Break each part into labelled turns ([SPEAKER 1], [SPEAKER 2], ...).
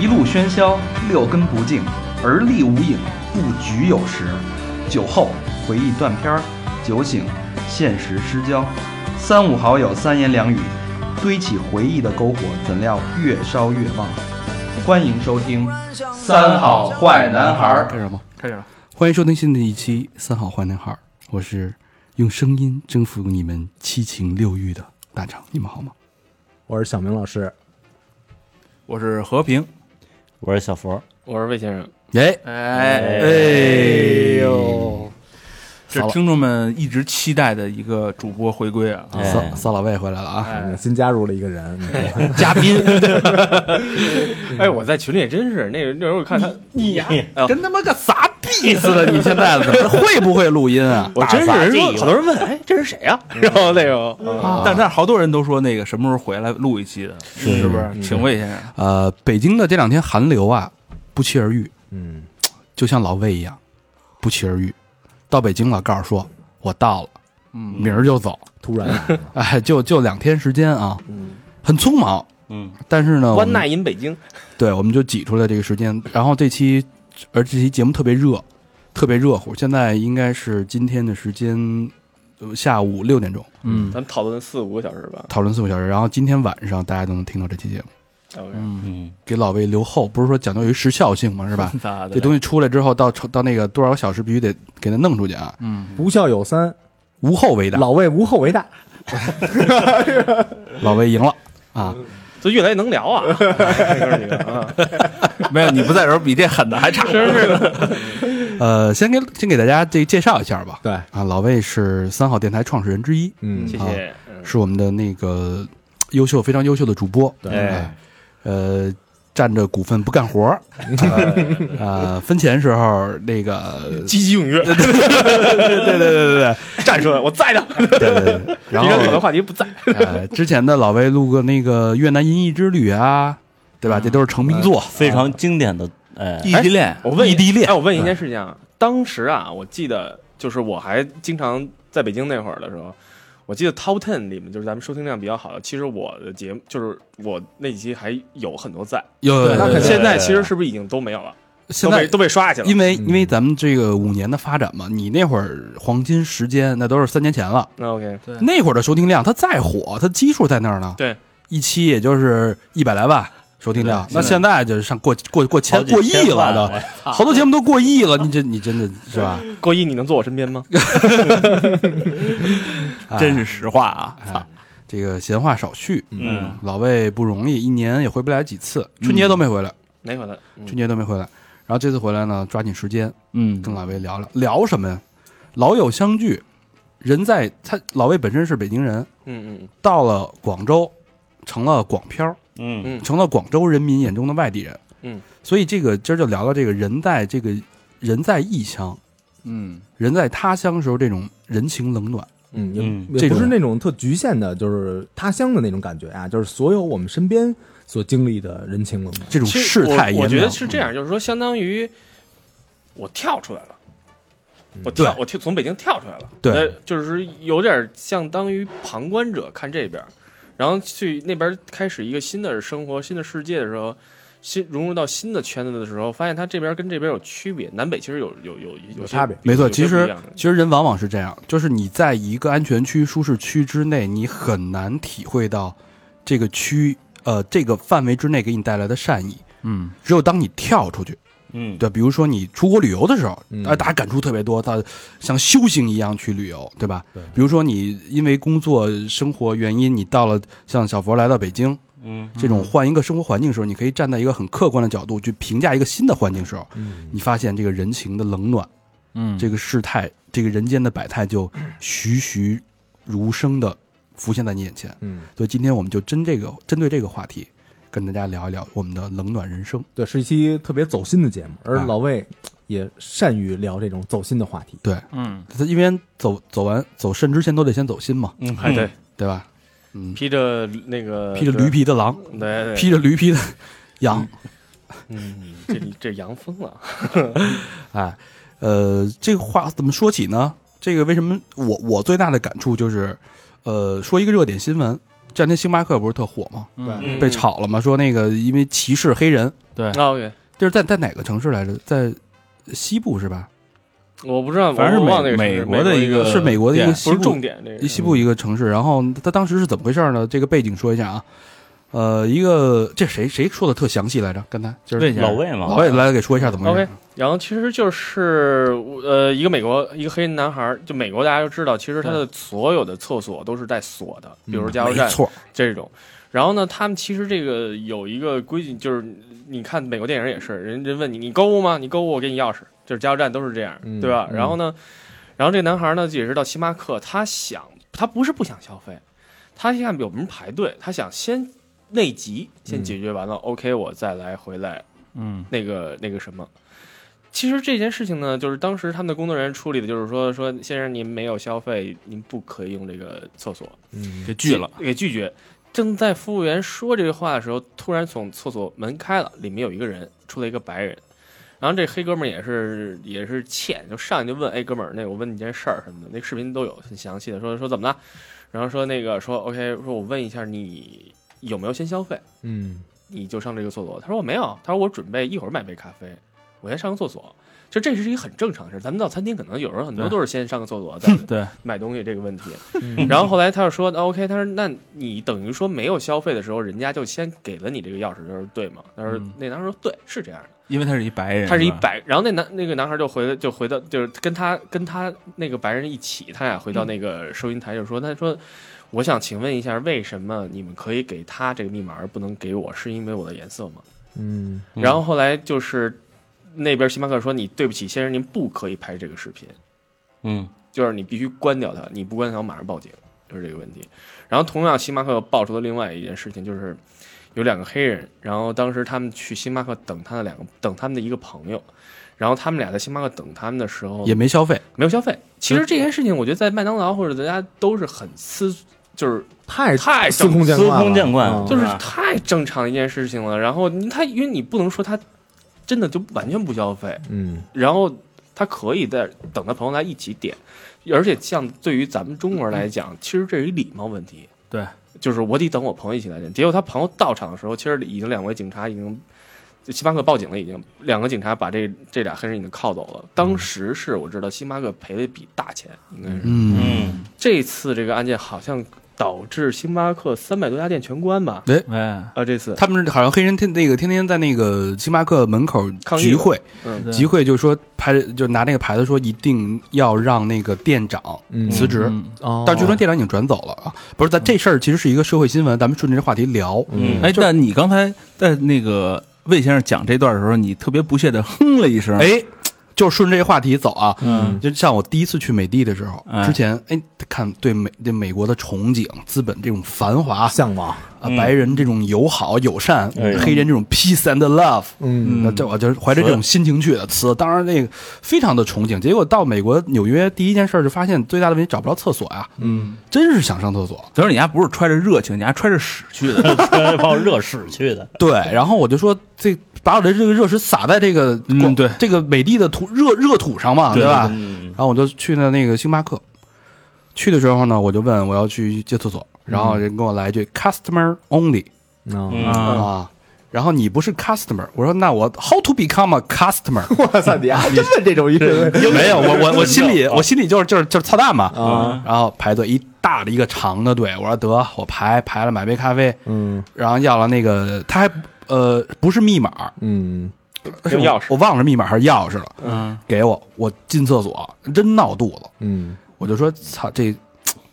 [SPEAKER 1] 一路喧嚣，六根不净，而立无影，不局有时。酒后回忆断片儿，酒醒现实失焦。三五好友三言两语，堆起回忆的篝火，怎料越烧越旺。欢迎收听《三好坏男孩儿》。
[SPEAKER 2] 开始了吗？
[SPEAKER 3] 开始了，
[SPEAKER 2] 欢迎收听新的一期《三好坏男孩》，我是用声音征服你们七情六欲的大肠，你们好吗？
[SPEAKER 4] 我是小明老师，
[SPEAKER 3] 我是和平，
[SPEAKER 5] 我是小佛，
[SPEAKER 6] 我是魏先生，
[SPEAKER 2] 哎
[SPEAKER 3] 哎，
[SPEAKER 2] 哎呦，
[SPEAKER 3] 这听众们一直期待的一个主播回归啊，
[SPEAKER 5] 哎
[SPEAKER 2] 骚骚老魏回来了啊！
[SPEAKER 4] 嗯新加入了一个人，
[SPEAKER 6] 嘉宾。哎，我在群里也真是那个那时候我看他，
[SPEAKER 2] 你呀，
[SPEAKER 4] 哎
[SPEAKER 2] 跟他妈个啥逼似的！你现在怎么 会不会录音啊？
[SPEAKER 6] 我真是人说嗯
[SPEAKER 5] 大杂技
[SPEAKER 6] 好多人问，哎，这是谁呀？然后那个
[SPEAKER 2] 啊
[SPEAKER 3] 但但是好多人都说那个什么时候回来录一期的，是不是？请魏先生，
[SPEAKER 2] 嗯呃，北京的这两天寒流啊，不期而遇，
[SPEAKER 4] 嗯，
[SPEAKER 2] 就像老魏一样，不期而遇。到北京了，告诉说我到了，
[SPEAKER 3] 嗯，
[SPEAKER 2] 明儿就走，
[SPEAKER 4] 突然来了，
[SPEAKER 2] 哎，就就两天时间啊，
[SPEAKER 4] 嗯
[SPEAKER 2] 很匆忙，
[SPEAKER 5] 嗯，
[SPEAKER 2] 但是呢，我
[SPEAKER 6] 关
[SPEAKER 2] 们
[SPEAKER 6] 奈银北京，
[SPEAKER 2] 对，我们就挤出来这个时间。然后这期，而这期节目特别热，特别热乎。现在应该是今天的时间，呃下午六点钟
[SPEAKER 3] 嗯
[SPEAKER 6] 咱们讨论四五个小时吧。
[SPEAKER 2] 讨论四个小时。然后今天晚上大家都能听到这期节目，
[SPEAKER 6] OK，
[SPEAKER 3] 嗯，
[SPEAKER 5] 嗯，
[SPEAKER 2] 给老魏留后。不是说讲究于时效性嘛，是吧？
[SPEAKER 3] 咋的？
[SPEAKER 2] 这东西出来之后，到到那个多少个小时必须得给它弄出去啊，
[SPEAKER 3] 嗯
[SPEAKER 4] 无孝有三，
[SPEAKER 2] 无后为大。
[SPEAKER 4] 老魏无后为大，
[SPEAKER 2] 老魏赢了啊！
[SPEAKER 6] 就越来越能聊啊，哥几个 啊，
[SPEAKER 3] 没有，你不在时候比这狠的还差，
[SPEAKER 6] 真 是的。
[SPEAKER 2] 呃，先给先给大家这介绍一下吧。
[SPEAKER 4] 对
[SPEAKER 2] 啊，老魏是三好电台创始人之一，
[SPEAKER 4] 嗯
[SPEAKER 6] 谢谢。嗯
[SPEAKER 2] 是我们的那个优秀、非常优秀的主播。啊
[SPEAKER 4] 对
[SPEAKER 6] 哎，
[SPEAKER 2] 呃，占着股份不干活 儿，呃，分钱时候那个，
[SPEAKER 6] 积极踊跃，对对对对对，站出来，我在的。
[SPEAKER 2] 对对对，然
[SPEAKER 6] 你看有的
[SPEAKER 2] 后
[SPEAKER 6] 话题不在，
[SPEAKER 2] 呃，之前的老魏录过那个越南音译之旅啊，对吧？这都是成名作，
[SPEAKER 5] 非常经典的，哎，
[SPEAKER 3] 异地恋，
[SPEAKER 6] 我问
[SPEAKER 2] 异地恋
[SPEAKER 6] 哎，我问一件事情啊，当时啊，我记得就是我还经常在北京那会儿的时候，我记得 Top Ten 里面就是咱们收听量比较好的，其实我的节目就是我那几期还有很多在，
[SPEAKER 2] 有
[SPEAKER 4] 那肯定
[SPEAKER 6] 现在其实是不是已经都没有了？
[SPEAKER 2] 现
[SPEAKER 6] 都被
[SPEAKER 2] 在。
[SPEAKER 6] 都被刷下去
[SPEAKER 2] 因
[SPEAKER 6] 了。
[SPEAKER 2] 为因为咱们这个五年的发展嘛，你那会儿黄金时间那都是三年前了，
[SPEAKER 6] 那 OK，
[SPEAKER 3] 对
[SPEAKER 2] 那会儿的收听量，它再火，它基数在那儿呢。
[SPEAKER 6] 对，
[SPEAKER 2] 一期也就是一百来万收听量，
[SPEAKER 5] 对
[SPEAKER 2] 那现在就是上过过过千
[SPEAKER 5] 好几
[SPEAKER 2] 过亿
[SPEAKER 5] 千
[SPEAKER 2] 了
[SPEAKER 5] 万
[SPEAKER 2] 都，好多节目都过亿了，你这你真的是吧？
[SPEAKER 6] 郭一，你能坐我身边 吗？
[SPEAKER 3] 真是实话啊，
[SPEAKER 2] 哎这个闲话少叙，
[SPEAKER 5] 嗯，
[SPEAKER 2] 老魏不容易，一年也回不来几次，春节都没回来，
[SPEAKER 6] 哪回来？嗯
[SPEAKER 2] 春节都没回来。然后这次回来呢，抓紧时间
[SPEAKER 3] 嗯
[SPEAKER 2] 跟老魏聊聊，聊什么呀？老友相聚，人在他老魏本身是北京人，
[SPEAKER 6] 嗯嗯
[SPEAKER 2] 到了广州，成了广漂儿，
[SPEAKER 5] 嗯，
[SPEAKER 6] 嗯
[SPEAKER 2] 成了广州人民眼中的外地人。
[SPEAKER 6] 嗯，
[SPEAKER 2] 所以这个今儿就聊聊这个人在这个人在异乡，
[SPEAKER 3] 嗯，
[SPEAKER 2] 人在他乡时候这种人情冷暖。
[SPEAKER 4] 嗯，也
[SPEAKER 5] 嗯
[SPEAKER 4] 也
[SPEAKER 2] 这
[SPEAKER 4] 不
[SPEAKER 2] 种
[SPEAKER 4] 是那种特局限的，就是他乡的那种感觉啊，就是所有我们身边所经历的人情冷暖，
[SPEAKER 2] 这种
[SPEAKER 6] 其实
[SPEAKER 2] 世态炎凉，嗯
[SPEAKER 6] 我我觉得是这样，就是说，相当于我跳出来了，我跳，我跳从北京跳出来了，
[SPEAKER 2] 嗯对
[SPEAKER 6] 呃，就是有点相当于旁观者看这边，然后去那边开始一个新的生活、新的世界的时候。新融入到新的圈子的时候，发现他这边跟这边有区别，南北其实有有有有
[SPEAKER 4] 有
[SPEAKER 6] 些
[SPEAKER 4] 差别
[SPEAKER 2] 没错，
[SPEAKER 6] 有些
[SPEAKER 2] 其
[SPEAKER 6] 不一
[SPEAKER 2] 实
[SPEAKER 6] 样的
[SPEAKER 2] 其实人往往是这样，就是你在一个安全区、舒适区之内，你很难体会到这个区呃这个范围之内给你带来的善意。
[SPEAKER 3] 嗯，
[SPEAKER 2] 只有当你跳出去，
[SPEAKER 5] 嗯，
[SPEAKER 2] 对，比如说你出国旅游的时候，
[SPEAKER 4] 嗯
[SPEAKER 2] 啊，大家感触特别多，他像修行一样去旅游，对吧？对。比如说你因为工作、生活原因，你到了像小佛来到北京，
[SPEAKER 5] 嗯，
[SPEAKER 2] 这种换一个生活环境的时候，你可以站在一个很客观的角度去评价一个新的环境时候，
[SPEAKER 4] 嗯
[SPEAKER 2] 你发现这个人情的冷暖，
[SPEAKER 3] 嗯
[SPEAKER 2] 这个世态，这个人间的百态就栩栩如生的浮现在你眼前。
[SPEAKER 4] 嗯，
[SPEAKER 2] 所以今天我们就针这个针对这个话题，跟大家聊一聊我们的冷暖人生。
[SPEAKER 4] 对，是一期特别走心的节目，而
[SPEAKER 2] 啊
[SPEAKER 4] 老魏也善于聊这种走心的话题，
[SPEAKER 2] 对，
[SPEAKER 3] 嗯，
[SPEAKER 2] 他因为走走完走肾之前都得先走心嘛，
[SPEAKER 5] 嗯，
[SPEAKER 6] 哎，对，
[SPEAKER 2] 对吧？嗯，
[SPEAKER 6] 披着那个
[SPEAKER 2] 披着驴，皮的狼，
[SPEAKER 6] 呃对对，
[SPEAKER 2] 披着驴皮的羊，
[SPEAKER 6] 嗯，这这洋风了，嗯
[SPEAKER 2] 哎，呃，这个话怎么说起呢？这个为什么我我最大的感触就是，呃，说一个热点新闻，这两天星巴克不是特火吗？
[SPEAKER 4] 对，
[SPEAKER 5] 嗯
[SPEAKER 2] 被炒了吗？说那个因为歧视黑人，
[SPEAKER 3] 对，
[SPEAKER 6] 啊，OK，
[SPEAKER 2] 就是在在哪个城市来着？在西部是吧？
[SPEAKER 6] 我不知道，
[SPEAKER 3] 反正
[SPEAKER 6] 我忘了
[SPEAKER 3] 是
[SPEAKER 6] 那个城
[SPEAKER 3] 美
[SPEAKER 6] 市
[SPEAKER 3] 国的
[SPEAKER 6] 的
[SPEAKER 3] 一个
[SPEAKER 2] 是美国的一个
[SPEAKER 3] 店
[SPEAKER 2] 西
[SPEAKER 6] 呃不是
[SPEAKER 2] 部
[SPEAKER 6] 重点这个嗯
[SPEAKER 2] 一。西部一个城市。然后他当时是怎么回事呢？这个背景说一下啊。呃，一个这谁谁说的特详细来着？刚才就
[SPEAKER 3] 魏
[SPEAKER 2] 是
[SPEAKER 3] 先
[SPEAKER 5] 老
[SPEAKER 3] 生
[SPEAKER 5] 魏嘛，
[SPEAKER 2] 老魏来给说一下怎么回事
[SPEAKER 6] OK。然后其实就是呃，一个美国一个黑人男孩儿，就美国大家都知道，其实他的所有的厕所都是带锁的，比如加
[SPEAKER 2] 嗯
[SPEAKER 6] 油
[SPEAKER 2] 没
[SPEAKER 6] 站
[SPEAKER 2] 错，
[SPEAKER 6] 这种。然后呢，他们其实这个有一个规矩，就是你看美国电影也是，人人问你你购物吗？你购物我给你钥匙，就是加油站都是这样，
[SPEAKER 4] 嗯
[SPEAKER 6] 对吧？
[SPEAKER 4] 嗯
[SPEAKER 6] 然后呢，然后这男孩呢也是到星巴克，他想他不是不想消费，他一看有人排队，他想先内急，先解决完
[SPEAKER 4] 嗯
[SPEAKER 6] 了、OK，我再来回来
[SPEAKER 3] 嗯
[SPEAKER 6] 那个那个什么。其实这件事情呢，就是当时他们的工作人员处理的，就是说说先生您没有消费，您不可以用这个厕所，
[SPEAKER 4] 嗯
[SPEAKER 3] 给拒了，
[SPEAKER 6] 给拒绝。正在服务员说这个话的时候，突然从厕所门开了，里面有一个人，出来一个白人。然后这黑哥们儿也是也是欠，就上去就问，哎，哥们儿，那我问你件事儿什么的，那视频都有很详细的，说说怎么了，然后说那个说 OK，说我问一下你有没有先消费，
[SPEAKER 4] 嗯
[SPEAKER 6] 你就上这个厕所。他说我没有，他说我准备一会儿买杯咖啡，我先上个厕所。就这是一个很正常的事儿，咱们到餐厅可能有时候很多
[SPEAKER 3] 对
[SPEAKER 6] 都是先上个厕所再
[SPEAKER 3] 对，
[SPEAKER 6] 买东西这个问题。
[SPEAKER 4] 嗯
[SPEAKER 6] 然后后来他就说那，OK，他说那你等于说没有消费的时候，人家就先给了你这个钥匙，就是对吗？他说、
[SPEAKER 3] 嗯
[SPEAKER 6] 那男孩说对，是这样的，
[SPEAKER 3] 因为他是一白人，
[SPEAKER 6] 他是一
[SPEAKER 3] 吧，
[SPEAKER 6] 白，然后那男那个男孩就回就回到就是跟他跟他那个白人一起，他俩回
[SPEAKER 3] 嗯
[SPEAKER 6] 到那个收银台就说，他说我想请问一下，为什么你们可以给他这个密码而不能给我？是因为我的颜色吗？
[SPEAKER 4] 嗯
[SPEAKER 5] 嗯
[SPEAKER 6] 然后后来就是那边星巴克说你对不起先生，您不可以拍这个视频。
[SPEAKER 5] 嗯，
[SPEAKER 6] 就是你必须关掉它，你不关它，我马上报警，就是这个问题。然后同样，星巴克又爆出了另外一件事情，就是有两个黑人，然后当时他们去星巴克等他的两个等他们的一个朋友，然后他们俩在星巴克等他们的时候
[SPEAKER 2] 也没消费，
[SPEAKER 6] 没有消费。其实这件事情，我觉得在麦当劳或者大家都是很司，就是
[SPEAKER 4] 太
[SPEAKER 6] 太
[SPEAKER 4] 司
[SPEAKER 6] 正
[SPEAKER 4] 空见
[SPEAKER 5] 司
[SPEAKER 4] 惯了，
[SPEAKER 5] 空见惯
[SPEAKER 4] 嗯
[SPEAKER 6] 就是
[SPEAKER 5] 是吧
[SPEAKER 6] 太正常的一件事情了。然后你他因为你不能说他真的就完全不消费，
[SPEAKER 4] 嗯
[SPEAKER 6] 然后他可以在等他朋友来一起点，而且像对于咱们中国人来讲，其实这是一礼貌问题。
[SPEAKER 3] 对，
[SPEAKER 6] 就是我得等我朋友一起来点。结果他朋友到场的时候，其实已经两位警察已经，就星巴克报警了，已经两个警察把这这俩黑人已经铐走了。当时是我知道星巴克赔了一笔大钱，应该是、
[SPEAKER 2] 嗯，
[SPEAKER 5] 嗯，
[SPEAKER 6] 这次这个案件好像导致星巴克三百多家店全关吧？
[SPEAKER 3] 哎，
[SPEAKER 6] 啊，这次
[SPEAKER 2] 他们好像黑人天那个天天在那个星巴克门口
[SPEAKER 6] 抗议
[SPEAKER 2] 集会，
[SPEAKER 6] 嗯
[SPEAKER 3] 对
[SPEAKER 2] 集会就说牌就拿那个牌子说一定要让那个店长
[SPEAKER 4] 嗯
[SPEAKER 2] 辞职，
[SPEAKER 3] 嗯
[SPEAKER 4] 哦
[SPEAKER 2] 但是据说店长已经转走了啊。不是，咱这事儿其实是一个社会新闻，咱们顺着这话题聊。
[SPEAKER 5] 嗯
[SPEAKER 3] 哎，但你刚才在那个魏先生讲这段的时候，你特别不屑的哼了一声，，
[SPEAKER 2] 哎，就顺着这话题走啊。
[SPEAKER 3] 嗯，
[SPEAKER 2] 就像我第一次去美的的时候，
[SPEAKER 3] 哎
[SPEAKER 2] 之前哎看对美对美国的憧憬、资本这种繁华啊，
[SPEAKER 4] 向往，
[SPEAKER 5] 嗯
[SPEAKER 2] 白人这种友好友善，
[SPEAKER 5] 哎呀
[SPEAKER 2] 黑人这种 peace and love，
[SPEAKER 4] 嗯
[SPEAKER 2] 那这我就是怀着这种心情去的。词当然那个非常的憧憬，结果到美国纽约第一件事就发现最大的问题找不着厕所呀、嗯，真是想上厕所。
[SPEAKER 3] 等于你还不是揣着热情，你还揣着屎去的，
[SPEAKER 5] 穿一泡热屎去的，
[SPEAKER 2] 对，然后我就说这把我的这个热水洒在这个
[SPEAKER 3] 嗯
[SPEAKER 2] 广
[SPEAKER 3] 对
[SPEAKER 2] 这个美的的土热热土上嘛，
[SPEAKER 3] 对
[SPEAKER 2] 吧？
[SPEAKER 5] 嗯
[SPEAKER 2] 然后我就去了那个星巴克，去的时候呢，我就问我要去借厕所，
[SPEAKER 3] 嗯
[SPEAKER 2] 然后人跟我来一句 customer only
[SPEAKER 4] 嗯，
[SPEAKER 5] 嗯，
[SPEAKER 3] 啊
[SPEAKER 2] 啊。然后你不是 customer，我说那我 how to become a customer？
[SPEAKER 4] 哇塞，你还真问这种一个
[SPEAKER 2] 没有，我我我心
[SPEAKER 3] 哦
[SPEAKER 2] 里我心里就是就是就是操蛋嘛。
[SPEAKER 4] 啊，
[SPEAKER 2] 然后排队一大的一个长的队，我说得我排排了买杯咖啡，
[SPEAKER 4] 嗯
[SPEAKER 2] 然后要了那个他还呃不是密码，
[SPEAKER 4] 嗯
[SPEAKER 6] 用钥匙
[SPEAKER 2] 我忘了密码还是钥匙了，
[SPEAKER 3] 嗯，
[SPEAKER 2] 给我我进厕所真闹肚子，
[SPEAKER 4] 嗯
[SPEAKER 2] 我就说操这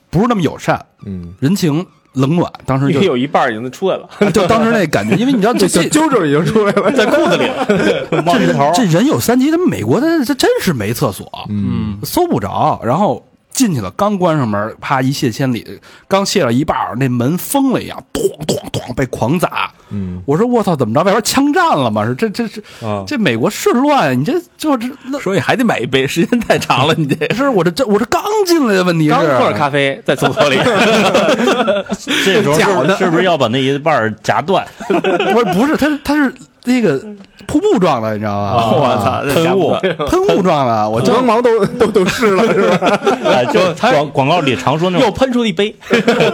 [SPEAKER 2] 不是那么友善，
[SPEAKER 4] 嗯，
[SPEAKER 2] 人情冷暖，当时
[SPEAKER 6] 因
[SPEAKER 2] 就啊
[SPEAKER 6] 为有一半儿已经出来了，
[SPEAKER 2] 就当时那感觉，因为你知道 这这
[SPEAKER 4] 揪揪已经出来了，
[SPEAKER 5] 在裤子里冒一头，
[SPEAKER 2] 这人有三急，他们美国他这真是没厕所，
[SPEAKER 3] 嗯，
[SPEAKER 2] 搜不着，然后进去了，刚关上门，啪一泻千里，刚卸了一半儿，那门疯了一样，咚咚咚被狂砸。
[SPEAKER 4] 嗯，
[SPEAKER 2] 我说我操，怎么着？外边枪战了吗？是这这是
[SPEAKER 5] 啊，
[SPEAKER 2] 这美国是乱，你这就这那
[SPEAKER 3] 所以还得买一杯，时间太长了，你这
[SPEAKER 2] 是我这这我这刚进来的问题是啊
[SPEAKER 6] 刚喝着咖啡在厕所里，
[SPEAKER 5] 这时候是不是是不是要把那一半儿夹断？
[SPEAKER 2] 不是不是，他他是那个瀑布状的，你知道吧？
[SPEAKER 3] 啊我操，这
[SPEAKER 5] 喷雾
[SPEAKER 3] 吓不得
[SPEAKER 2] 喷雾状的，我
[SPEAKER 4] 刚
[SPEAKER 2] 真
[SPEAKER 4] 毛都都都湿了，是吧？
[SPEAKER 5] 哎，就 广广告里常说那
[SPEAKER 6] 又
[SPEAKER 5] 种
[SPEAKER 6] 喷出一杯，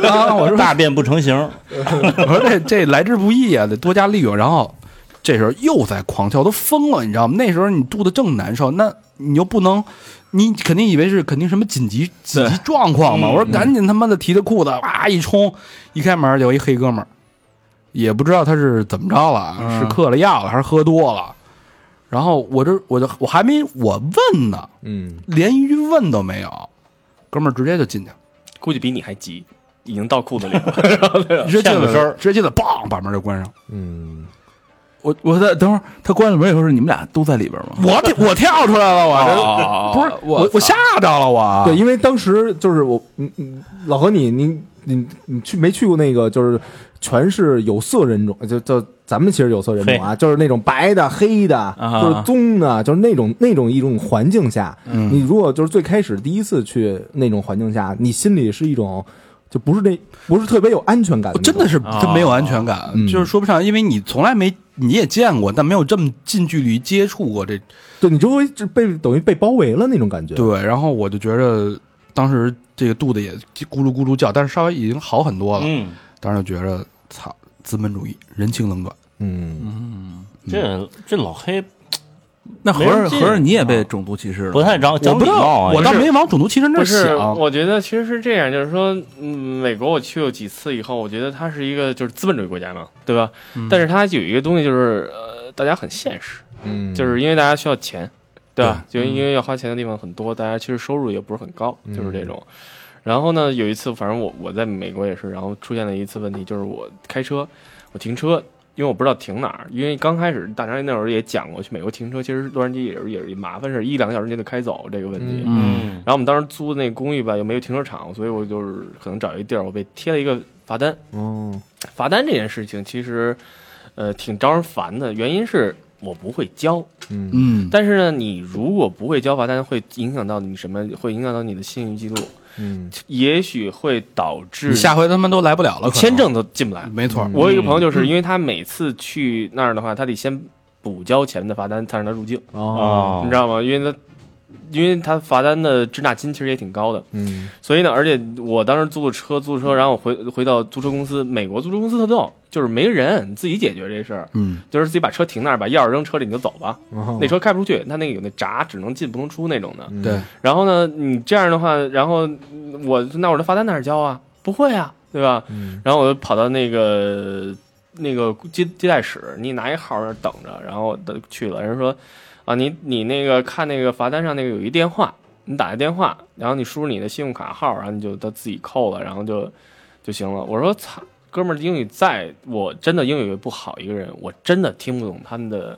[SPEAKER 2] 啊，我说
[SPEAKER 5] 大便不成形，
[SPEAKER 2] 我说这这来之不易啊，得多加利用。然后这时候又在狂跳，都疯了，你知道吗？那时候你肚子正难受，那你又不能，你肯定以为是肯定什么紧急紧急状况
[SPEAKER 5] 嗯
[SPEAKER 2] 嘛。我说赶紧他妈的提着裤子，哇一冲，一开门就一黑哥们儿，也不知道他是怎么着了，啊
[SPEAKER 3] 嗯
[SPEAKER 2] 是嗑了药了还是喝多了。然后我这我就我还没我问呢，
[SPEAKER 4] 嗯，
[SPEAKER 2] 连一句问都没有，哥们儿直接就进去了。
[SPEAKER 6] 估计比你还急，已经到裤子里了。
[SPEAKER 2] 直接进
[SPEAKER 5] 欠个身
[SPEAKER 2] 来，
[SPEAKER 5] 儿
[SPEAKER 2] 直接进来，梆把门就关上。
[SPEAKER 4] 嗯，
[SPEAKER 3] 我我在等会儿他关了门以后是你们俩都在里边吗？
[SPEAKER 2] 我跳我跳出来了，我这
[SPEAKER 3] 哦
[SPEAKER 2] 不是我，我
[SPEAKER 3] 操
[SPEAKER 2] 吓着了我。
[SPEAKER 4] 对，因为当时就是我，嗯嗯，老何你，你你你去没去过那个就是全是有色人种，就就咱们其实有色人种啊，就是那种白的、黑的，
[SPEAKER 3] 啊
[SPEAKER 4] 就是棕的，就是那种那种一种环境下，你如果就是最开始第一次去那种环境下，你心里是一种就不是那不是特别有安全感
[SPEAKER 2] 我
[SPEAKER 4] 的，
[SPEAKER 2] 哦真的是
[SPEAKER 3] 啊
[SPEAKER 2] 真没有安全感，
[SPEAKER 4] 嗯
[SPEAKER 2] 就是说不上，因为你从来没你也见过，但没有这么近距离接触过这
[SPEAKER 4] 对你周围就被等于被包围了那种感觉，
[SPEAKER 2] 对。然后我就觉着当时这个肚子也咕噜咕噜叫，但是稍微已经好很多了。
[SPEAKER 5] 嗯，
[SPEAKER 2] 当时就觉着操，资本主义人情冷暖，
[SPEAKER 4] 嗯，
[SPEAKER 5] 这这老黑
[SPEAKER 3] 那合着
[SPEAKER 5] 没人
[SPEAKER 3] 合
[SPEAKER 5] 进
[SPEAKER 3] 着你也被种族歧视了？
[SPEAKER 5] 不太长
[SPEAKER 2] 我
[SPEAKER 5] 讲
[SPEAKER 2] 不
[SPEAKER 5] 礼
[SPEAKER 2] 知
[SPEAKER 5] 貌
[SPEAKER 2] 道，
[SPEAKER 5] 啊，
[SPEAKER 2] 我倒
[SPEAKER 5] 这
[SPEAKER 2] 没往种族歧视那
[SPEAKER 6] 不
[SPEAKER 2] 儿
[SPEAKER 6] 是，
[SPEAKER 3] 啊
[SPEAKER 2] 想。
[SPEAKER 6] 我觉得其实是这样，就是说，嗯，美国我去过几次以后，我觉得它是一个就是资本主义国家嘛，对吧？但是它有一个东西就是，呃，大家很现实，
[SPEAKER 4] 嗯
[SPEAKER 6] 就是因为大家需要钱，对吧？就因为要花钱的地方很多，大家其实收入也不是很高，就是
[SPEAKER 4] 嗯
[SPEAKER 6] 这种。然后呢，有一次，反正我我在美国也是，然后出现了一次问题，就是我开车，我停车，因为我不知道停哪儿，因为刚开始大张那会儿也讲过，去美国停车其实洛杉矶也是也是麻烦事儿，一两个小时你就得开走这个问题。
[SPEAKER 4] 嗯
[SPEAKER 5] 嗯
[SPEAKER 6] 然后我们当时租的那个公寓吧，又没有停车场，所以我就是可能找一地儿，我被贴了一个罚单。
[SPEAKER 4] 哦，
[SPEAKER 6] 罚单这件事情其实，呃，挺招人烦的，原因是我不会教。
[SPEAKER 4] 嗯
[SPEAKER 2] 嗯，
[SPEAKER 6] 但是呢，你如果不会交罚单，会影响到你什么？会影响到你的信誉记录，
[SPEAKER 4] 嗯
[SPEAKER 6] 也许会导致
[SPEAKER 2] 你下回他们都来不了了，可能嗯
[SPEAKER 6] 嗯签证都进不
[SPEAKER 4] 嗯
[SPEAKER 6] 来。
[SPEAKER 2] 没错。
[SPEAKER 6] 我有一个朋友，就是因为他每次去那儿的话，他得先补交前面的罚单，才让他入境，
[SPEAKER 5] 啊
[SPEAKER 4] 哦，
[SPEAKER 6] 嗯你知，道吗？因为他。因为他罚单的滞纳金其实也挺高的，
[SPEAKER 4] 嗯
[SPEAKER 6] 所以呢，而且我当时租的车，租的车，然后我回回到租车公司，美国租车公司特逗，就是没人，你自己解决这事儿，
[SPEAKER 2] 嗯，
[SPEAKER 6] 就是自己把车停那儿，把钥匙扔车里你就走吧。
[SPEAKER 4] 哦
[SPEAKER 6] 那车开不出去，他那个有那闸，只能进不能出那种的。
[SPEAKER 4] 嗯
[SPEAKER 2] 对，
[SPEAKER 6] 然后呢，你这样的话，然后嗯我那我的罚单哪儿交啊？不会啊，对吧？
[SPEAKER 4] 嗯
[SPEAKER 6] 然后我就跑到那个那个接接待室，你拿一号那儿等着，然后等去了，人说啊，你你那个看那个罚单上那个有一电话，你打一电话，然后你输入你的信用卡号，然后你就他自己扣了，然后就就行了。我说操，哥们儿英语在我真的英语不好，一个人我真的听不懂他们的。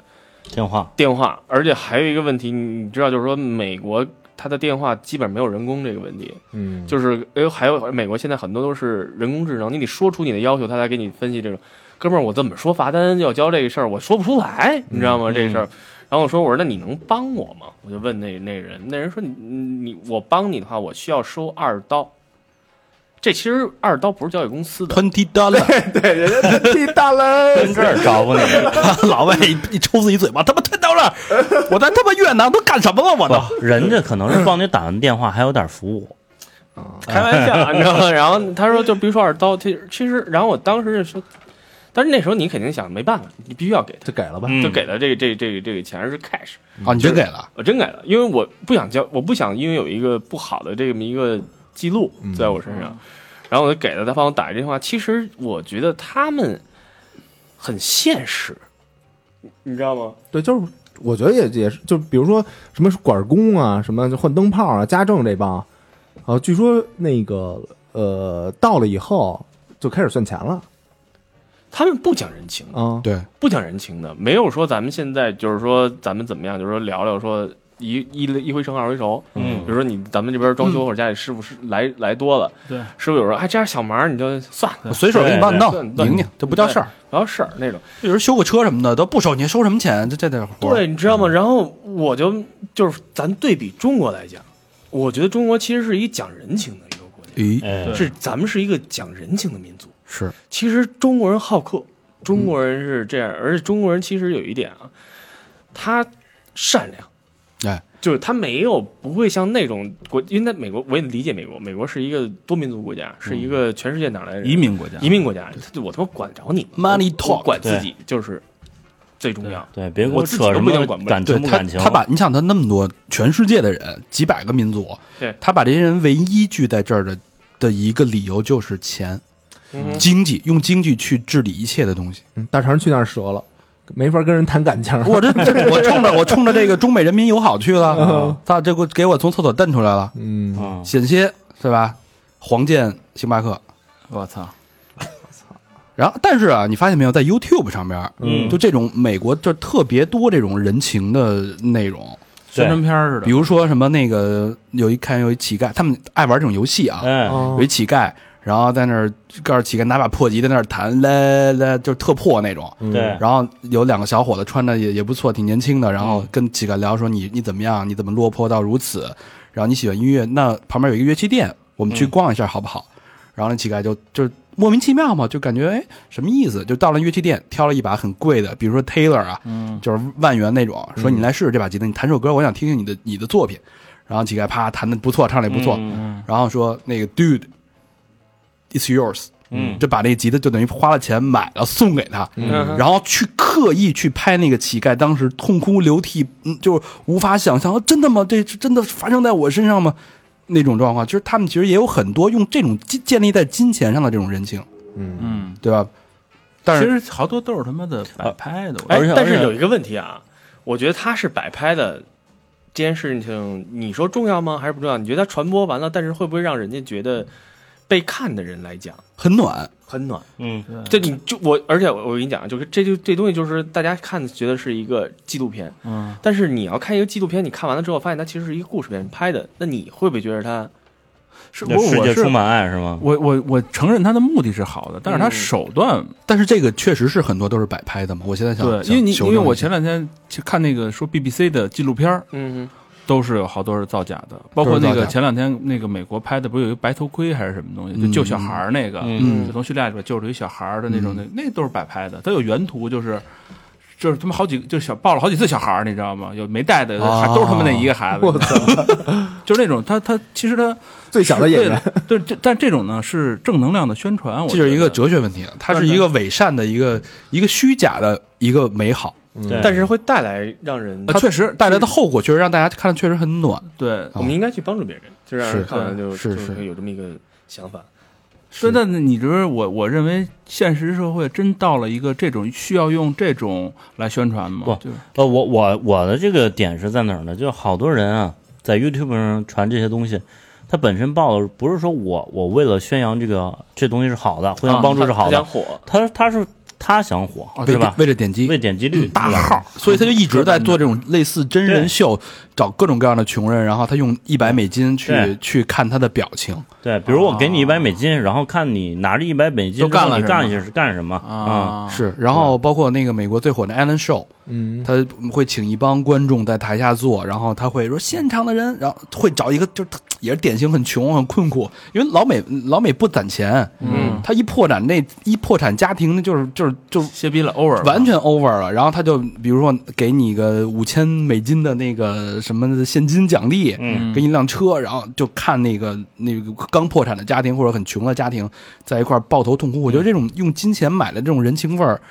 [SPEAKER 5] 电话
[SPEAKER 6] 电话，而且还有一个问题，你知道，就是说美国它的电话基本没有人工这个问题，
[SPEAKER 4] 嗯，
[SPEAKER 6] 就是哎，还有美国现在很多都是人工智能，你得说出你的要求，他才给你分析这种。哥们儿，我怎么说罚单要交这个事儿，我说不出来，你知道吗？这事儿。然后我说，我说那你能帮我吗？我就问那那人，那人说你你我帮你的话，我需要收二刀。这其实二刀不是交给公司的，
[SPEAKER 2] twenty dollar，
[SPEAKER 4] 地大了，
[SPEAKER 5] 跟这儿招呼你，
[SPEAKER 2] 老外一一抽自己嘴巴，他妈 twenty dollar，我在他妈越南都干什么了？我都
[SPEAKER 5] 不，人家可能是帮你打完电话还有点服务，
[SPEAKER 6] 开玩笑，你知道吗？然后他说，就比如说二刀，其实其实，然后我当时就说，但是那时候你肯定想，没办法，你必须要给他，
[SPEAKER 4] 就给了吧，
[SPEAKER 5] 嗯
[SPEAKER 6] 啊就给了这个这个这个这个钱而是 cash，
[SPEAKER 2] 啊，你真给了。
[SPEAKER 6] 我真给了，因为我不想交，我不想因为有一个不好的这么一个记录在我身上，然后我就给了他，帮我打一电话。其实我觉得他们很现实，你知道吗？
[SPEAKER 4] 对，就是我觉得也也是，就比如说什么管工啊，什么就换灯泡啊、家政这帮，啊，据说那个呃到了以后就开始算钱了
[SPEAKER 6] 他们不讲人情，
[SPEAKER 4] 啊，
[SPEAKER 2] 对，
[SPEAKER 6] 不讲人情的，没有说咱们现在就是说咱们怎么样，就是说聊聊说一一一回生二回熟。
[SPEAKER 5] 嗯
[SPEAKER 6] 比如说你咱们这边装修或者家里师傅是来来多了，
[SPEAKER 3] 对，
[SPEAKER 6] 师傅有时候哎这样小忙你就算了，
[SPEAKER 2] 我随手给你帮你
[SPEAKER 6] 对
[SPEAKER 2] 弄，
[SPEAKER 6] 对
[SPEAKER 2] 拧拧，这不叫事儿。
[SPEAKER 6] 不要事儿那种。
[SPEAKER 2] 有人修个车什么的都不收你，收什么钱？这这点活儿，
[SPEAKER 6] 对，你知道吗？然后我就就是咱对比中国来讲，我觉得中国其实是一讲人情的一个国家，
[SPEAKER 2] 咦，
[SPEAKER 5] 哎，
[SPEAKER 6] 是咱们是一个讲人情的民族。
[SPEAKER 2] 是嗯
[SPEAKER 6] 其实中国人好客，中国人是这样，而且中国人其实有一点啊，他善良。
[SPEAKER 2] 哎，
[SPEAKER 6] 就是他没有不会像那种国，因为在美国，我也理解美国，美国是一个多民族国
[SPEAKER 2] 嗯
[SPEAKER 6] 家，是一个全世界哪来的人
[SPEAKER 3] 移民国家，
[SPEAKER 6] 移民国家，他就我他妈管得着你吗
[SPEAKER 2] Money
[SPEAKER 6] 我
[SPEAKER 2] talk，
[SPEAKER 6] 我管自己就是最重要。
[SPEAKER 5] 对，别给
[SPEAKER 6] 我自己
[SPEAKER 5] 扯
[SPEAKER 6] 都
[SPEAKER 5] 什
[SPEAKER 6] 不一定
[SPEAKER 5] 么
[SPEAKER 6] 管不了
[SPEAKER 5] 感
[SPEAKER 2] 对
[SPEAKER 5] 情不
[SPEAKER 2] 他
[SPEAKER 5] 感情，
[SPEAKER 2] 他把你想他那么多全世界的人，几百个民族，
[SPEAKER 6] 对
[SPEAKER 2] 他把这些人唯一聚在这儿的的一个理由就是钱，
[SPEAKER 6] 嗯
[SPEAKER 2] 经济，用经济去治理一切的东西。
[SPEAKER 4] 嗯大肠去那儿折了，没法跟人谈感情。
[SPEAKER 2] 我这这我冲着我冲着这个中美人民友好去了，他这给我给我从厕所蹬出来了，
[SPEAKER 4] 嗯，
[SPEAKER 5] 嗯，
[SPEAKER 2] 险些是吧？黄健星巴克，
[SPEAKER 3] 我操，
[SPEAKER 2] 然后但是啊，你发现没有，在 YouTube 上边，
[SPEAKER 5] 嗯
[SPEAKER 2] 就这种美国就特别多这种人情的内容，
[SPEAKER 3] 宣传片儿似
[SPEAKER 2] 比
[SPEAKER 3] 的，
[SPEAKER 2] 如说什么那个有一看有一乞丐，他们爱玩这种游戏啊，
[SPEAKER 5] 哎，
[SPEAKER 4] 哦
[SPEAKER 2] 有一乞丐，然后在那儿告诉乞丐拿把破吉在那儿弹，来来就是特破那种。
[SPEAKER 6] 嗯
[SPEAKER 5] 对，
[SPEAKER 2] 然后有两个小伙子穿的也也不错，挺年轻的，然后跟乞丐聊说你你怎么样，你怎么落魄到如此，然后你喜欢音乐，那旁边有一个乐器店，我们去逛一下好不好？然后那乞丐就就莫名其妙嘛，就感觉哎什么意思？就到了乐器店，挑了一把很贵的，比如说 Taylor 啊，
[SPEAKER 3] 嗯，
[SPEAKER 2] 就是万元那种，说你来试试这把吉他，你弹首歌，我想听听你的你的作品。然后乞丐啪弹的不错，唱的也不错，
[SPEAKER 5] 嗯
[SPEAKER 2] 然后说那个 Dude，it's yours，
[SPEAKER 5] 嗯
[SPEAKER 2] 就把那个吉他就等于花了钱买了送给他，
[SPEAKER 6] 嗯
[SPEAKER 2] 然后去刻意去拍那个乞丐当时痛哭流涕，嗯，就是无法想象，啊真的吗？这是真的发生在我身上吗？那种状况，其实他们其实也有很多用这种建建立在金钱上的这种人情，
[SPEAKER 4] 嗯，
[SPEAKER 3] 嗯，
[SPEAKER 2] 对吧？但是
[SPEAKER 3] 其实好多都是他呃妈的摆拍的，我
[SPEAKER 6] 哎
[SPEAKER 5] 而且，而
[SPEAKER 6] 但是
[SPEAKER 5] 且
[SPEAKER 6] 有一个问题啊，我觉得他是摆拍的这件事情，你说重要吗？还是不重要？你觉得他传播完了，但是会不会让人家觉得被看的人来讲
[SPEAKER 2] 很暖，
[SPEAKER 6] 很暖？
[SPEAKER 5] 嗯，
[SPEAKER 6] 这你就我，而且我我跟你讲，就是这就这东西就是大家看觉得是一个纪录片，
[SPEAKER 3] 嗯，
[SPEAKER 6] 但是你要看一个纪录片，你看完了之后发现它其实是一个故事片拍的，那你会不会觉得它
[SPEAKER 3] 是
[SPEAKER 5] 这
[SPEAKER 3] 我
[SPEAKER 5] 世
[SPEAKER 3] 我
[SPEAKER 5] 界
[SPEAKER 3] 是
[SPEAKER 5] 充满爱是吗？
[SPEAKER 3] 我我我承认他的目的是好的，但是他
[SPEAKER 6] 嗯
[SPEAKER 3] 手段
[SPEAKER 2] 但是这个确实是很多都是摆拍的嘛。我现在想，
[SPEAKER 3] 对，
[SPEAKER 2] 想
[SPEAKER 3] 因为你
[SPEAKER 2] 修
[SPEAKER 3] 因
[SPEAKER 2] 正
[SPEAKER 3] 为我
[SPEAKER 2] 一下
[SPEAKER 3] 前两天去看那个说 BBC 的纪录片儿，
[SPEAKER 6] 嗯
[SPEAKER 3] 都是有好多是造假的，包括
[SPEAKER 2] 都是造
[SPEAKER 3] 那个
[SPEAKER 2] 假
[SPEAKER 3] 前两天那个美国拍的，不是有一个白头盔还是什么东西，就
[SPEAKER 2] 嗯
[SPEAKER 3] 救小孩儿那个，
[SPEAKER 5] 嗯
[SPEAKER 3] 就从叙利亚里边救出一小孩儿的那
[SPEAKER 2] 嗯
[SPEAKER 3] 种，那那都是摆拍的，它有原图就是。就是他们好几个，就是小抱了好几次小孩儿，你知道吗？有没带的，
[SPEAKER 2] 哦
[SPEAKER 3] 还都是他们那一个 孩子，
[SPEAKER 4] 我操，
[SPEAKER 3] 就是那种他他其实他
[SPEAKER 4] 最小的演员，
[SPEAKER 3] 对 这但这种呢是正能量的宣传，我
[SPEAKER 2] 这就是一
[SPEAKER 3] 觉
[SPEAKER 2] 个
[SPEAKER 3] 得
[SPEAKER 2] 哲学问题了，啊它是一个伪善的一个一个虚假的一个美好，
[SPEAKER 5] 对，
[SPEAKER 6] 嗯但是会带来让人，
[SPEAKER 2] 它确实带来的后果，确实让大家看着确实很暖。
[SPEAKER 3] 对
[SPEAKER 6] 我们应该去帮助别人，就让人
[SPEAKER 2] 是
[SPEAKER 6] 看完就就是
[SPEAKER 2] 是
[SPEAKER 6] 会有这么一个想法。
[SPEAKER 3] 所以，那你觉得我我认为现实社会真到了一个这种需要用这种来宣传吗？
[SPEAKER 5] 不
[SPEAKER 3] 就是
[SPEAKER 5] 呃，我我我的这个点是在哪儿呢？就是好多人啊，在 YouTube 上传这些东西，他本身报的不是说我我为了宣扬这个这东西是好的，互相帮助是好
[SPEAKER 6] 啊
[SPEAKER 5] 的
[SPEAKER 6] 他
[SPEAKER 5] 嗯
[SPEAKER 6] 想，火，
[SPEAKER 5] 他他是他想火
[SPEAKER 6] 哦
[SPEAKER 5] 哦
[SPEAKER 2] 为
[SPEAKER 5] 是吧？
[SPEAKER 2] 为了点击
[SPEAKER 5] 为点击
[SPEAKER 6] 嗯
[SPEAKER 5] 率
[SPEAKER 2] 大
[SPEAKER 5] 对吧
[SPEAKER 2] 号，所以他就一直在做这种类似真人秀，找各种各样的穷人，然后他用一百美金去
[SPEAKER 5] 对
[SPEAKER 2] 去看他的表情。
[SPEAKER 5] 对，比如我给你
[SPEAKER 6] 哦
[SPEAKER 5] 一百美金，然后看你拿着一百美金
[SPEAKER 3] 都干
[SPEAKER 5] 之后
[SPEAKER 3] 了
[SPEAKER 5] 你干
[SPEAKER 3] 什
[SPEAKER 5] 是干什么啊？
[SPEAKER 3] 啊，
[SPEAKER 2] 是，然后包括那个美国最火的 Ellen Show，
[SPEAKER 4] 嗯，
[SPEAKER 2] 他会请一帮观众在台下坐，然后他会说现场的人，然后会找一个就是他也是典型很穷很困苦，因为老美老美不攒钱，
[SPEAKER 3] 嗯，
[SPEAKER 2] 他一破产那一破产家庭那就是就是就
[SPEAKER 3] 歇逼了，over 了
[SPEAKER 2] 完全 over 了，然后他就比如说给你个五千美金的那个什么现金奖励，
[SPEAKER 5] 嗯，
[SPEAKER 2] 给你一辆车，然后就看那个那个刚破产的家庭或者很穷的家庭在一块儿抱头痛哭。我觉得这种用金钱买的这种人情味儿，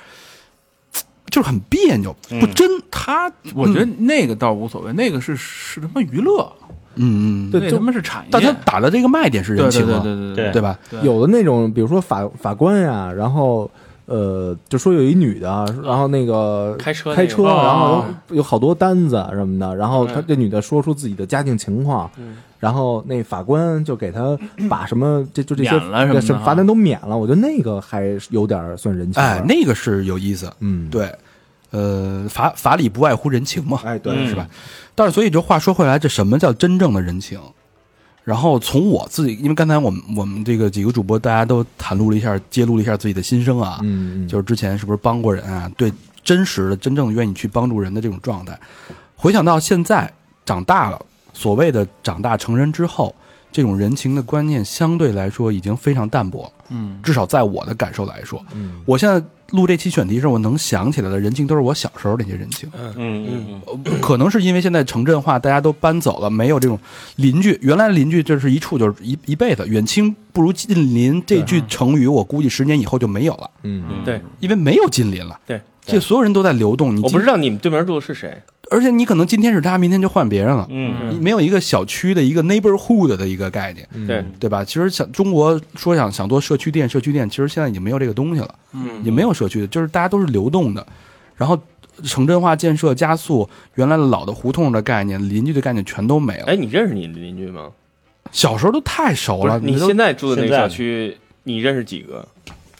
[SPEAKER 2] 就是很别扭，不真。
[SPEAKER 3] 他，我觉得那个倒无所谓，那个是是他妈娱乐，
[SPEAKER 2] 嗯嗯，
[SPEAKER 4] 对
[SPEAKER 3] 那
[SPEAKER 4] 就
[SPEAKER 3] 他妈是产业，
[SPEAKER 2] 但他打的这个卖点是
[SPEAKER 3] 对
[SPEAKER 2] 人
[SPEAKER 3] 对
[SPEAKER 2] 情
[SPEAKER 3] 对
[SPEAKER 2] 啊，
[SPEAKER 3] 对
[SPEAKER 5] 对
[SPEAKER 3] 对
[SPEAKER 2] 对吧？
[SPEAKER 3] 对
[SPEAKER 4] 有的那种，比如说法法官呀，然后呃，就说有一女的，然后那个
[SPEAKER 6] 开车那
[SPEAKER 4] 开
[SPEAKER 6] 个
[SPEAKER 4] 车，
[SPEAKER 3] 哦
[SPEAKER 4] 然后有好多单子什么的，然后她
[SPEAKER 6] 嗯
[SPEAKER 4] 这女的说出自己的家境情况，
[SPEAKER 6] 嗯
[SPEAKER 4] 然后那法官就给她把什么这就这些
[SPEAKER 3] 免了什么的
[SPEAKER 4] 这
[SPEAKER 3] 啊
[SPEAKER 4] 罚单都免了，我觉得那个还是有点算人情味儿，
[SPEAKER 2] 哎，那个是有意思。
[SPEAKER 4] 嗯，，
[SPEAKER 2] 对，呃，法法理不外乎人情嘛。
[SPEAKER 4] 哎对，
[SPEAKER 5] 嗯
[SPEAKER 2] 是吧？但是所以就话说回来，这什么叫真正的人情？然后从我自己，因为刚才我们我们这个几个主播，大家都袒露了一下，揭露了一下自己的心声啊，
[SPEAKER 4] 嗯，嗯
[SPEAKER 2] 就是之前是不是帮过人啊？对，真实的、真正愿意去帮助人的这种状态，回想到现在长大了，所谓的长大成人之后，这种人情的观念相对来说已经非常淡薄了，
[SPEAKER 3] 嗯
[SPEAKER 2] 至少在我的感受来说，
[SPEAKER 4] 嗯，
[SPEAKER 2] 我现在录这期选题时，我能想起来的人情都是我小时候那些人情。
[SPEAKER 4] 呃
[SPEAKER 5] 嗯嗯嗯，
[SPEAKER 2] 可能是因为现在城镇化，大家都搬走了，没有这种邻居。原来邻居这是一处就是一一辈子，远亲不如近邻这句成语，我估计十年以后就没有了，
[SPEAKER 4] 嗯，
[SPEAKER 6] 对
[SPEAKER 2] 因为没有近邻了。
[SPEAKER 6] 对，
[SPEAKER 2] 这所有人都在流动，你
[SPEAKER 6] 我
[SPEAKER 2] 今
[SPEAKER 6] 不知，道你们对面住的是谁，
[SPEAKER 2] 而且你可能今天是他，明天就换别人了，
[SPEAKER 5] 嗯
[SPEAKER 2] 你没有一个小区的一个 neighborhood 的一个概念，
[SPEAKER 4] 嗯
[SPEAKER 6] 对，
[SPEAKER 2] 对吧？其实想中国说想想做社区店，社区店其实现在已经没有这个东西了。
[SPEAKER 3] 嗯
[SPEAKER 2] 也没有社区的，就是大家都是流动的。然后城镇化建设加速，原来老的胡同的概念、邻居的概念全都没了
[SPEAKER 6] 哎，。你认识你的邻居吗？
[SPEAKER 2] 小时候都太熟
[SPEAKER 6] 不
[SPEAKER 2] 了，
[SPEAKER 6] 是，你
[SPEAKER 2] 都
[SPEAKER 6] 现在住的那个
[SPEAKER 5] 现在
[SPEAKER 6] 小区，你认识几个？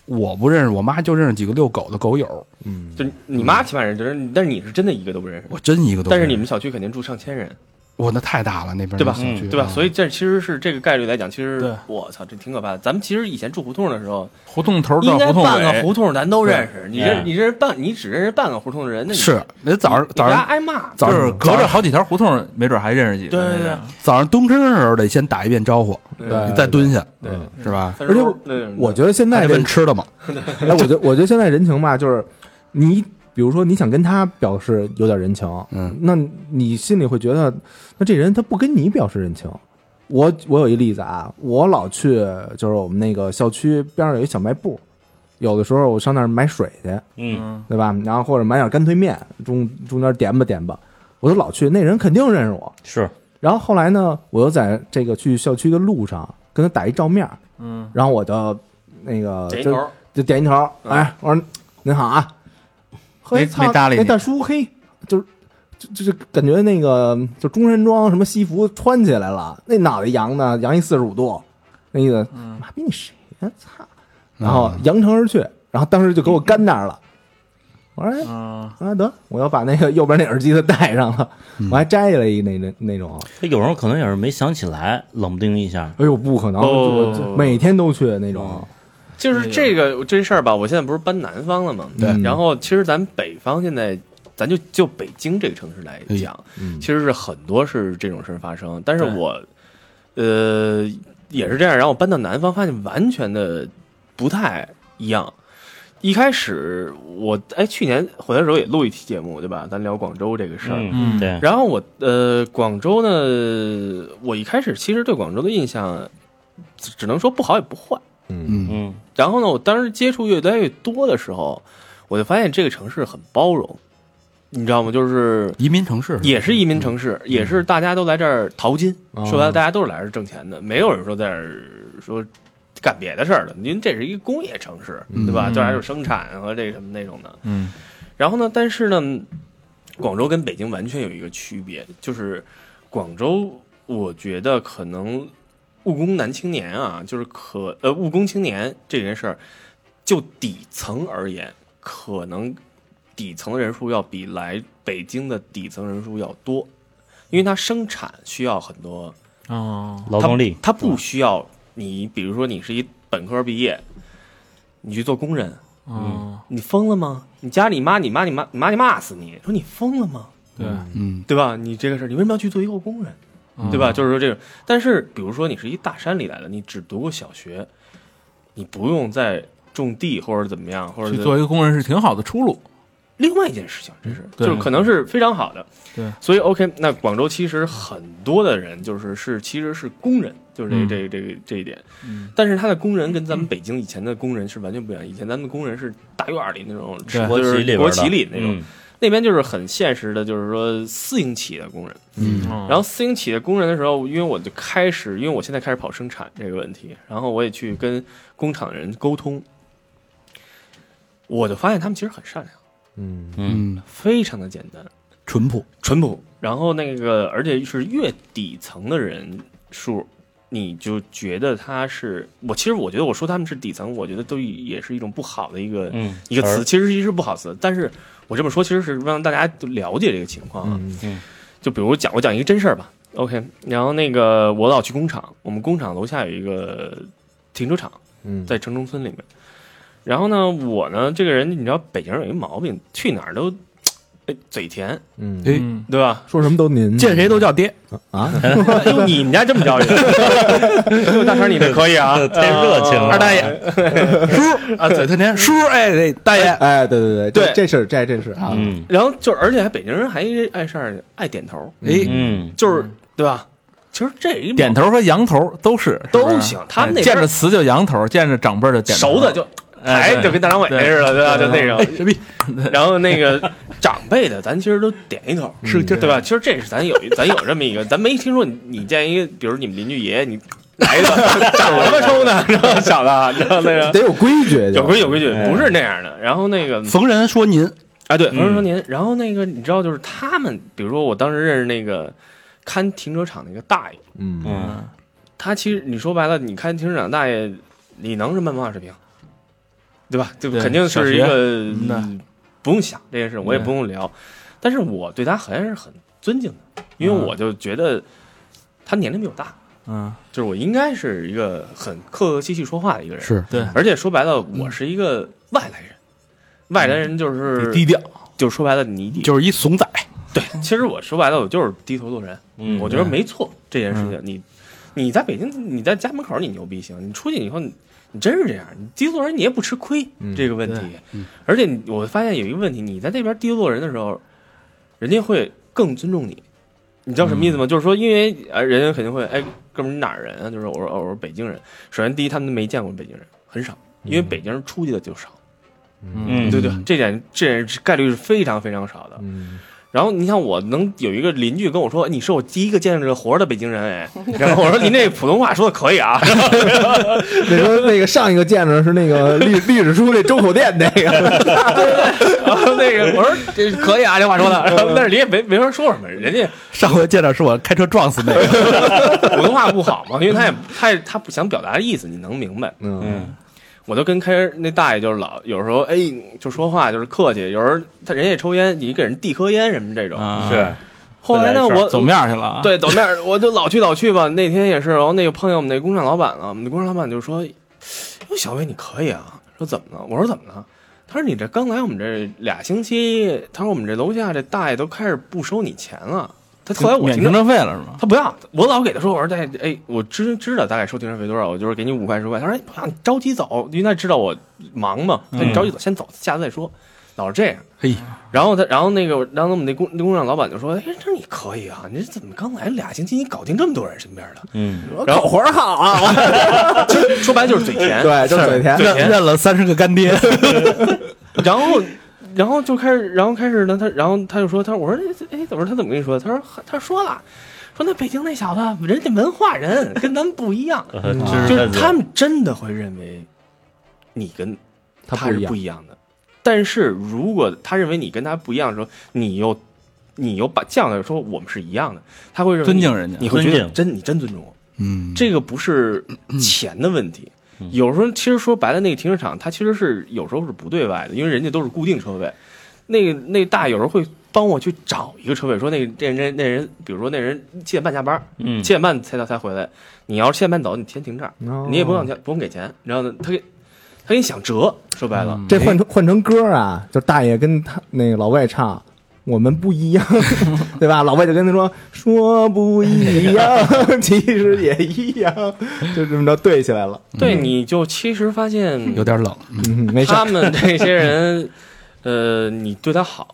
[SPEAKER 2] 我不认识，我妈就认识几个遛狗的狗友，
[SPEAKER 4] 嗯，
[SPEAKER 6] 就你妈起码认识，就是但是你是真的一个都不认识。
[SPEAKER 2] 我真一个都不
[SPEAKER 6] 但
[SPEAKER 2] 认识。
[SPEAKER 6] 是你们小区肯定住上千人，
[SPEAKER 2] 我那太大了，那边
[SPEAKER 6] 对吧
[SPEAKER 2] 那小区
[SPEAKER 6] 对吧？
[SPEAKER 2] 嗯
[SPEAKER 6] 所以这其实是这个概率来讲，其
[SPEAKER 3] 对
[SPEAKER 6] 实我操，这挺可怕的。咱们其实以前住胡同的时候，
[SPEAKER 3] 胡同头到
[SPEAKER 6] 应该
[SPEAKER 3] 胡同哎
[SPEAKER 6] 半个
[SPEAKER 3] 尾，
[SPEAKER 6] 胡同咱都认识，你
[SPEAKER 5] 对
[SPEAKER 6] 认你认识半，你只认识半个胡同的人，那你
[SPEAKER 2] 是那早上
[SPEAKER 6] 你
[SPEAKER 2] 早
[SPEAKER 6] 你家
[SPEAKER 2] 上
[SPEAKER 6] 挨骂，
[SPEAKER 2] 早
[SPEAKER 3] 就是
[SPEAKER 2] 上
[SPEAKER 3] 隔着好几条胡同，没准还认识几个。
[SPEAKER 6] 对对对
[SPEAKER 2] 早上蹲坑的时候得先打一遍招呼，
[SPEAKER 6] 对
[SPEAKER 2] 你再蹲下，
[SPEAKER 6] 对
[SPEAKER 4] 嗯
[SPEAKER 2] 是吧？
[SPEAKER 6] 反
[SPEAKER 4] 而且
[SPEAKER 6] 正
[SPEAKER 4] 我
[SPEAKER 6] 那
[SPEAKER 4] 我觉得现
[SPEAKER 2] 还得
[SPEAKER 4] 在这
[SPEAKER 2] 问，吃的嘛，
[SPEAKER 4] 哎，我觉得我觉得现在人情吧，就是你比如说你想跟他表示有点人情，
[SPEAKER 2] 嗯，
[SPEAKER 4] 那你心里会觉得，那这人他不跟你表示人情。我我有一例子啊，我老去就是我们那个校区边上有一小卖部，有的时候我上那儿买水去，
[SPEAKER 5] 嗯
[SPEAKER 3] 嗯，
[SPEAKER 4] 对吧？然后或者买点干脆面，中中间点吧点吧，我就老去，那人肯定认识我。
[SPEAKER 5] 是
[SPEAKER 4] 然后后来呢，我又在这个去校区的路上跟他打一照面，
[SPEAKER 3] 嗯，
[SPEAKER 4] 然后我就那个
[SPEAKER 6] 点一
[SPEAKER 4] 就
[SPEAKER 6] 头，
[SPEAKER 4] 就点一头，哎，我说您好啊，嘿，
[SPEAKER 3] 没
[SPEAKER 4] 操
[SPEAKER 3] 没搭理你
[SPEAKER 4] 那大叔，嘿，就是就就就感觉那个就中山装什么西服穿起来了，那脑袋扬呢，扬一四十五度，那意思，
[SPEAKER 3] 嗯
[SPEAKER 4] 妈逼你谁呀、操！然后扬长而去，然后当时就给我干那儿了。我说哎
[SPEAKER 3] 嗯，
[SPEAKER 4] 啊得，我要把那个右边那耳机都戴上了，我还摘下来一那那那种，
[SPEAKER 5] 他有时候可能也是没想起来，冷不丁一下，
[SPEAKER 4] 哎呦不可能，
[SPEAKER 6] 哦
[SPEAKER 4] 我就每天都去那
[SPEAKER 3] 哦
[SPEAKER 4] 种，
[SPEAKER 6] 就是这个这事儿吧。我现在不是搬南方了吗？
[SPEAKER 4] 对
[SPEAKER 6] 然后其实咱北方现在，咱就就北京这个城市来讲，
[SPEAKER 4] 嗯
[SPEAKER 6] 其实是很多是这种事儿发生，但是
[SPEAKER 3] 对
[SPEAKER 6] 我，呃，也是这样。然后我搬到南方，发现完全的不太一样。一开始我哎，去年回来的时候也录一期节目，对吧？咱聊广州这个事儿。
[SPEAKER 5] 嗯
[SPEAKER 3] 嗯
[SPEAKER 5] 对，
[SPEAKER 6] 然后我呃，广州呢，我一开始其实对广州的印象，只只能说不好也不坏。
[SPEAKER 4] 嗯
[SPEAKER 2] 嗯，
[SPEAKER 5] 嗯
[SPEAKER 6] 然后呢，我当时接触越来越多的时候，我就发现这个城市很包容，你知道吗？就是
[SPEAKER 2] 移民城市
[SPEAKER 6] 也是移民城市，也是大家都来这儿淘金。
[SPEAKER 4] 哦
[SPEAKER 6] 说白了，大家都是来这儿挣钱的，没有人说在这儿说干别的事儿的。因为这是一个工业城市，对吧？
[SPEAKER 3] 嗯
[SPEAKER 6] 这还有生产和这什么那种的。
[SPEAKER 3] 嗯
[SPEAKER 6] 然后呢，但是呢，广州跟北京完全有一个区别，就是广州，我觉得可能务工男青年啊，就是可呃务工青年这件事儿，就底层而言，可能底层的人数要比来北京的底层人数要多，因为它生产需要很多
[SPEAKER 3] 哦，
[SPEAKER 5] 劳动力，
[SPEAKER 6] 它不需要你，比如说你是一本科毕业，你去做工人，
[SPEAKER 3] 嗯，
[SPEAKER 6] 你疯了吗？你家里妈、你妈、你妈、你妈就骂死你，说你疯了吗？
[SPEAKER 3] 对，
[SPEAKER 2] 嗯
[SPEAKER 6] 对吧？你这个事儿，你为什么要去做一个工人？
[SPEAKER 3] 嗯
[SPEAKER 6] 对吧？？就是说这种。但是，比如说你是一大山里来的，你只读过小学，你不用再种地或者怎么样，或者
[SPEAKER 3] 去做一个工人是挺好的出路。
[SPEAKER 6] 另外一件事情，这是
[SPEAKER 3] 对
[SPEAKER 6] 就是可能是非常好的。
[SPEAKER 3] 对，
[SPEAKER 6] 所以 OK，那广州其实很多的人就是是其实是工人，就是这
[SPEAKER 3] 嗯
[SPEAKER 6] 这这这一点
[SPEAKER 3] 嗯。
[SPEAKER 6] 但是他的工人跟咱们北京以前的工人是完全不一样。以前咱们的工人是大院里那种，
[SPEAKER 3] 对
[SPEAKER 5] 国
[SPEAKER 6] 就
[SPEAKER 5] 企
[SPEAKER 6] 是
[SPEAKER 5] 里边
[SPEAKER 6] 国
[SPEAKER 5] 的
[SPEAKER 6] 企里那种，
[SPEAKER 5] 嗯
[SPEAKER 6] 那边就是很现实的，就是说私营企业的工人。
[SPEAKER 2] 嗯
[SPEAKER 3] 然
[SPEAKER 6] 然后私营企业工人的时候，因为我就开始，因为我现在开始跑生产这个问题，然后我也去跟工厂的人沟通，我就发现他们其实很善良，
[SPEAKER 4] 嗯
[SPEAKER 5] 嗯
[SPEAKER 2] 嗯，
[SPEAKER 6] 非常的简单
[SPEAKER 2] 淳朴，
[SPEAKER 6] 淳朴。然后那个，而且是越底层的人数，你就觉得他是我。其实我觉得我说他们是底层，我觉得都也是一种不好的一个、
[SPEAKER 5] 嗯，
[SPEAKER 6] 一个词，
[SPEAKER 5] 而
[SPEAKER 6] 其实是一是不好词。但是我这么说，其实是让大家都了解这个情况啊。
[SPEAKER 4] 嗯
[SPEAKER 6] 就比如讲，我讲一个真事儿吧。OK，然后那个我老去工厂，我们工厂楼下有一个停车场，
[SPEAKER 4] 嗯，
[SPEAKER 6] 在城中村里面。然后呢，我呢这个人，你知道北京人有一毛病，去哪儿都哎，嘴甜，
[SPEAKER 4] 嗯，
[SPEAKER 2] 哎
[SPEAKER 3] 嗯，
[SPEAKER 6] 对吧？
[SPEAKER 4] 说什么都您
[SPEAKER 2] 见谁都叫爹，
[SPEAKER 4] 啊，
[SPEAKER 6] 哎呦，你们家这么教育？哟哎大成，你这可以啊，
[SPEAKER 5] 太热情了，
[SPEAKER 2] 二大爷，叔啊，嘴特甜，叔，哎，哎大爷，
[SPEAKER 4] 哎，对对对，这
[SPEAKER 6] 对
[SPEAKER 4] 这是这这是啊，
[SPEAKER 5] 嗯
[SPEAKER 6] 然后就，而且还北京人还爱事儿，爱点头，
[SPEAKER 2] 哎，
[SPEAKER 5] 嗯，
[SPEAKER 6] 就是对吧？其实这一
[SPEAKER 3] 点头和扬头都是哎
[SPEAKER 6] 都行他们那边
[SPEAKER 3] 见着词就扬头，见着长辈儿就哎点头
[SPEAKER 6] 熟的就
[SPEAKER 5] 哎
[SPEAKER 6] 哎，就跟大张伟似的，对吧？就那种
[SPEAKER 2] 什么意
[SPEAKER 6] 然后那个长辈的，咱其实都点一头，是对吧？其实这是咱有 咱有这么一个，咱没听说你你见一个，比如你们邻居爷爷，你来一个长什么抽呢？ 然后小子啊，然后那个
[SPEAKER 4] 得有规矩，
[SPEAKER 6] 有规有规矩，不是那样的。然后那个
[SPEAKER 2] 逢人说您，
[SPEAKER 6] 啊，对，
[SPEAKER 5] 嗯
[SPEAKER 6] 冯说您，然后那个你知道，就是他们，比如说我当时认识那个看停车场那个大爷，
[SPEAKER 4] 嗯，
[SPEAKER 5] 嗯
[SPEAKER 6] 他其实你说白了，你看停车场大爷，你能什么文化水平，对吧？就
[SPEAKER 3] 对
[SPEAKER 6] 肯定
[SPEAKER 3] 小
[SPEAKER 6] 是
[SPEAKER 3] 学
[SPEAKER 6] 一个
[SPEAKER 3] 嗯呐
[SPEAKER 6] 嗯不用想这件事，我也不用聊。但是我对他还是很尊敬的，因为
[SPEAKER 3] 嗯
[SPEAKER 6] 我就觉得他年龄比我大，
[SPEAKER 3] 嗯，
[SPEAKER 6] 就是我应该是一个很客客气气说话的一个人。，
[SPEAKER 2] 是
[SPEAKER 3] 对，
[SPEAKER 6] 而且说白了，
[SPEAKER 3] 嗯
[SPEAKER 6] 我是一个外来人，外来人就是
[SPEAKER 3] 低调，
[SPEAKER 6] 就是说白了，你就
[SPEAKER 2] 就是一怂仔，
[SPEAKER 6] 对。其实我说白了，我就是低头做人，
[SPEAKER 5] 嗯，
[SPEAKER 6] 我觉得没错这件事情。你你在北京，你在家门口你牛逼行，你出去以后你你真是这样，你低头做人你也不吃亏、
[SPEAKER 4] 嗯
[SPEAKER 6] 这个问题。而且你我发现有一个问题，你在那边低头做人的时候，人家会更尊重你。你知道什么意思吗？就是说，因为呃，人家肯定会，哎，哥们儿，你哪儿人啊？就是我说，哦，我说北京人。首先，第一，他们没见过北京人，很少，因为北京人出去的就少，
[SPEAKER 5] 嗯
[SPEAKER 6] 对不对？这点这点是概率是非常非常少的。
[SPEAKER 4] 嗯，
[SPEAKER 6] 然后你像我能有一个邻居跟我说，哎你是我第一个见着活着的北京人哎， 然后我说您这普通话说的可以啊，
[SPEAKER 4] 那时候那个上一个见着是那个历 历史书那周口店那 个，
[SPEAKER 6] 然后那个我说这可以啊，这话说的，然后但是人家没没法说什么，人家
[SPEAKER 2] 上回见着是我开车撞死那个，
[SPEAKER 6] 普通话不好嘛，因为他也他也他不想表达的意思，你能明白？
[SPEAKER 4] 嗯
[SPEAKER 5] 嗯
[SPEAKER 6] 我就跟开那大爷就是老有时候哎就说话就是客气，有时候他人家也抽烟，你给人递颗烟什么这种。
[SPEAKER 3] 啊
[SPEAKER 5] 是
[SPEAKER 6] 后来呢，
[SPEAKER 5] 自来事
[SPEAKER 6] 我
[SPEAKER 5] 儿
[SPEAKER 3] 走面儿去了啊，，
[SPEAKER 6] 对，走那儿我就老去老去吧。那天也是，然后那个碰见我们那工厂老板了，我们那工厂老板就说：“哟，小伟你可以啊。”说怎么了？我说怎么了？他说你这刚来我们这俩星期，他说我们这楼下这大爷都开始不收你钱了。他后来我
[SPEAKER 3] 免
[SPEAKER 6] 听
[SPEAKER 3] 停
[SPEAKER 6] 着，
[SPEAKER 3] 车费了是吗？
[SPEAKER 6] 他不要，我老给他说，我说大爷，哎，我知知道大概收停车费多少，我就是给你五块十块。他说哎不要，你着急走，因为他知道我忙嘛，他说你着急
[SPEAKER 4] 嗯
[SPEAKER 6] 走，先走，下次再说。老是这样。
[SPEAKER 2] 嘿，
[SPEAKER 6] 然后他，然后那个，然后我们那工那工厂老板就说：“哎，这你可以啊，你这怎么刚来俩星期，你搞定这么多人身边的
[SPEAKER 5] 嗯，
[SPEAKER 6] 然后
[SPEAKER 4] 口活儿好 啊，？”
[SPEAKER 6] 说白了就是嘴甜。
[SPEAKER 4] 对，就是嘴甜，
[SPEAKER 2] 认认了三十个干爹，
[SPEAKER 6] 然后，然后就开始，然后开始呢，他，然后他就说：“他说我说哎，哎怎么他怎么跟你说？他说他说了，说那北京那小子人家文化人跟咱们不一样，
[SPEAKER 5] 呃
[SPEAKER 6] 就
[SPEAKER 5] 知识
[SPEAKER 6] 是
[SPEAKER 5] 分
[SPEAKER 6] 他
[SPEAKER 5] 子，
[SPEAKER 6] 们真的会认为你跟
[SPEAKER 4] 他
[SPEAKER 6] 是不一样的。但是如果他认为你跟他不一样的时候，你又你又把降了说我们是一样的，他会认为
[SPEAKER 3] 尊
[SPEAKER 6] 你
[SPEAKER 3] 敬人家
[SPEAKER 6] 你会觉
[SPEAKER 5] 尊
[SPEAKER 6] 得
[SPEAKER 5] 敬
[SPEAKER 6] 真你真尊重我，
[SPEAKER 2] 嗯，
[SPEAKER 6] 这个不是钱的问题。有时候其实说白了，那个停车场它其实是有时候是不对外的，因为人家都是固定车位。那个那大爷有时候会帮我去找一个车位，说那个这人那人，比如说那人七点半下班，
[SPEAKER 5] 嗯
[SPEAKER 6] 七点半才到才回来。你要是七点半走，你先停这儿，
[SPEAKER 4] 哦
[SPEAKER 6] 你也不用钱，不用给钱。然后呢，他给他给你想折，说白
[SPEAKER 2] 嗯
[SPEAKER 6] 了，
[SPEAKER 4] 这换成换成歌啊，就大爷跟他那个老外唱。我们不一样， 对吧？老外就跟他说说不一样， 其实也一样，就这么着对起来了。
[SPEAKER 6] 对，你就其实发现
[SPEAKER 2] 嗯有点冷，
[SPEAKER 4] 嗯，没事儿
[SPEAKER 6] 他， 们这些人，呃，你对他好，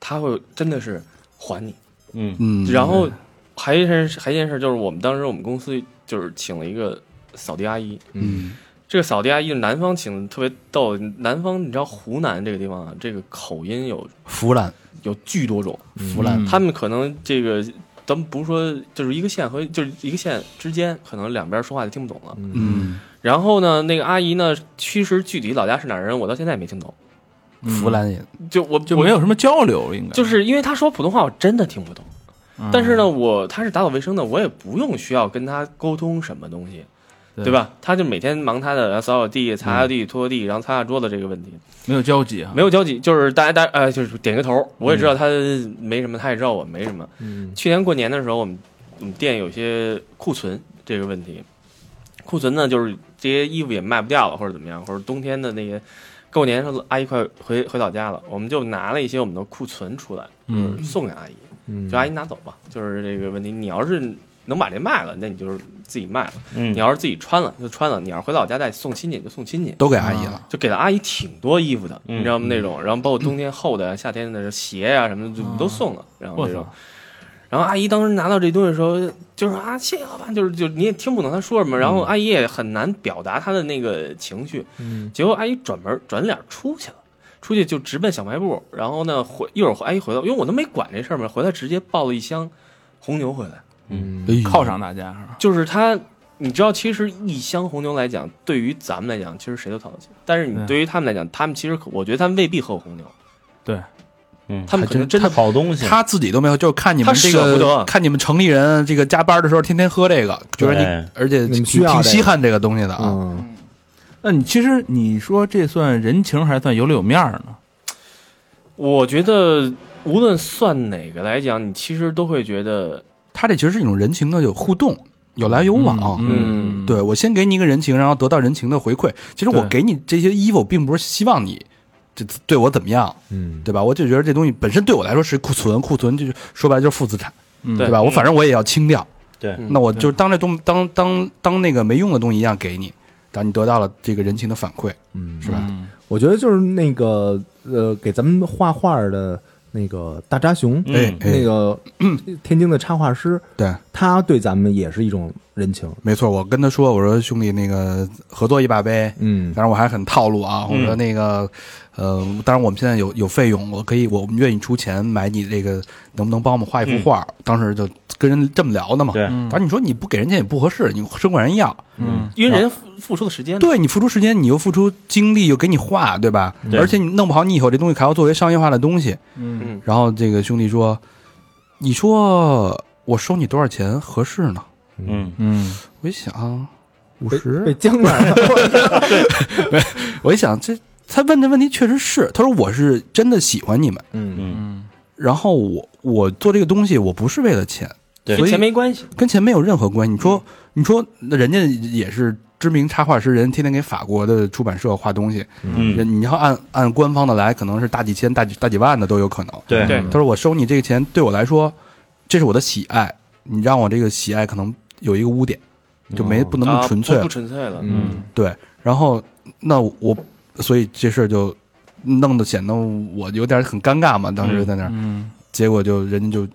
[SPEAKER 6] 他会真的是还你。
[SPEAKER 5] 嗯
[SPEAKER 2] 嗯，
[SPEAKER 6] 然后还一件事，还一件事就是我们当时我们公司就是请了一个扫地阿姨，
[SPEAKER 2] 嗯，
[SPEAKER 6] 这个扫地阿姨南方请的特别逗，南方你知道湖南这个地方啊，这个口音有
[SPEAKER 2] 腐烂
[SPEAKER 6] 有巨多种，
[SPEAKER 3] 嗯
[SPEAKER 2] 腐烂，
[SPEAKER 6] 他们可能这个咱们不是说就是一个县和就是一个县之间，可能两边说话就听不懂了。
[SPEAKER 2] 嗯，
[SPEAKER 6] 然后呢，那个阿姨呢，其实具体老家是哪儿人，我到现在也没听懂，
[SPEAKER 2] 腐烂也
[SPEAKER 6] 就我
[SPEAKER 3] 嗯就
[SPEAKER 6] 我
[SPEAKER 3] 没有什么交流，应该
[SPEAKER 6] 就是因为他说普通话，我真的听不懂。
[SPEAKER 3] 嗯
[SPEAKER 6] 但是呢，我他是打扫卫生的，我也不用需要跟他沟通什么东西，
[SPEAKER 3] 对嗯
[SPEAKER 6] 对吧？他就每天忙他的，然后扫扫地、擦擦地、拖地，然后擦擦桌子这个问题，
[SPEAKER 3] 没有交集啊，
[SPEAKER 6] 没有交集，就是大家大家呃，就是点个头，我也知道他没什么，他也知道我没什么。
[SPEAKER 4] 嗯
[SPEAKER 6] 去年过年的时候，我们我们店有些库存这个问题，库存呢就是这些衣服也卖不掉了，或者怎么样，或者冬天的那些过年时候阿姨快回回老家了，我们就拿了一些我们的库存出来，
[SPEAKER 3] 嗯，
[SPEAKER 6] 送给阿姨，
[SPEAKER 4] 嗯
[SPEAKER 6] 就阿姨拿走吧。就是这个问题，你要是能把这卖了，那你就是自己卖了；
[SPEAKER 5] 嗯
[SPEAKER 6] 你，要是自己穿了就穿了，你要是回老家再送亲戚就送亲戚。
[SPEAKER 2] 都给阿姨了。
[SPEAKER 6] 就给了阿姨挺多衣服的，
[SPEAKER 5] 嗯
[SPEAKER 6] 你知道吗？那种，然后包括冬天厚的、夏天的鞋呀、什么的，就都送了。然后
[SPEAKER 3] 我
[SPEAKER 6] 这种
[SPEAKER 3] 操，，
[SPEAKER 6] 然后阿姨当时拿到这东西的时候，就是啊，谢谢老板，就是就你也听不懂她说什么，然后阿姨也很难表达她的那个情绪。
[SPEAKER 4] 嗯
[SPEAKER 6] 结果阿姨转门转脸出去了，出去就直奔小卖部，然后呢回一会儿阿姨回来，因为我都没管这事儿嘛，回来直接抱了一箱红牛回来，
[SPEAKER 4] 嗯
[SPEAKER 2] 哎呦
[SPEAKER 3] 犒赏大家是吧？
[SPEAKER 6] 就是她。你知道，其实一箱红牛来讲，对于咱们来讲，其实谁都掏得起。但是你
[SPEAKER 3] 对
[SPEAKER 6] 对于他们来讲，他们其实可我觉得他们未必喝红牛，
[SPEAKER 3] 对，
[SPEAKER 5] 嗯
[SPEAKER 6] 他们可能真的
[SPEAKER 5] 好东西，
[SPEAKER 2] 他自己都没有，就是看你们
[SPEAKER 6] 他
[SPEAKER 2] 这
[SPEAKER 6] 舍
[SPEAKER 2] 个
[SPEAKER 6] 不得，
[SPEAKER 2] 看你们城里人这个加班的时候天天喝这个，觉得你
[SPEAKER 5] 对，
[SPEAKER 2] 而且挺
[SPEAKER 4] 你们需要
[SPEAKER 2] 挺
[SPEAKER 4] 这个
[SPEAKER 2] 稀罕这个东西的啊。
[SPEAKER 4] 嗯，
[SPEAKER 3] 那你其实你说这算人情还是算有里有面儿呢？
[SPEAKER 6] 我觉得无论算哪个来讲，你其实都会觉得，
[SPEAKER 2] 他这其实是一种人情的有互动，有来有往。
[SPEAKER 3] 嗯，嗯，
[SPEAKER 2] 对我先给你一个人情，然后得到人情的回馈。其实我
[SPEAKER 3] 对
[SPEAKER 2] 给你这些衣服，并不是希望你这对我怎么样，
[SPEAKER 4] 嗯，
[SPEAKER 2] 对吧？我就觉得这东西本身对我来说是库存，库存就是说白了就是负资产，
[SPEAKER 3] 嗯
[SPEAKER 6] 对
[SPEAKER 2] 对吧？我反正我也要清掉，
[SPEAKER 5] 对
[SPEAKER 6] 嗯
[SPEAKER 2] 那我就当这东当当当那个没用的东西一样给你，然后你得到了这个人情的反馈，
[SPEAKER 4] 嗯
[SPEAKER 2] 是吧？
[SPEAKER 3] 嗯
[SPEAKER 4] 我觉得就是那个呃，给咱们画画的那个大扎熊，
[SPEAKER 5] 嗯
[SPEAKER 2] 哎，哎
[SPEAKER 4] 那个天津的插画师，
[SPEAKER 2] 对，
[SPEAKER 4] 他对咱们也是一种人情。
[SPEAKER 2] 没错，我跟他说，我说兄弟，那个合作一把呗。
[SPEAKER 4] 嗯
[SPEAKER 2] 当然我还很套路
[SPEAKER 5] 嗯
[SPEAKER 2] 啊，我说那个，呃，当然我们现在有有费用，我可以，我们愿意出钱买你这个，能不能帮我们画一幅画？当时就跟人这么聊的嘛。
[SPEAKER 5] 嗯对
[SPEAKER 2] 当然你说你不给人家也不合适，你生管人要，
[SPEAKER 3] 嗯，
[SPEAKER 6] 因为人家付付出的时间，
[SPEAKER 2] 对你付出时间，你又付出精力，又给你画，对吧？
[SPEAKER 5] 对
[SPEAKER 2] 而且你弄不好，你以后这东西还要作为商业化的东西。
[SPEAKER 3] 嗯
[SPEAKER 6] 嗯，
[SPEAKER 2] 然后这个兄弟说，你说我收你多少钱合适呢？
[SPEAKER 5] 嗯
[SPEAKER 3] 嗯，
[SPEAKER 2] 我一想，五
[SPEAKER 4] 被
[SPEAKER 2] 十
[SPEAKER 4] 被僵那儿了。
[SPEAKER 2] 我一想，这他问这问题确实是，他说我是真的喜欢你们，
[SPEAKER 4] 嗯
[SPEAKER 5] 嗯，
[SPEAKER 2] 然后我我做这个东西，我不是为了钱，
[SPEAKER 5] 对
[SPEAKER 6] 跟
[SPEAKER 2] 所
[SPEAKER 6] 钱
[SPEAKER 2] 以
[SPEAKER 6] 没关系，
[SPEAKER 2] 跟钱没有任何关系。你说，你说，那人家也是知名插画师，人天天给法国的出版社画东西，
[SPEAKER 5] 嗯
[SPEAKER 2] 人你要按按官方的来，可能是大几千、大几大几万的都有可能。
[SPEAKER 5] 对
[SPEAKER 6] 嗯对
[SPEAKER 2] 他说我收你这个钱，对我来说，这是我的喜爱，你让我这个喜爱可能有一个污点，就没不能那么
[SPEAKER 6] 啊
[SPEAKER 2] 纯粹
[SPEAKER 6] 不
[SPEAKER 2] 了
[SPEAKER 6] 不。纯粹了，
[SPEAKER 5] 嗯
[SPEAKER 2] 对，然后那我所以这事儿就弄得显得我有点很尴尬嘛，当时在那儿，
[SPEAKER 3] 嗯，
[SPEAKER 2] 结果就人家就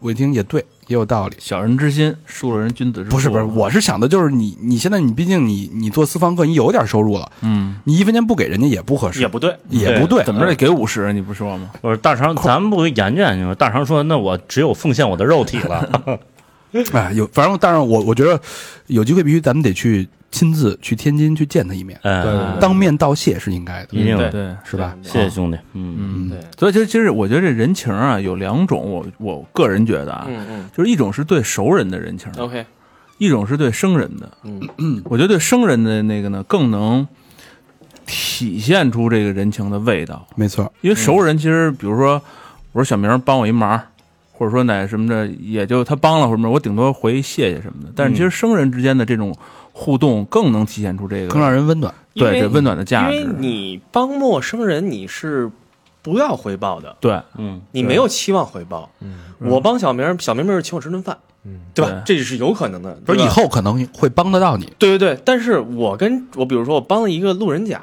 [SPEAKER 2] 我一听也对，也有道理。
[SPEAKER 3] 小人之心，树了人君子之腹
[SPEAKER 2] 不是不是，我是想的就是你，你现在你毕竟你你做私房课，你有点收入了，
[SPEAKER 3] 嗯，
[SPEAKER 2] 你一分钱不给人家也不合适，
[SPEAKER 6] 也不对，
[SPEAKER 2] 也不对，
[SPEAKER 3] 怎么着得给五十，你不说吗？
[SPEAKER 5] 我说大肠，咱们不研究研究吗？大肠说：“那我只有奉献我的肉体 了。
[SPEAKER 2] 哎，有反正，但是我我觉得有机会必须咱们得去亲自去天津去见他一面”，
[SPEAKER 4] 对
[SPEAKER 5] 嗯，
[SPEAKER 2] 当面道谢是应该的，
[SPEAKER 5] 一定的，
[SPEAKER 3] 对，
[SPEAKER 2] 是吧？
[SPEAKER 5] 谢谢兄弟。嗯
[SPEAKER 3] 嗯，
[SPEAKER 6] 啊对，
[SPEAKER 3] 所以其实其实我觉得这人情啊有两种，我我个人觉得啊，
[SPEAKER 6] 嗯
[SPEAKER 3] 就是一种是对熟人的人情，
[SPEAKER 6] 嗯，OK，
[SPEAKER 3] 一种是对生人的。
[SPEAKER 6] 嗯，
[SPEAKER 3] 我觉得对生人的那个呢，更能体现出这个人情的味道。
[SPEAKER 2] 没错，
[SPEAKER 3] 因为熟人其实，比如说，我说小明帮我一忙，或者说哪什么的，也就他帮了什么，我顶多回谢谢什么的。但是其实生人之间的这种互动，更能体现出这个
[SPEAKER 2] 更让人温暖。
[SPEAKER 6] 因为
[SPEAKER 3] 对这温暖的价值
[SPEAKER 6] 因为。你帮陌生人，你是不要回报的，
[SPEAKER 3] 对，
[SPEAKER 5] 嗯，
[SPEAKER 6] 你没有期望回报。
[SPEAKER 2] 嗯
[SPEAKER 6] 我帮小明，小明明是请我吃顿饭，对吧？这是有可能的，
[SPEAKER 2] 不是
[SPEAKER 6] 对
[SPEAKER 2] 以
[SPEAKER 6] 吧
[SPEAKER 2] 后可能会帮得到你，
[SPEAKER 6] 对对对，但是我跟我比如说我帮了一个路人甲，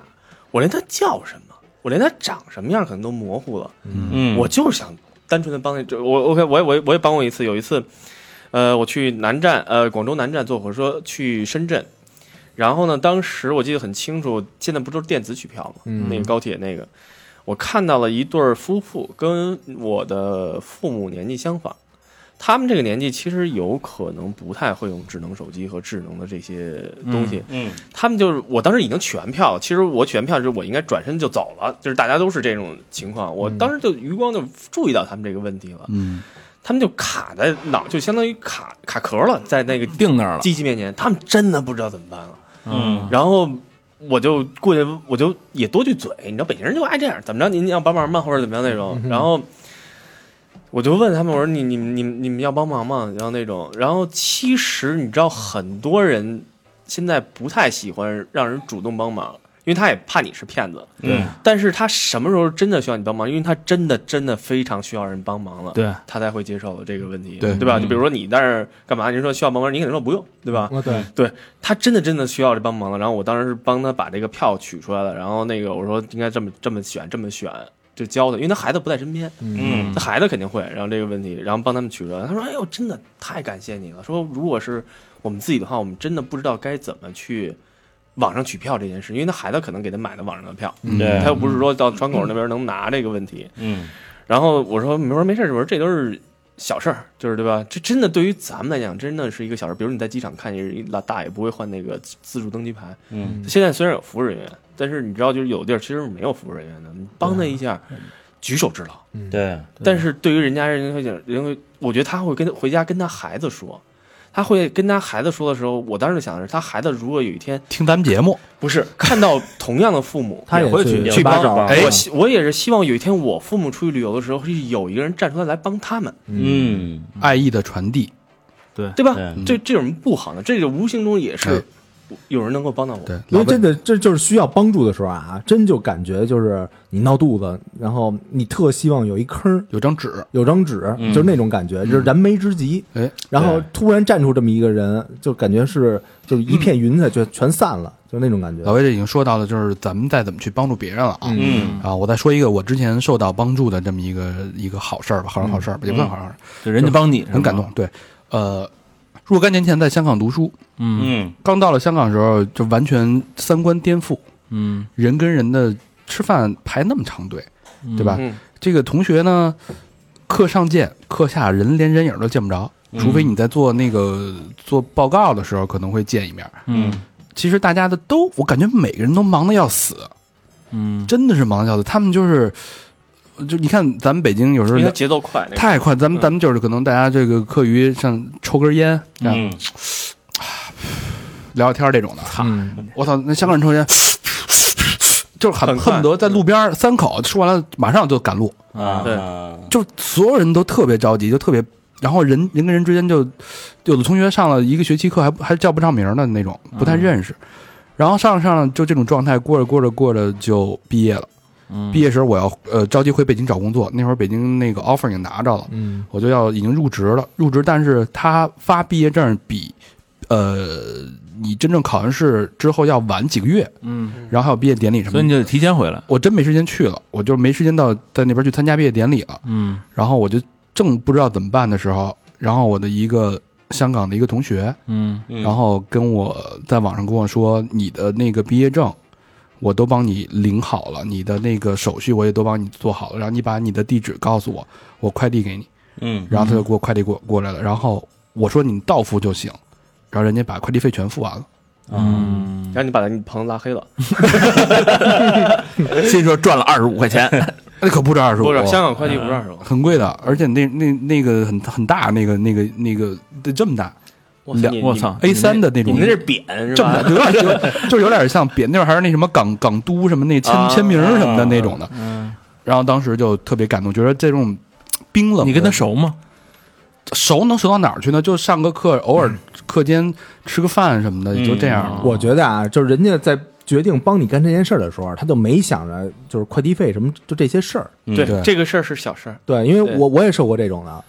[SPEAKER 6] 我连他叫什么，我连他长什么样可能都模糊了，
[SPEAKER 5] 嗯，
[SPEAKER 6] 我就是想单纯的帮那就我 OK，我也我也我也帮过一次，有一次，呃，我去南站呃广州南站坐火车去深圳，然后呢，当时我记得很清楚，现在不都是电子取票吗？
[SPEAKER 4] 嗯
[SPEAKER 6] 那个高铁那个，我看到了一对儿夫妇，跟我的父母年纪相仿。他们这个年纪其实有可能不太会用智能手机和智能的这些东西，
[SPEAKER 5] 嗯
[SPEAKER 6] 他们就是我当时已经取完票了，其实我取完票就是我应该转身就走了，就是大家都是这种情况。我当时就余光就注意到他们这个问题了，
[SPEAKER 2] 嗯，
[SPEAKER 6] 他们就卡在脑，就相当于卡卡壳了，在那个
[SPEAKER 3] 定那儿了。
[SPEAKER 6] 机器面前，他们真的不知道怎么办了。
[SPEAKER 5] 嗯
[SPEAKER 6] 然后我就过去，我就也多句嘴，你知道北京人就爱这样，怎么着您要帮忙吗，或者怎么样那种。然后我就问他们，我说你你你你们要帮忙吗？然后那种，然后其实你知道，很多人现在不太喜欢让人主动帮忙，因为他也怕你是骗子。
[SPEAKER 5] 对
[SPEAKER 6] 但是他什么时候真的需要你帮忙？因为他真的真的非常需要人帮忙了，
[SPEAKER 3] 对，
[SPEAKER 6] 他才会接受这个问题，
[SPEAKER 2] 对
[SPEAKER 6] 对吧？
[SPEAKER 3] 嗯
[SPEAKER 6] 就比如说你在那儿干嘛？你说需要帮忙，你肯定说不用，对吧？
[SPEAKER 4] 啊，对，，
[SPEAKER 6] 他真的真的需要这帮忙了。然后我当时是帮他把这个票取出来了，然后那个我说应该这么这么选，这么选，就教他，因为他孩子不在身边，
[SPEAKER 5] 嗯
[SPEAKER 6] 他孩子肯定会。然后这个问题，然后帮他们取出来。他说：“哎呦，真的太感谢你了。说如果是我们自己的话，我们真的不知道该怎么去网上取票这件事，因为他孩子可能给他买的网上的票，
[SPEAKER 5] 对
[SPEAKER 6] 他又不是说到窗口那边能拿这个问题。
[SPEAKER 5] 嗯
[SPEAKER 6] 然后我说：“没说没事儿，我说这都是小事儿，就是对吧？这真的对于咱们来讲，真的是一个小事儿。比如你在机场看见一老大爷不会换那个自自助登机牌，
[SPEAKER 5] 嗯，
[SPEAKER 6] 现在虽然有服务人员，但是你知道，就是有地儿其实是没有服务人员的，你帮他一下，举手之劳。”
[SPEAKER 5] 嗯对，
[SPEAKER 6] 但是对于人家人家会讲，人会，我觉得他会跟回家跟他孩子说，他会跟他孩子说的时候，我当时就想的是，他孩子如果有一天
[SPEAKER 2] 听咱们节目，
[SPEAKER 6] 不是看到同样的父母
[SPEAKER 4] 他
[SPEAKER 3] 也会
[SPEAKER 4] 去
[SPEAKER 3] 去
[SPEAKER 5] 去
[SPEAKER 4] 帮
[SPEAKER 5] 帮
[SPEAKER 4] 找，
[SPEAKER 5] 忙
[SPEAKER 2] 哎
[SPEAKER 6] 我希我也是希望有一天我父母出去旅游的时候，是有一个人站出来来帮他们，
[SPEAKER 5] 嗯
[SPEAKER 2] 爱意的传递，
[SPEAKER 6] 对吧？
[SPEAKER 5] 对
[SPEAKER 4] 嗯
[SPEAKER 6] 这这有什么不好呢？这个无形中也是有人能够帮到我。
[SPEAKER 2] 对，老
[SPEAKER 4] 因为
[SPEAKER 2] 魏
[SPEAKER 4] 真的，这就是需要帮助的时候啊，真就感觉就是你闹肚子，然后你特希望有一坑儿，
[SPEAKER 2] 有张纸，
[SPEAKER 4] 有张纸，
[SPEAKER 5] 嗯
[SPEAKER 4] 就是那种感觉，就是燃眉之急。
[SPEAKER 2] 哎，
[SPEAKER 4] 然后
[SPEAKER 5] 对
[SPEAKER 4] 突然站出这么一个人，就感觉是就一片云彩就全散了，就那种感觉。
[SPEAKER 2] 老魏这已经说到了，就是咱们再怎么去帮助别人了啊。
[SPEAKER 5] 嗯
[SPEAKER 2] 啊，我再说一个我之前受到帮助的这么一个一个好事儿吧，好人好事
[SPEAKER 4] 嗯
[SPEAKER 2] 儿吧，也不算好事儿，
[SPEAKER 3] 就人家帮你，
[SPEAKER 2] 很感动。，对，呃，若干年前在香港读书，
[SPEAKER 3] 嗯
[SPEAKER 5] 嗯
[SPEAKER 2] 刚到了香港的时候就完全三观颠覆，
[SPEAKER 3] 嗯，
[SPEAKER 2] 人跟人的吃饭排那么长队，对吧？
[SPEAKER 6] 嗯
[SPEAKER 2] 这个同学呢，课上见，课下人连人影都见不着，除非你在做那个做报告的时候可能会见一面。
[SPEAKER 3] 嗯
[SPEAKER 2] 其实大家的都，我感觉每个人都忙得要死，
[SPEAKER 3] 嗯，
[SPEAKER 2] 真的是忙得要死。他们就是，就你看咱们北京有时
[SPEAKER 6] 因为他
[SPEAKER 2] 候
[SPEAKER 6] 节奏快，那个
[SPEAKER 2] 太快，咱们
[SPEAKER 6] 嗯
[SPEAKER 2] 咱们就是可能大家这个课余像抽根烟，这样
[SPEAKER 5] 嗯，
[SPEAKER 2] 聊聊天儿这种的。
[SPEAKER 4] 嗯，
[SPEAKER 2] 我操，那香港人抽烟。 就是很
[SPEAKER 6] 很快
[SPEAKER 2] 恨不得在路边儿三口吃完了，马上就赶路，
[SPEAKER 5] 啊，
[SPEAKER 6] 对
[SPEAKER 2] 就是所有人都特别着急，就特别，然后人人跟人之间就，有的同学上了一个学期课还还叫不上名儿的那种，不太认识，
[SPEAKER 3] 嗯
[SPEAKER 2] 然后上着上着就这种状态过着过着过着就毕业了。
[SPEAKER 3] 嗯
[SPEAKER 2] 毕业时候我要呃着急回北京找工作，那会儿北京那个 offer 已经拿着了，
[SPEAKER 4] 嗯，
[SPEAKER 2] 我就要已经入职了。入职，但是他发毕业证比呃你真正考完试之后要晚几个月，
[SPEAKER 3] 嗯，
[SPEAKER 2] 然后还有毕业典礼什么
[SPEAKER 3] 所以你
[SPEAKER 2] 的。
[SPEAKER 3] 就得提前回来，
[SPEAKER 2] 我真没时间去了，我就没时间到在那边去参加毕业典礼了。
[SPEAKER 3] 嗯
[SPEAKER 2] 然后我就正不知道怎么办的时候，然后我的一个香港的一个同学，
[SPEAKER 3] 嗯
[SPEAKER 5] 嗯
[SPEAKER 2] 然后跟我在网上跟我说，你的那个毕业证我都帮你领好了，你的那个手续我也都帮你做好了，然后你把你的地址告诉我，我快递给你。
[SPEAKER 5] 嗯
[SPEAKER 2] 然后他就给我快递过过来了，然后我说你到付就行，然后人家把快递费全付完了。
[SPEAKER 5] 嗯
[SPEAKER 3] 嗯，
[SPEAKER 6] 然后你把你朋友拉黑了，
[SPEAKER 3] 心说赚了二十五块 钱，
[SPEAKER 2] 那可不止二十五
[SPEAKER 6] 不，是香港快
[SPEAKER 4] 嗯
[SPEAKER 6] 递不是二十五，
[SPEAKER 2] 很贵的，而且那那那个很很大，那个那个那个得这么大
[SPEAKER 6] 我操你
[SPEAKER 3] 我操
[SPEAKER 2] ，A 三的那
[SPEAKER 6] 啊你
[SPEAKER 2] 种，
[SPEAKER 6] 你那是扁是
[SPEAKER 2] 这么
[SPEAKER 6] 吧？
[SPEAKER 2] 大，有点有就有 点像别那会儿还是那什么港港都什么那签
[SPEAKER 6] 啊
[SPEAKER 2] 签名什么的
[SPEAKER 5] 啊
[SPEAKER 2] 那种的，
[SPEAKER 3] 嗯，
[SPEAKER 2] 然后当时就特别感动，觉得这种冰冷的，
[SPEAKER 3] 你跟他熟吗？
[SPEAKER 2] 熟能熟到哪儿去呢？就上个课，偶
[SPEAKER 6] 嗯
[SPEAKER 2] 尔课间吃个饭什么的，也就这样了。
[SPEAKER 4] 我觉得啊，就是人家在决定帮你干这件事儿的时候，他就没想着就是快递费什么，就这些事儿。
[SPEAKER 5] 嗯
[SPEAKER 2] 对
[SPEAKER 6] 对，这个事儿是小事儿，
[SPEAKER 4] 对，因为
[SPEAKER 6] 对
[SPEAKER 4] 我我也受过这种的。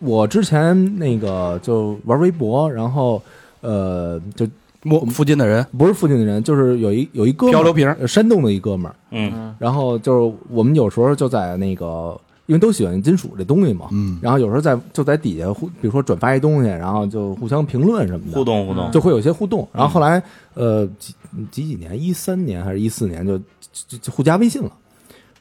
[SPEAKER 4] 我之前那个就玩微博，然后呃，就
[SPEAKER 2] 摸附近的人，
[SPEAKER 4] 不是附近的人，就是有一有一哥们儿
[SPEAKER 2] 漂流瓶儿
[SPEAKER 4] 呃山东的一哥们儿，
[SPEAKER 5] 嗯
[SPEAKER 4] 然后就是我们有时候就在那个，因为都喜欢金属这东西嘛，
[SPEAKER 2] 嗯
[SPEAKER 4] 然后有时候在就在底下互，比如说转发一东西，然后就互相评论什么的，
[SPEAKER 5] 互动
[SPEAKER 6] 嗯
[SPEAKER 5] 互动，
[SPEAKER 4] 就会有一些互动。然后后来呃几几几年，一三年还是一四年就就就就互加微信了。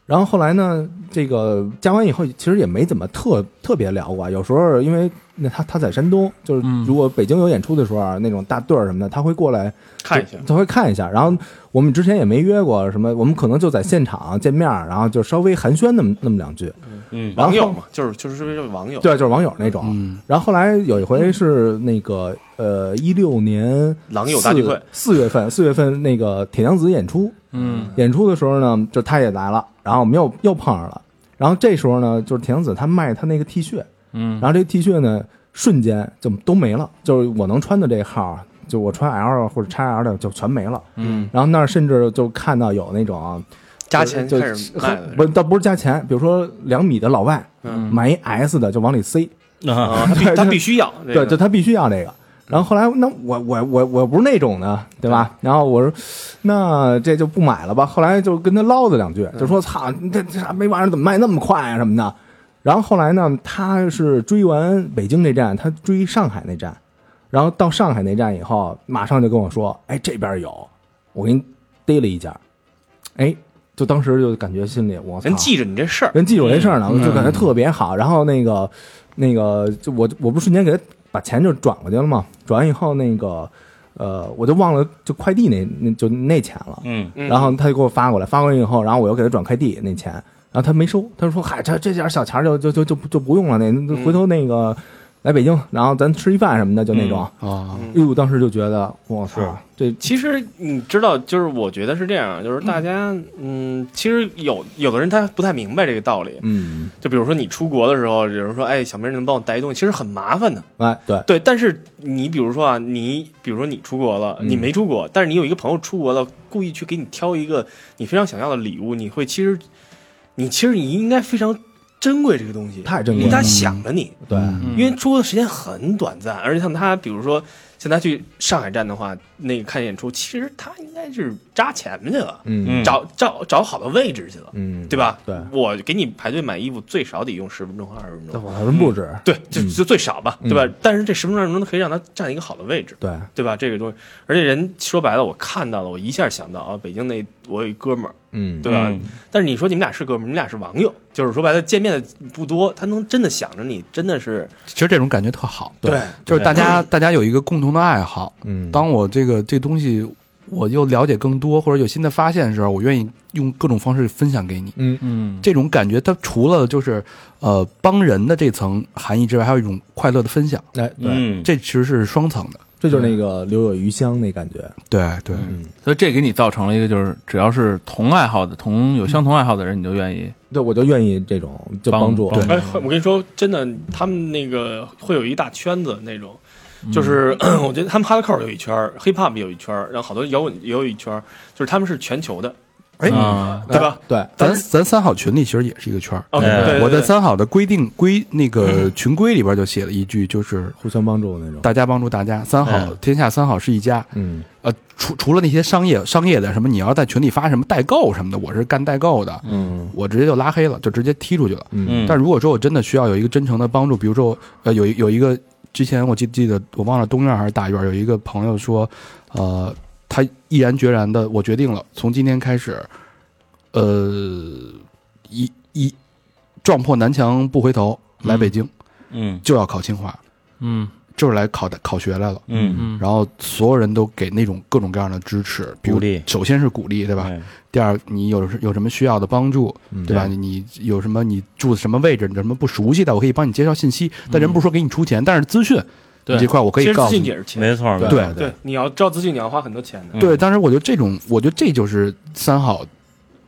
[SPEAKER 4] 然后后来呢，这个加完以后，其实也没怎么特特别聊过啊。有时候因为那他他在山东，就是
[SPEAKER 3] 嗯
[SPEAKER 4] 如果北京有演出的时候啊，那种大队儿什么的，他会过来
[SPEAKER 6] 看一下。
[SPEAKER 4] 他会看一下。然后我们之前也没约过什么，我们可能就在现场见面，然后就稍微寒暄那么那么两句。
[SPEAKER 5] 嗯
[SPEAKER 4] 然后
[SPEAKER 6] 网友嘛，就是就是就是网友，
[SPEAKER 4] 对，就是网友那种。啊
[SPEAKER 2] 嗯，
[SPEAKER 4] 然后后来有一回是那个呃一六年
[SPEAKER 6] 狼友大聚会
[SPEAKER 4] 四四月份四月份那个铁娘子演出，
[SPEAKER 3] 嗯
[SPEAKER 4] 演出的时候呢，就他也来了，然后我们又又碰上了。然后这时候呢，就是铁娘子她卖她那个 T 恤，
[SPEAKER 3] 嗯
[SPEAKER 4] 然后这个 T 恤呢瞬间就都没了，就是我能穿的这号啊就我穿 L 啊或者 XL 的就全没了。
[SPEAKER 3] 嗯
[SPEAKER 4] 然后那儿甚至就看到有那种啊
[SPEAKER 6] 加钱
[SPEAKER 4] 就
[SPEAKER 6] 开始卖了，
[SPEAKER 4] 不是，倒不是加钱，比如说两米的老外
[SPEAKER 6] 嗯
[SPEAKER 4] 买一 S 的就往里塞，
[SPEAKER 5] 啊，
[SPEAKER 6] 啊，他必他必须要，这个
[SPEAKER 4] 对，就他必须要这个。然后后来，那我我我我不是那种的，对吧？然后我说，那这就不买了吧。后来就跟他唠叨两句，就说：“
[SPEAKER 6] 嗯
[SPEAKER 4] 操，你这这啥没玩意儿怎么卖那么快啊什么的。”然后后来呢，他是追完北京这站，他追上海那站，然后到上海那站以后，马上就跟我说：“哎，这边有，我给你逮了一家。”哎，就当时就感觉心里我操
[SPEAKER 6] 人记着你这事儿，
[SPEAKER 4] 人记住这事儿呢，
[SPEAKER 6] 嗯
[SPEAKER 4] 我就感觉特别好。然后那个那个，就我我不瞬间给他把钱就转过去了嘛，转完以后那个呃，我就忘了就快递那那就那钱了。
[SPEAKER 5] 嗯，
[SPEAKER 6] 嗯
[SPEAKER 4] 然后他就给我发过来，发过来以后，然后我又给他转快递那钱，然后他没收，他说：“嗨，这这点小钱儿就就就就就不用了，那
[SPEAKER 6] 嗯
[SPEAKER 4] 那回头那个来北京，然后咱吃一饭什么的，就那种。
[SPEAKER 2] 啊，
[SPEAKER 6] 嗯
[SPEAKER 4] 哎呦，当时就觉得我操
[SPEAKER 5] 是，
[SPEAKER 4] 这
[SPEAKER 6] 其实你知道，就是我觉得是这样，就是大家，嗯，其实有有的人他不太明白这个道理。
[SPEAKER 4] 嗯，
[SPEAKER 6] 就比如说你出国的时候，有人说，哎，小明能帮我带一东西，其实很麻烦的。
[SPEAKER 4] 哎，对，
[SPEAKER 6] 对，但是你比如说啊，你比如说你出国了，
[SPEAKER 4] 嗯
[SPEAKER 6] 你没出国，但是你有一个朋友出国了，故意去给你挑一个你非常想要的礼物，你会其实，你其实你应该非常珍贵这个东西，
[SPEAKER 4] 太珍贵
[SPEAKER 6] 因为他
[SPEAKER 4] 了
[SPEAKER 6] 想着你。
[SPEAKER 4] 对，
[SPEAKER 3] 嗯
[SPEAKER 6] 因为出国的时间很短暂，而且像他，比如说像他去上海站的话，那个看演出，其实他应该是扎前去了，
[SPEAKER 4] 嗯
[SPEAKER 5] 嗯
[SPEAKER 6] 找找找好的位置去了，
[SPEAKER 4] 嗯，
[SPEAKER 6] 对吧？
[SPEAKER 4] 对
[SPEAKER 6] 我给你排队买衣服，最少得用十分钟和二十分
[SPEAKER 4] 那
[SPEAKER 6] 钟，
[SPEAKER 4] 我还真不止，
[SPEAKER 6] 对，就就最少吧，
[SPEAKER 4] 嗯
[SPEAKER 6] 对吧？但是这十分钟、二十分钟可以让他占一个好的位置，
[SPEAKER 4] 对，
[SPEAKER 6] 对吧？这个东西，而且人说白了，我看到了，我一下想到啊，北京那我有一哥们儿，
[SPEAKER 4] 嗯，
[SPEAKER 6] 对吧？
[SPEAKER 5] 嗯
[SPEAKER 6] 但是你说你们俩是哥们儿，你们俩是网友，就是说白了见面的不多，他能真的想着你，真的是
[SPEAKER 2] 其实这种感觉特好，
[SPEAKER 6] 对，
[SPEAKER 2] 就是大家大家有一个共同的爱好。
[SPEAKER 4] 嗯，
[SPEAKER 2] 当我这个这东西我又了解更多或者有新的发现的时候，我愿意用各种方式分享给你。
[SPEAKER 4] 嗯
[SPEAKER 3] 嗯，
[SPEAKER 2] 这种感觉，它除了就是呃帮人的这层含义之外，还有一种快乐的分享，
[SPEAKER 4] 哎，对。
[SPEAKER 5] 嗯，
[SPEAKER 2] 这其实是双层的。嗯
[SPEAKER 4] 这就是那个留有余香那感觉。嗯
[SPEAKER 2] 对对，
[SPEAKER 3] 所以这给你造成了一个就是，只要是同爱好的、同有相同爱好的人，你就愿意
[SPEAKER 4] 对，我就愿意这种就帮助。
[SPEAKER 3] 帮
[SPEAKER 2] 嗯
[SPEAKER 6] 哎，我跟你说，真的，他们那个会有一大圈子那种，
[SPEAKER 2] 嗯
[SPEAKER 6] 就是、 我觉得他们 hardcore 有一圈儿，hiphop 有一圈儿，然后好多摇滚也有一圈儿，就是他们是全球的，
[SPEAKER 2] 哎，
[SPEAKER 3] 啊，
[SPEAKER 6] 对吧？
[SPEAKER 4] 对，
[SPEAKER 2] 咱咱三好群里其实也是一个圈儿。
[SPEAKER 6] OK，
[SPEAKER 5] 哎
[SPEAKER 6] 对对对嗯
[SPEAKER 2] 我在三好的规定规那个群规里边就写了一句，就是
[SPEAKER 4] 互相帮助那种。
[SPEAKER 2] 大家帮助大家，三好
[SPEAKER 5] 嗯
[SPEAKER 2] 天下三好是一家。
[SPEAKER 4] 嗯
[SPEAKER 2] 呃，除除了那些商业商业的什么，你要在群里发什么代购什么的，我是干代购的，
[SPEAKER 4] 嗯
[SPEAKER 2] 我直接就拉黑了，就直接踢出去了。
[SPEAKER 5] 嗯，
[SPEAKER 2] 但如果说我真的需要有一个真诚的帮助，比如说我呃有一有一个之前我记记得我忘了东院还是大院有一个朋友说，呃，他毅然决然的我决定了，从今天开始，呃，一一撞破南墙不回头，来北京、
[SPEAKER 5] 嗯
[SPEAKER 2] 就要考清华，
[SPEAKER 3] 嗯
[SPEAKER 2] 就是来考的考学来了。
[SPEAKER 5] 嗯，
[SPEAKER 3] 嗯，
[SPEAKER 2] 然后所有人都给那种各种各样的支持，比如
[SPEAKER 5] 鼓励
[SPEAKER 2] 首先是鼓励，对吧？
[SPEAKER 5] 对
[SPEAKER 2] 第二，你有有什么需要的帮助，
[SPEAKER 4] 嗯
[SPEAKER 2] 对吧？
[SPEAKER 5] 对
[SPEAKER 2] 你你有什么你住什么位置，你有什么不熟悉的，我可以帮你介绍信息。但人不是说给你出钱，但是资讯
[SPEAKER 3] 对
[SPEAKER 2] 这块我可
[SPEAKER 6] 其
[SPEAKER 2] 以
[SPEAKER 6] 实
[SPEAKER 2] 告
[SPEAKER 6] 资
[SPEAKER 2] 诉
[SPEAKER 6] 讯
[SPEAKER 2] 你。
[SPEAKER 6] 也是钱，
[SPEAKER 5] 没错，没错
[SPEAKER 2] 对
[SPEAKER 6] 对，你要招资讯，你要花很多钱的，
[SPEAKER 2] 对，当时我觉得这种，我觉得这就是三好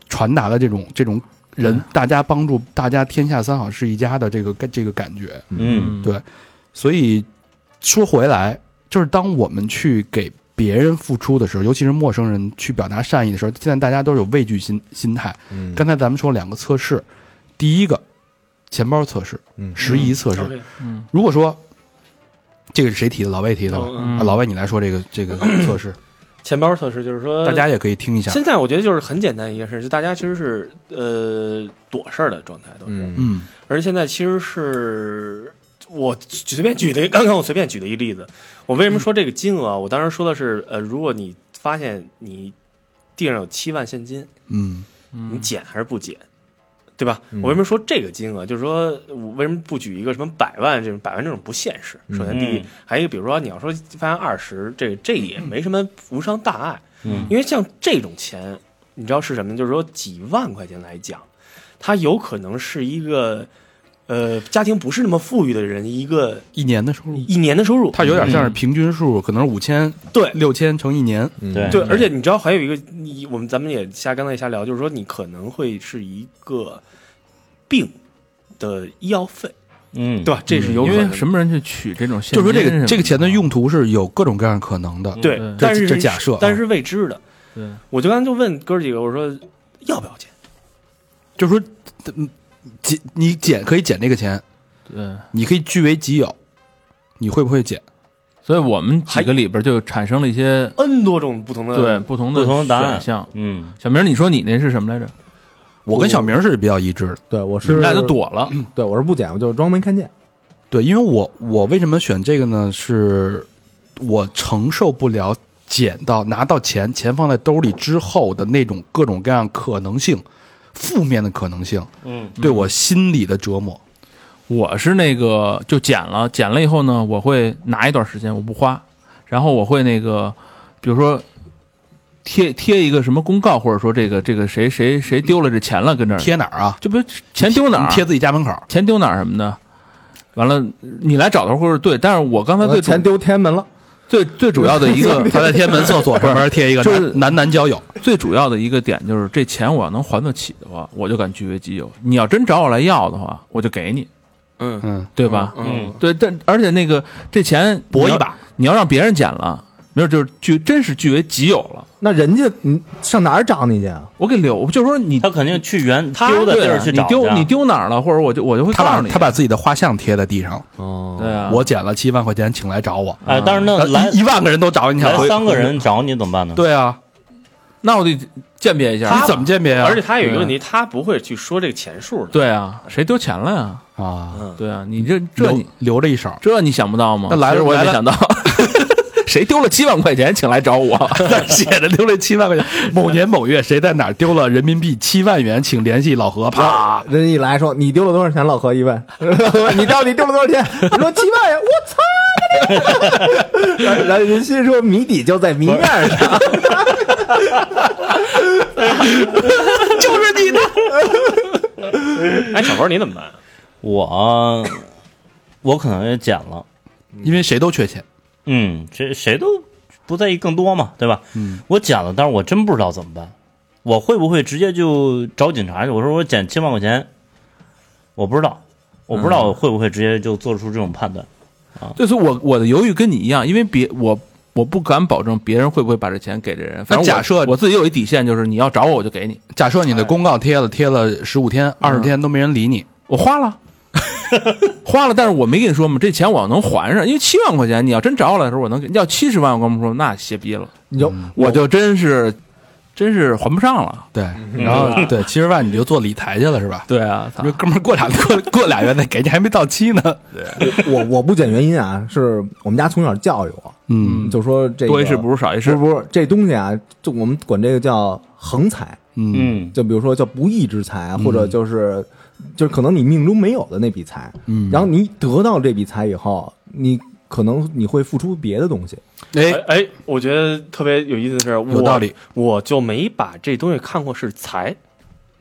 [SPEAKER 2] 传达的这种这种人，大家帮助大家，天下三好是一家的这个这个感觉。
[SPEAKER 5] 嗯
[SPEAKER 2] 对所以说回来，就是当我们去给别人付出的时候，尤其是陌生人去表达善意的时候，现在大家都有畏惧心心态。
[SPEAKER 4] 嗯
[SPEAKER 2] 刚才咱们说两个测试，第一个钱包测试，
[SPEAKER 4] 嗯
[SPEAKER 2] 时宜测试。
[SPEAKER 6] OK，
[SPEAKER 3] 嗯
[SPEAKER 2] 如果说这个是谁提的？老魏提的吧？
[SPEAKER 6] 嗯
[SPEAKER 2] 啊，老魏，你来说这个这个测试，
[SPEAKER 6] 钱包测试就是说
[SPEAKER 2] 大家。也可以听一下。
[SPEAKER 6] 现在我觉得就是很简单一件事，就大家其实是呃躲事儿的状态都是，
[SPEAKER 4] 嗯
[SPEAKER 2] 嗯
[SPEAKER 6] 而现在其实是我随便举的，刚刚我随便举的一例子。我为什么说这个金额啊？我当时说的是，呃，如果你发现你地上有七万现金，
[SPEAKER 2] 嗯
[SPEAKER 6] 你捡还是不捡，对吧？
[SPEAKER 4] 嗯
[SPEAKER 6] 我为什么说这个金额？就是说我为什么不举一个什么百万这种百万这种不现实？首先第一，
[SPEAKER 5] 嗯
[SPEAKER 6] 还有一个比如说你要说发现二十，这这也没什么无伤大碍，
[SPEAKER 5] 嗯
[SPEAKER 6] 因为像这种钱，你知道是什么？就是说几万块钱来讲，它有可能是一个呃家庭不是那么富裕的人一个
[SPEAKER 2] 一年的收入，
[SPEAKER 6] 一年的收入，
[SPEAKER 2] 它有点像是平均数，可能是五千
[SPEAKER 6] 对
[SPEAKER 2] 六千乘一年。
[SPEAKER 4] 嗯
[SPEAKER 5] 对
[SPEAKER 6] 对，而且你知道还有一个，你我们咱们也瞎刚才也瞎聊，就是说你可能会是一个病的医药费，
[SPEAKER 5] 嗯，
[SPEAKER 6] 对吧？这是有
[SPEAKER 3] 因
[SPEAKER 6] 可
[SPEAKER 3] 为
[SPEAKER 6] 能的
[SPEAKER 3] 什么人去取这种现金
[SPEAKER 2] 就
[SPEAKER 3] 什
[SPEAKER 2] 说这
[SPEAKER 3] 么的？
[SPEAKER 2] 个这个钱的用途是有各种各样可能的，
[SPEAKER 6] 对
[SPEAKER 3] 嗯，
[SPEAKER 6] 但是
[SPEAKER 2] 这假设啊
[SPEAKER 6] 但是未知的。
[SPEAKER 3] 对，
[SPEAKER 6] 我就刚才就问哥几个，我说要不要钱？
[SPEAKER 2] 就说嗯捡你捡可以捡这个钱，
[SPEAKER 3] 对，
[SPEAKER 2] 你可以据为己有，你会不会捡？
[SPEAKER 3] 所以我们几个里边就产生了一些
[SPEAKER 6] n 多种不同的
[SPEAKER 3] 对不同
[SPEAKER 5] 不同的答案
[SPEAKER 3] 选项。
[SPEAKER 5] 嗯，
[SPEAKER 3] 小明，你说你那是什么来着？
[SPEAKER 2] 我跟小明是比较一致的，
[SPEAKER 4] 对，我
[SPEAKER 3] 你
[SPEAKER 4] 是
[SPEAKER 3] 们俩嗯就躲 了，
[SPEAKER 4] 对，我是不捡，我就装没看见。
[SPEAKER 2] 对，因为我我为什么选这个呢？是我承受不了捡到拿到钱，钱放在兜里之后的那种各种各样可能性，负面的可能性，
[SPEAKER 5] 嗯，
[SPEAKER 2] 对我心理的折磨。
[SPEAKER 3] 我是那个就捡了，捡了以后呢，我会拿一段时间，我不花，然后我会那个，比如说贴贴一个什么公告，或者说这个这个谁谁谁丢了这钱了，跟这儿
[SPEAKER 2] 贴哪儿啊？
[SPEAKER 3] 这不嗯钱丢哪儿，啊
[SPEAKER 2] 贴自己家门口。
[SPEAKER 3] 钱丢哪儿什么的。完了，你来找他或者对，但是我刚才
[SPEAKER 4] 我
[SPEAKER 3] 最主
[SPEAKER 4] 钱丢天安门了，
[SPEAKER 3] 最最主要的一 个
[SPEAKER 2] 他在天安门厕所旁边贴一个
[SPEAKER 3] 就是
[SPEAKER 2] 男男男交友，
[SPEAKER 3] 最主要的一个点就是，这钱我要能还得起的话，我就敢据为己有。你要真找我来要的话，我就给你，
[SPEAKER 6] 嗯
[SPEAKER 2] 嗯，
[SPEAKER 3] 对吧？
[SPEAKER 5] 嗯，
[SPEAKER 3] 对，但而且那个这钱
[SPEAKER 2] 搏一把，
[SPEAKER 3] 你要让别人捡了，没准就是据真是据为己有了。
[SPEAKER 4] 那人家你上哪儿找你去啊？
[SPEAKER 3] 我给留，就是说你
[SPEAKER 5] 他肯定去原
[SPEAKER 3] 他
[SPEAKER 5] 丢的地
[SPEAKER 3] 对
[SPEAKER 5] 儿
[SPEAKER 3] 啊
[SPEAKER 5] 去
[SPEAKER 3] 你
[SPEAKER 5] 找
[SPEAKER 3] 丢
[SPEAKER 5] 去
[SPEAKER 3] 你丢哪儿了，或者我就我就会
[SPEAKER 2] 他
[SPEAKER 3] 告诉
[SPEAKER 2] 把
[SPEAKER 3] 你。
[SPEAKER 2] 他把自己的画像贴在地上，
[SPEAKER 4] 哦
[SPEAKER 3] 对啊，
[SPEAKER 2] 我捡了七万块钱，请来找我。
[SPEAKER 5] 哎，但是那
[SPEAKER 2] 呃
[SPEAKER 5] 来
[SPEAKER 2] 一一万个人都找你，想
[SPEAKER 5] 来
[SPEAKER 2] 回
[SPEAKER 5] 三个人找你怎么办呢？
[SPEAKER 2] 对啊，
[SPEAKER 3] 那我得鉴别一下。
[SPEAKER 2] 你怎么鉴别啊？
[SPEAKER 6] 而且他有一个问题，他不会去说这个钱数的。
[SPEAKER 3] 对啊，谁丢钱了呀？
[SPEAKER 2] 啊，
[SPEAKER 3] 对啊，你这这
[SPEAKER 2] 留
[SPEAKER 3] 你
[SPEAKER 2] 留着一手，
[SPEAKER 3] 这你想不到吗？
[SPEAKER 2] 那来了
[SPEAKER 3] 其实我也
[SPEAKER 2] 来
[SPEAKER 3] 没
[SPEAKER 2] 了
[SPEAKER 3] 想到，谁丢了七万块钱，请来找我。
[SPEAKER 2] 写着留了七万块钱。某年某月，谁在哪儿丢了人民币七万元，请联系老何。啪，
[SPEAKER 4] 人一来说你丢了多少钱，老何一问，你到底丢了多少钱？你说七万呀，我操！ 然后然后人心说谜底就在谜面上，
[SPEAKER 6] 哎，小高你怎么办？
[SPEAKER 5] 我我可能也捡了，
[SPEAKER 2] 因为谁都缺钱。
[SPEAKER 5] 嗯，谁谁都不在意更多嘛，对吧？嗯，我捡了，但是我真不知道怎么办，我会不会直接就找警察去？我说我捡七万块钱，我不知道，我不知道我会不会直接就做出这种判断。
[SPEAKER 3] 对，所以我我的犹豫跟你一样，因为别我我不敢保证别人会不会把这钱给这人。反正我
[SPEAKER 2] 假设
[SPEAKER 3] 我自己有一底线，就是你要找我，我就给你。
[SPEAKER 2] 假设你的公告贴了贴了十五天、二十天都没人理你，
[SPEAKER 3] 我花了，花了，但是我没跟你说嘛，这钱我要能还上，因为七万块钱，你要真找我来的时候，我能给。要七十万，我跟我们说那歇逼了，
[SPEAKER 4] 你就
[SPEAKER 3] 我就真是真是还不上了。
[SPEAKER 2] 对，然后对七十万你就做理财去了是吧？
[SPEAKER 3] 对啊，
[SPEAKER 2] 你说哥们儿过俩过过俩月再给你，还没到期呢。嗯
[SPEAKER 4] 我我不捡原因啊，是我们家从小教育我，
[SPEAKER 2] 嗯
[SPEAKER 4] 就说这个
[SPEAKER 3] 多一事不如少一
[SPEAKER 4] 不是
[SPEAKER 3] 事。
[SPEAKER 4] 不是这东西啊，就我们管这个叫横财，
[SPEAKER 2] 嗯，
[SPEAKER 5] 嗯，
[SPEAKER 4] 就比如说叫不义之财，啊或者就是就是可能你命中没有的那笔财，
[SPEAKER 2] 嗯
[SPEAKER 4] 然后你得到这笔财以后，你可能你会付出别的东西，
[SPEAKER 2] 哎
[SPEAKER 6] 哎，哎，我觉得特别有意思的是，
[SPEAKER 2] 有道理。
[SPEAKER 6] 我，我就没把这东西看过是财。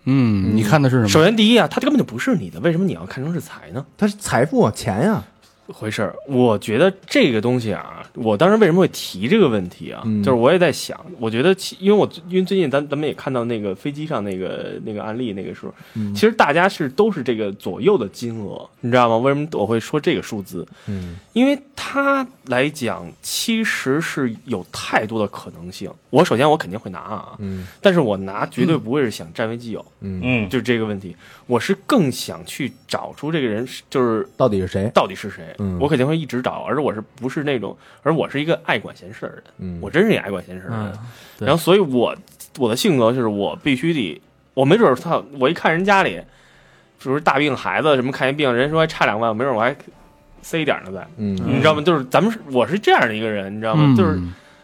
[SPEAKER 2] 嗯，你看的是什
[SPEAKER 6] 首
[SPEAKER 2] 么？
[SPEAKER 6] 先第一啊，它根本就不是你的，为什么你要看成是财呢？
[SPEAKER 4] 它是财富啊，钱呀、
[SPEAKER 6] 回事儿，我觉得这个东西啊，我当时为什么会提这个问题啊？
[SPEAKER 4] 嗯
[SPEAKER 6] 就是我也在想，我觉得其因为我因为最近咱咱们也看到那个飞机上那个那个案例，那个时候，
[SPEAKER 2] 嗯
[SPEAKER 6] 其实大家是都是这个左右的金额，你知道吗？为什么我会说这个数字？
[SPEAKER 4] 嗯，
[SPEAKER 6] 因为它来讲，其实是有太多的可能性。我首先我肯定会拿啊，
[SPEAKER 4] 嗯
[SPEAKER 6] 但是我拿绝对不会是想占为己有，
[SPEAKER 4] 嗯，
[SPEAKER 5] 嗯，
[SPEAKER 6] 就是这个问题，我是更想去找出这个人是就是
[SPEAKER 4] 到底是谁？
[SPEAKER 6] 到底是谁，
[SPEAKER 4] 嗯
[SPEAKER 6] 我肯定会一直找，而我是不是那种，而我是一个爱管闲事儿的人，
[SPEAKER 4] 嗯
[SPEAKER 6] 我真是一个爱管闲事儿的人。
[SPEAKER 3] 嗯，对
[SPEAKER 6] 然后，所以我我的性格就是我必须得，我没准儿他我一看人家里，就是大病孩子什么看一病，人说还差两万，没准儿我还塞一点儿呢在，
[SPEAKER 4] 嗯，
[SPEAKER 6] 你知道吗？就是咱们是我是这样的一个人，你知道
[SPEAKER 2] 嗯
[SPEAKER 6] 吗？就是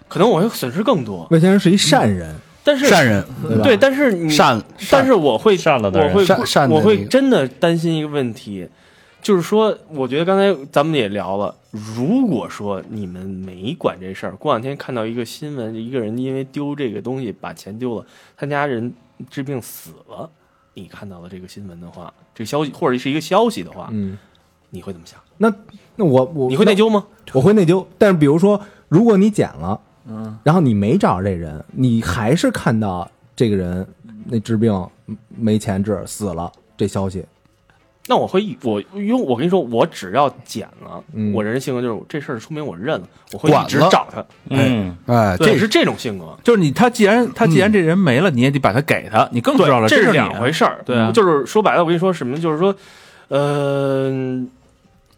[SPEAKER 6] 可能我会损失更多，
[SPEAKER 4] 魏先生是一善人，
[SPEAKER 6] 但是
[SPEAKER 2] 善人，
[SPEAKER 4] 对吧？
[SPEAKER 6] 对，但是你
[SPEAKER 2] 善，
[SPEAKER 6] 但是我会
[SPEAKER 5] 善了的
[SPEAKER 6] 我
[SPEAKER 5] 人
[SPEAKER 6] 会
[SPEAKER 2] 善善的
[SPEAKER 6] 我
[SPEAKER 2] 那
[SPEAKER 6] 会
[SPEAKER 2] 个
[SPEAKER 6] 真的担心一个问题，就是说，我觉得刚才咱们也聊了，如果说你们没管这事儿，过两天看到一个新闻，一个人因为丢这个东西把钱丢了，他家人治病死了，你看到了这个新闻的话，这个消息或者是一个消息的话，
[SPEAKER 4] 嗯，
[SPEAKER 6] 你会怎么想？
[SPEAKER 4] 那那我我
[SPEAKER 6] 你会内，疚吗？
[SPEAKER 4] 我会内疚。但是比如说，如果你捡了，嗯，然后你没找着这人，你还是看到这个人那治病没钱治死了这消息，
[SPEAKER 6] 那我会我因为我跟你说，我只要剪了，
[SPEAKER 4] 嗯
[SPEAKER 6] 我人性格就是这事儿说明我认了，我会
[SPEAKER 2] 管
[SPEAKER 6] 一直
[SPEAKER 2] 了
[SPEAKER 6] 找他。
[SPEAKER 5] 嗯，
[SPEAKER 2] 哎，
[SPEAKER 6] 对，
[SPEAKER 2] 这
[SPEAKER 6] 是这种性格，
[SPEAKER 3] 就是你他既然他既然这人没了，你也得把他给他，你更知道了
[SPEAKER 6] 这
[SPEAKER 3] 嗯是
[SPEAKER 6] 是
[SPEAKER 3] 你
[SPEAKER 6] 两回事儿。
[SPEAKER 3] 对啊
[SPEAKER 6] 就是说白了，我跟你说什么，就是说，呃，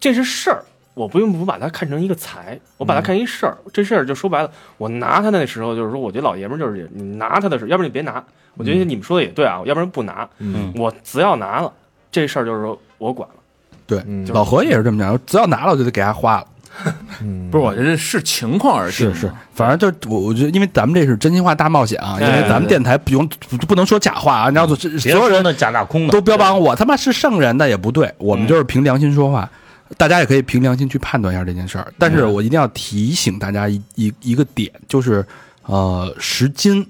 [SPEAKER 6] 这是事儿，我不用不把它看成一个财，我
[SPEAKER 2] 嗯
[SPEAKER 6] 把它看一事儿。这事儿就说白了，我拿它那时候就是说，我觉得老爷们儿就是你拿它的时候，要不然你别拿。我
[SPEAKER 2] 嗯
[SPEAKER 6] 觉得你们说的也对啊，要不然不拿。
[SPEAKER 5] 嗯
[SPEAKER 6] 我只要拿了这事儿，就是说我管了。
[SPEAKER 2] 对
[SPEAKER 4] 嗯
[SPEAKER 2] 老何也是这么讲，只要拿了我就得给他花了。
[SPEAKER 3] 不是，我觉得是情况而定。
[SPEAKER 2] 是
[SPEAKER 6] 嗯
[SPEAKER 2] 是，反正就是我我觉得，因为咱们这是真心话大冒险啊，因
[SPEAKER 6] 对
[SPEAKER 2] 为咱们电台不用不不能说假话啊，你要做这所
[SPEAKER 5] 别
[SPEAKER 2] 有
[SPEAKER 5] 说
[SPEAKER 2] 人
[SPEAKER 5] 那假大空的，
[SPEAKER 2] 都标榜我他妈是圣人，那也不对，我们就是凭良心说话。大家也可以凭良心去判断一下这件事儿，但是我一定要提醒大家一一一个点，就是呃，拾金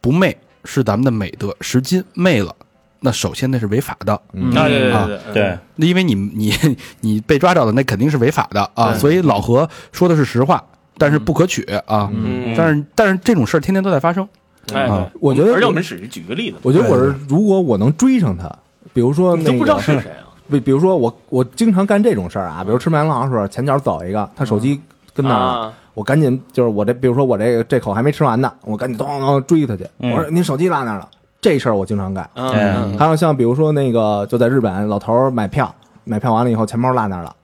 [SPEAKER 2] 不昧是咱们的美德，拾金昧了，那首先那是违法的，
[SPEAKER 3] 嗯
[SPEAKER 6] 啊，对
[SPEAKER 2] 啊
[SPEAKER 6] 对对
[SPEAKER 5] 对，
[SPEAKER 2] 那因为你你你被抓着了，那肯定是违法的啊，
[SPEAKER 6] 对
[SPEAKER 2] 所以老何说的是实话，但是不可取啊。
[SPEAKER 6] 嗯，
[SPEAKER 2] 但是但是这种事儿天天都在发生，
[SPEAKER 6] 哎，对
[SPEAKER 2] 啊
[SPEAKER 4] 我觉得
[SPEAKER 6] 而且我们只是举个例子，
[SPEAKER 4] 我觉得我
[SPEAKER 2] 对
[SPEAKER 4] 是，如果我能追上他，比如说
[SPEAKER 6] 你
[SPEAKER 4] 那
[SPEAKER 6] 都
[SPEAKER 4] 个，
[SPEAKER 6] 不知道嗯是谁 啊。
[SPEAKER 4] 比比如说我我经常干这种事儿啊，比如吃麦当劳的时候，前脚走一个，他手
[SPEAKER 6] 嗯
[SPEAKER 4] 机跟那儿了，
[SPEAKER 6] 啊
[SPEAKER 4] 我赶紧就是我这，比如说我这个这口还没吃完呢，我赶紧咚咚咚追他去，
[SPEAKER 5] 嗯
[SPEAKER 4] 我说您手机落那儿了，这事儿我经常干。
[SPEAKER 6] 嗯
[SPEAKER 5] 哎
[SPEAKER 6] 嗯
[SPEAKER 4] 还有像比如说那个就在日本，老头儿买票，买票完了以后钱包落那儿了，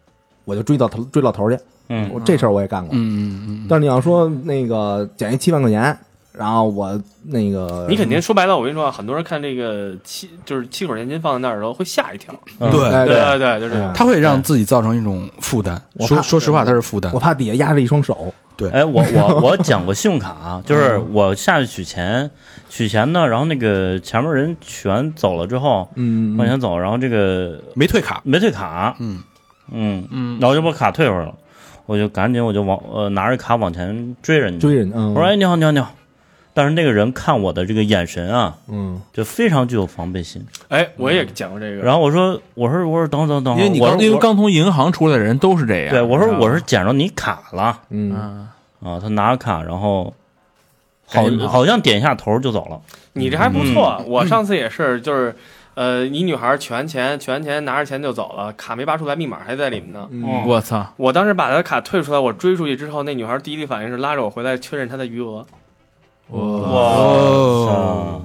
[SPEAKER 4] 我就追到头追老头儿去，
[SPEAKER 5] 嗯
[SPEAKER 4] 我这事儿我也干过。
[SPEAKER 2] 嗯嗯
[SPEAKER 4] 但是你要说那个捡一七万块钱，然后我那个
[SPEAKER 6] 你肯定说白了，我跟你说啊，很多人看这个七就是七口现金放在那儿的时候会吓一跳，
[SPEAKER 5] 嗯，
[SPEAKER 2] 对
[SPEAKER 4] 哎
[SPEAKER 6] 对啊对
[SPEAKER 4] 对，
[SPEAKER 6] 对，就是这样。
[SPEAKER 2] 他会让自己造成一种负担。
[SPEAKER 4] 我
[SPEAKER 2] 说
[SPEAKER 4] 怕
[SPEAKER 2] 说实话，他是负担
[SPEAKER 4] 我。怕底下压着一双手，
[SPEAKER 5] 哎，我我我讲过信用卡啊，就是我下去取钱，取钱呢，然后那个前面人取完走了之后，
[SPEAKER 4] 嗯
[SPEAKER 5] 往前走，然后这个
[SPEAKER 2] 没退卡，
[SPEAKER 5] 没退卡，
[SPEAKER 2] 嗯
[SPEAKER 5] 嗯，
[SPEAKER 3] 嗯，
[SPEAKER 5] 然后就把卡退回来了，我就赶紧我就往呃拿着卡往前追人家，
[SPEAKER 4] 追人，嗯，
[SPEAKER 5] 我说哎你好你好你好，但是那个人看我的这个眼神啊，
[SPEAKER 4] 嗯，
[SPEAKER 5] 就非常具有防备心，
[SPEAKER 6] 哎，我也讲过这个。
[SPEAKER 5] 然后我说我说我说等会儿等会儿等会
[SPEAKER 3] 因为
[SPEAKER 5] 儿，我
[SPEAKER 3] 你哦刚
[SPEAKER 5] 说
[SPEAKER 3] 因为
[SPEAKER 5] 我
[SPEAKER 3] 刚从银行出来的人都是这样。
[SPEAKER 5] 对我说我是
[SPEAKER 3] 你
[SPEAKER 5] 捡着你卡了
[SPEAKER 3] 知道
[SPEAKER 4] 嗯，
[SPEAKER 3] 吗
[SPEAKER 5] 啊，他拿着卡然后好
[SPEAKER 3] 赶紧跑
[SPEAKER 5] 好像点一下头就走了，
[SPEAKER 6] 你这还不错，啊我上次也是，就是，呃，一女孩取完钱，取完钱拿着钱就走了，卡没拔出来，密码还在里面呢。
[SPEAKER 4] 嗯
[SPEAKER 5] 嗯
[SPEAKER 3] 嗯，我操，
[SPEAKER 6] 我当时把她的卡退出来，我追出去之后，那女孩第一反应是拉着我回来确认她的余额。
[SPEAKER 3] 哦
[SPEAKER 5] 哇塞